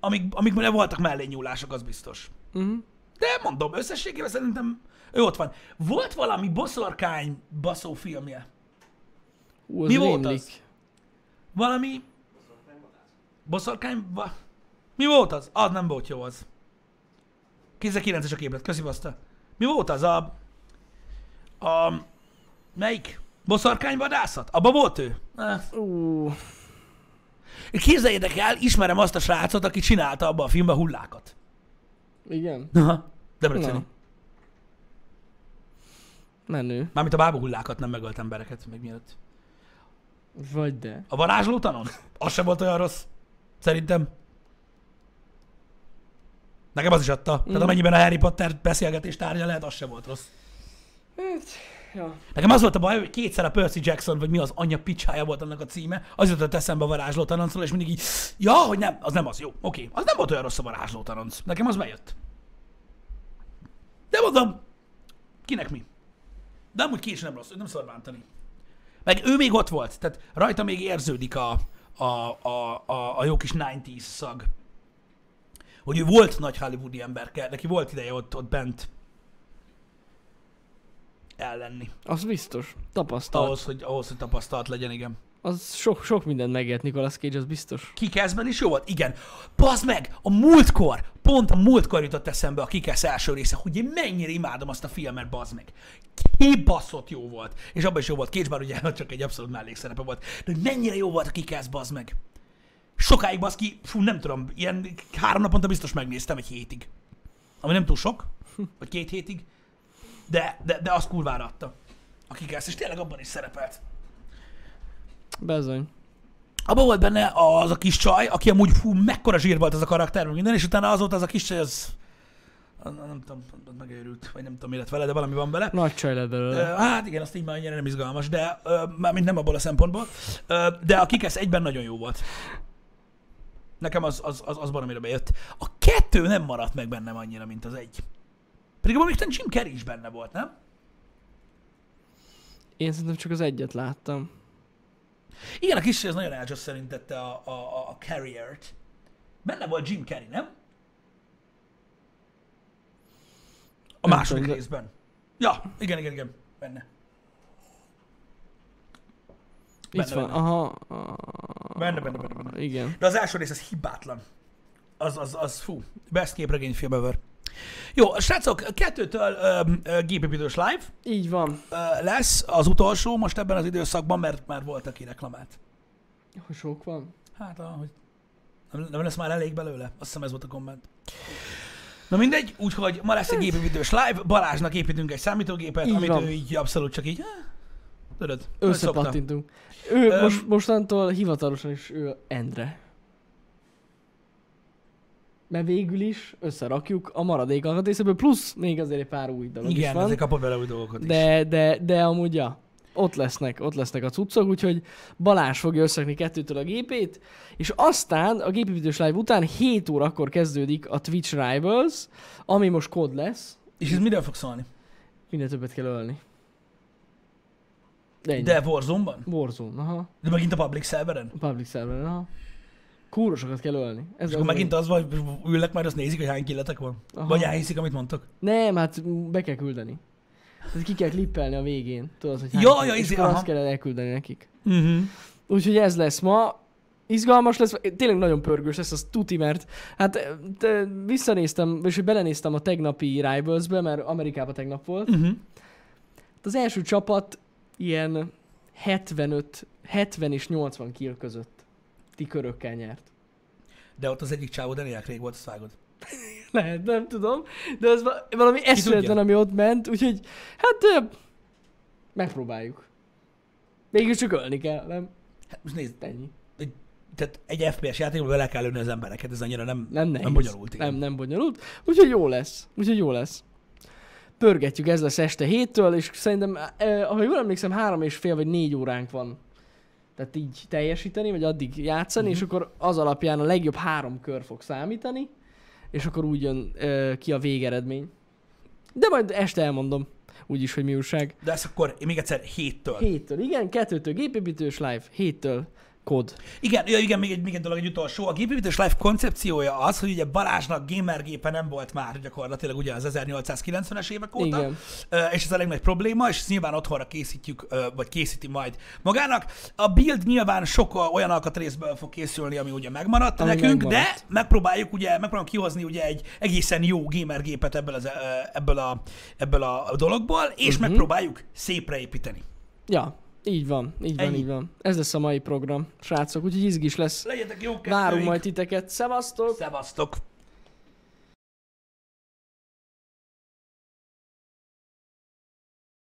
[SPEAKER 1] amik, amikben voltak mellé nyúlások, az biztos.
[SPEAKER 2] Uh-huh.
[SPEAKER 1] De mondom, összességében szerintem ő ott van. Volt valami boszorkány baszó filmje.
[SPEAKER 2] Ú, az
[SPEAKER 1] Mi volt
[SPEAKER 2] rémlik.
[SPEAKER 1] az? Valami... Boszorkány... va- Mi volt az? Az nem volt jó az. 2009-es a képlet, köszi baszta. Mi volt az a... A... Melyik? Boszorkányvadászat? Abba volt ő? Eh.
[SPEAKER 2] Ú,
[SPEAKER 1] Képzeljétek el, ismerem azt a srácot, aki csinálta abba a filmben hullákat.
[SPEAKER 2] igen.
[SPEAKER 1] Aha. Debreceni.
[SPEAKER 2] Na. Menő.
[SPEAKER 1] Mármint a bába hullákat nem megölt embereket, még mielőtt.
[SPEAKER 2] Vagy de.
[SPEAKER 1] A varázsló tanon? Az sem volt olyan rossz. Szerintem. Nekem az is adta. Mm. Tehát amennyiben a Harry Potter beszélgetés tárgya lehet, az sem volt rossz.
[SPEAKER 2] Hát, ja.
[SPEAKER 1] Nekem az volt a baj, hogy kétszer a Percy Jackson, vagy mi az anyja picsája volt annak a címe, az jutott eszembe a varázsló tanoncról, és mindig így, ja, hogy nem, az nem az, jó, oké. Az nem volt olyan rossz a varázsló tanonc. Nekem az bejött. De mondom, kinek mi? De amúgy ki is nem rossz, őt nem szabad bántani. Meg ő még ott volt, tehát rajta még érződik a, a, a, a, a jó kis 90s szag. Hogy ő volt nagy hollywoodi emberke, neki volt ideje ott, ott bent ellenni.
[SPEAKER 2] Az biztos. Tapasztalt.
[SPEAKER 1] Ahhoz hogy, ahhoz, hogy tapasztalt legyen, igen.
[SPEAKER 2] Az sok, sok mindent megért Nicolas Cage, az biztos.
[SPEAKER 1] Kikeszben is jó volt? Igen. Bazd meg, a múltkor, pont a múltkor jutott eszembe a Kikesz első része, hogy én mennyire imádom azt a filmet, bazd meg. Kibaszott jó volt. És abban is jó volt, Cage bár ugye csak egy abszolút mellékszerepe volt. De hogy mennyire jó volt a Kikesz, bazd meg. Sokáig bazd ki, fú, nem tudom, ilyen három naponta biztos megnéztem egy hétig. Ami nem túl sok, vagy két hétig, de, de, de azt kurvára adta. A Kikesz, és tényleg abban is szerepelt.
[SPEAKER 2] Bezony.
[SPEAKER 1] Abba volt benne az a kis csaj, aki amúgy fú, mekkora zsír volt az a karakter, meg minden, és utána azóta az a kis csaj, az, az nem tudom, az megőrült, vagy nem tudom, mi lett vele, de valami van vele.
[SPEAKER 2] Nagy csaj lett
[SPEAKER 1] Ö,
[SPEAKER 2] belőle.
[SPEAKER 1] Hát igen, azt így már annyira nem izgalmas, de ö, mármint nem abból a szempontból, ö, de a Kikesz egyben nagyon jó volt. Nekem az, az, az, az baromira bejött. A kettő nem maradt meg bennem annyira, mint az egy. Pedig abban még talán Jim Carrey is benne volt, nem?
[SPEAKER 2] Én szerintem csak az egyet láttam.
[SPEAKER 1] Igen, a kis az nagyon elcsasszerintette a, a, a, a Carrier-t. Benne volt Jim Carrey, nem? A
[SPEAKER 2] Nem
[SPEAKER 1] második
[SPEAKER 2] tudom, de-
[SPEAKER 1] részben. Ja, igen, igen, igen, benne.
[SPEAKER 2] Itt
[SPEAKER 1] Benne,
[SPEAKER 2] van,
[SPEAKER 1] benne.
[SPEAKER 2] aha. a-
[SPEAKER 1] Benne, benne, benne, benne.
[SPEAKER 2] Igen.
[SPEAKER 1] De az első rész az hibátlan. Az, az, az, fú, best képregényfilm ever. Jó, srácok, kettőtől um, gépépidős live
[SPEAKER 2] Így van.
[SPEAKER 1] ö, lesz az utolsó most ebben az időszakban, mert már volt, aki reklamált.
[SPEAKER 2] Hogy sok van.
[SPEAKER 1] Hát, ahogy nem, nem lesz már elég belőle? Azt hiszem ez volt a komment. Na mindegy, úgyhogy ma lesz egy gépépidős live, Balázsnak építünk egy számítógépet,
[SPEAKER 2] Így
[SPEAKER 1] amit
[SPEAKER 2] van.
[SPEAKER 1] ő így abszolút csak így, eh, tudod, ahogy szokta.
[SPEAKER 2] Összepattintunk. Ő
[SPEAKER 1] Öm.
[SPEAKER 2] most, mostantól hivatalosan is ő Endre. Mert végül is összerakjuk a maradék alkatrészeből, plusz még azért egy pár új dolog is
[SPEAKER 1] Igen,
[SPEAKER 2] van.
[SPEAKER 1] azért kapod bele új dolgokat is.
[SPEAKER 2] De, de, de amúgy, ja, ott lesznek, ott lesznek a cuccok, úgyhogy Balázs fogja összekni kettőtől a gépét, és aztán a gépépítős live után 7 órakor kezdődik a Twitch Rivals, ami most kod lesz,
[SPEAKER 1] És ez miről fog szólni?
[SPEAKER 2] minden többet kell ölni. De, ennyi.
[SPEAKER 1] De Warzone-ban?
[SPEAKER 2] Warzone, aha.
[SPEAKER 1] De megint a public serveren?
[SPEAKER 2] A public server, aha. Kúrosokat kell ölni. Ez
[SPEAKER 1] És akkor
[SPEAKER 2] az,
[SPEAKER 1] megint az van, hogy ülnek majd, azt nézik, hogy hány killetek van. Aha.
[SPEAKER 2] Aha.
[SPEAKER 1] Vagy elhiszik, amit mondtok.
[SPEAKER 2] Nem, hát be kell küldeni. Tehát ki kell klippelni a végén. Tudod, hogy hány
[SPEAKER 1] Ja,
[SPEAKER 2] kell-
[SPEAKER 1] ja,
[SPEAKER 2] és
[SPEAKER 1] izé,
[SPEAKER 2] akkor
[SPEAKER 1] aha.
[SPEAKER 2] azt kell elküldeni nekik. Mhm.
[SPEAKER 1] Uh-huh.
[SPEAKER 2] Úgyhogy ez lesz ma. Izgalmas lesz, tényleg nagyon pörgős lesz, az tuti, mert hát eh, te, visszanéztem, és belenéztem a tegnapi rivals mert Amerikában tegnap volt. Hát
[SPEAKER 1] Uh-huh.
[SPEAKER 2] Az első csapat ilyen 75, 70 és 80 kill között ti körökkel nyert.
[SPEAKER 1] De ott az egyik csávó Daniel Craig volt, azt vágod.
[SPEAKER 2] Lehet, nem tudom, de ez va- valami eszületlen, ami ott ment, úgyhogy hát eh, megpróbáljuk. Mégis csak ölni kell, nem?
[SPEAKER 1] Hát most nézd,
[SPEAKER 2] Ennyi.
[SPEAKER 1] tehát egy FPS játékban bele kell lőni az embereket, ez annyira nem,
[SPEAKER 2] Nem nehéz.
[SPEAKER 1] nem bonyolult. igen.
[SPEAKER 2] Nem, nem bonyolult. Úgyhogy jó lesz. Úgyhogy jó lesz. Pörgetjük, ez lesz este héttől, és szerintem, eh, ha jól emlékszem, három és fél vagy négy óránk van. Tehát így teljesíteni, vagy addig játszani,
[SPEAKER 1] Mhm.
[SPEAKER 2] mm-hmm. és akkor az alapján a legjobb három kör fog számítani, és akkor úgy jön eh, ki a végeredmény. De majd este elmondom, úgyis, hogy mi újság.
[SPEAKER 1] De ezt akkor én még egyszer héttől.
[SPEAKER 2] Héttől, igen, kettőtől gépépítős live, héttől kod.
[SPEAKER 1] Igen, ja, igen, még egy, még egy dolog, egy utolsó. A gépépítés live koncepciója az, hogy ugye Balázsnak gamergépe nem volt már gyakorlatilag ugye az 1890-es évek óta.
[SPEAKER 2] Igen.
[SPEAKER 1] Ö, és ez a legnagyobb probléma, és ezt nyilván otthonra készítjük, ö, vagy készíti majd magának. A build nyilván sok o- olyan alkatrészből fog készülni, ami ugye megmaradt ami
[SPEAKER 2] Ami
[SPEAKER 1] nekünk, megmaradt. de
[SPEAKER 2] megmaradt.
[SPEAKER 1] megpróbáljuk ugye, megpróbálom kihozni ugye egy egészen jó gamergépet ebből, az, ö, ebből, a, ebből a dologból, és
[SPEAKER 2] Mhm.
[SPEAKER 1] uh-huh. megpróbáljuk szépre építeni.
[SPEAKER 2] Ja, így van, így van,
[SPEAKER 1] Ennyi.
[SPEAKER 2] így van. Ez lesz a mai program, srácok, úgyhogy izgis lesz.
[SPEAKER 1] Legyetek jók,
[SPEAKER 2] Várunk
[SPEAKER 1] kettőink.
[SPEAKER 2] majd titeket, szevasztok!
[SPEAKER 1] Szevasztok!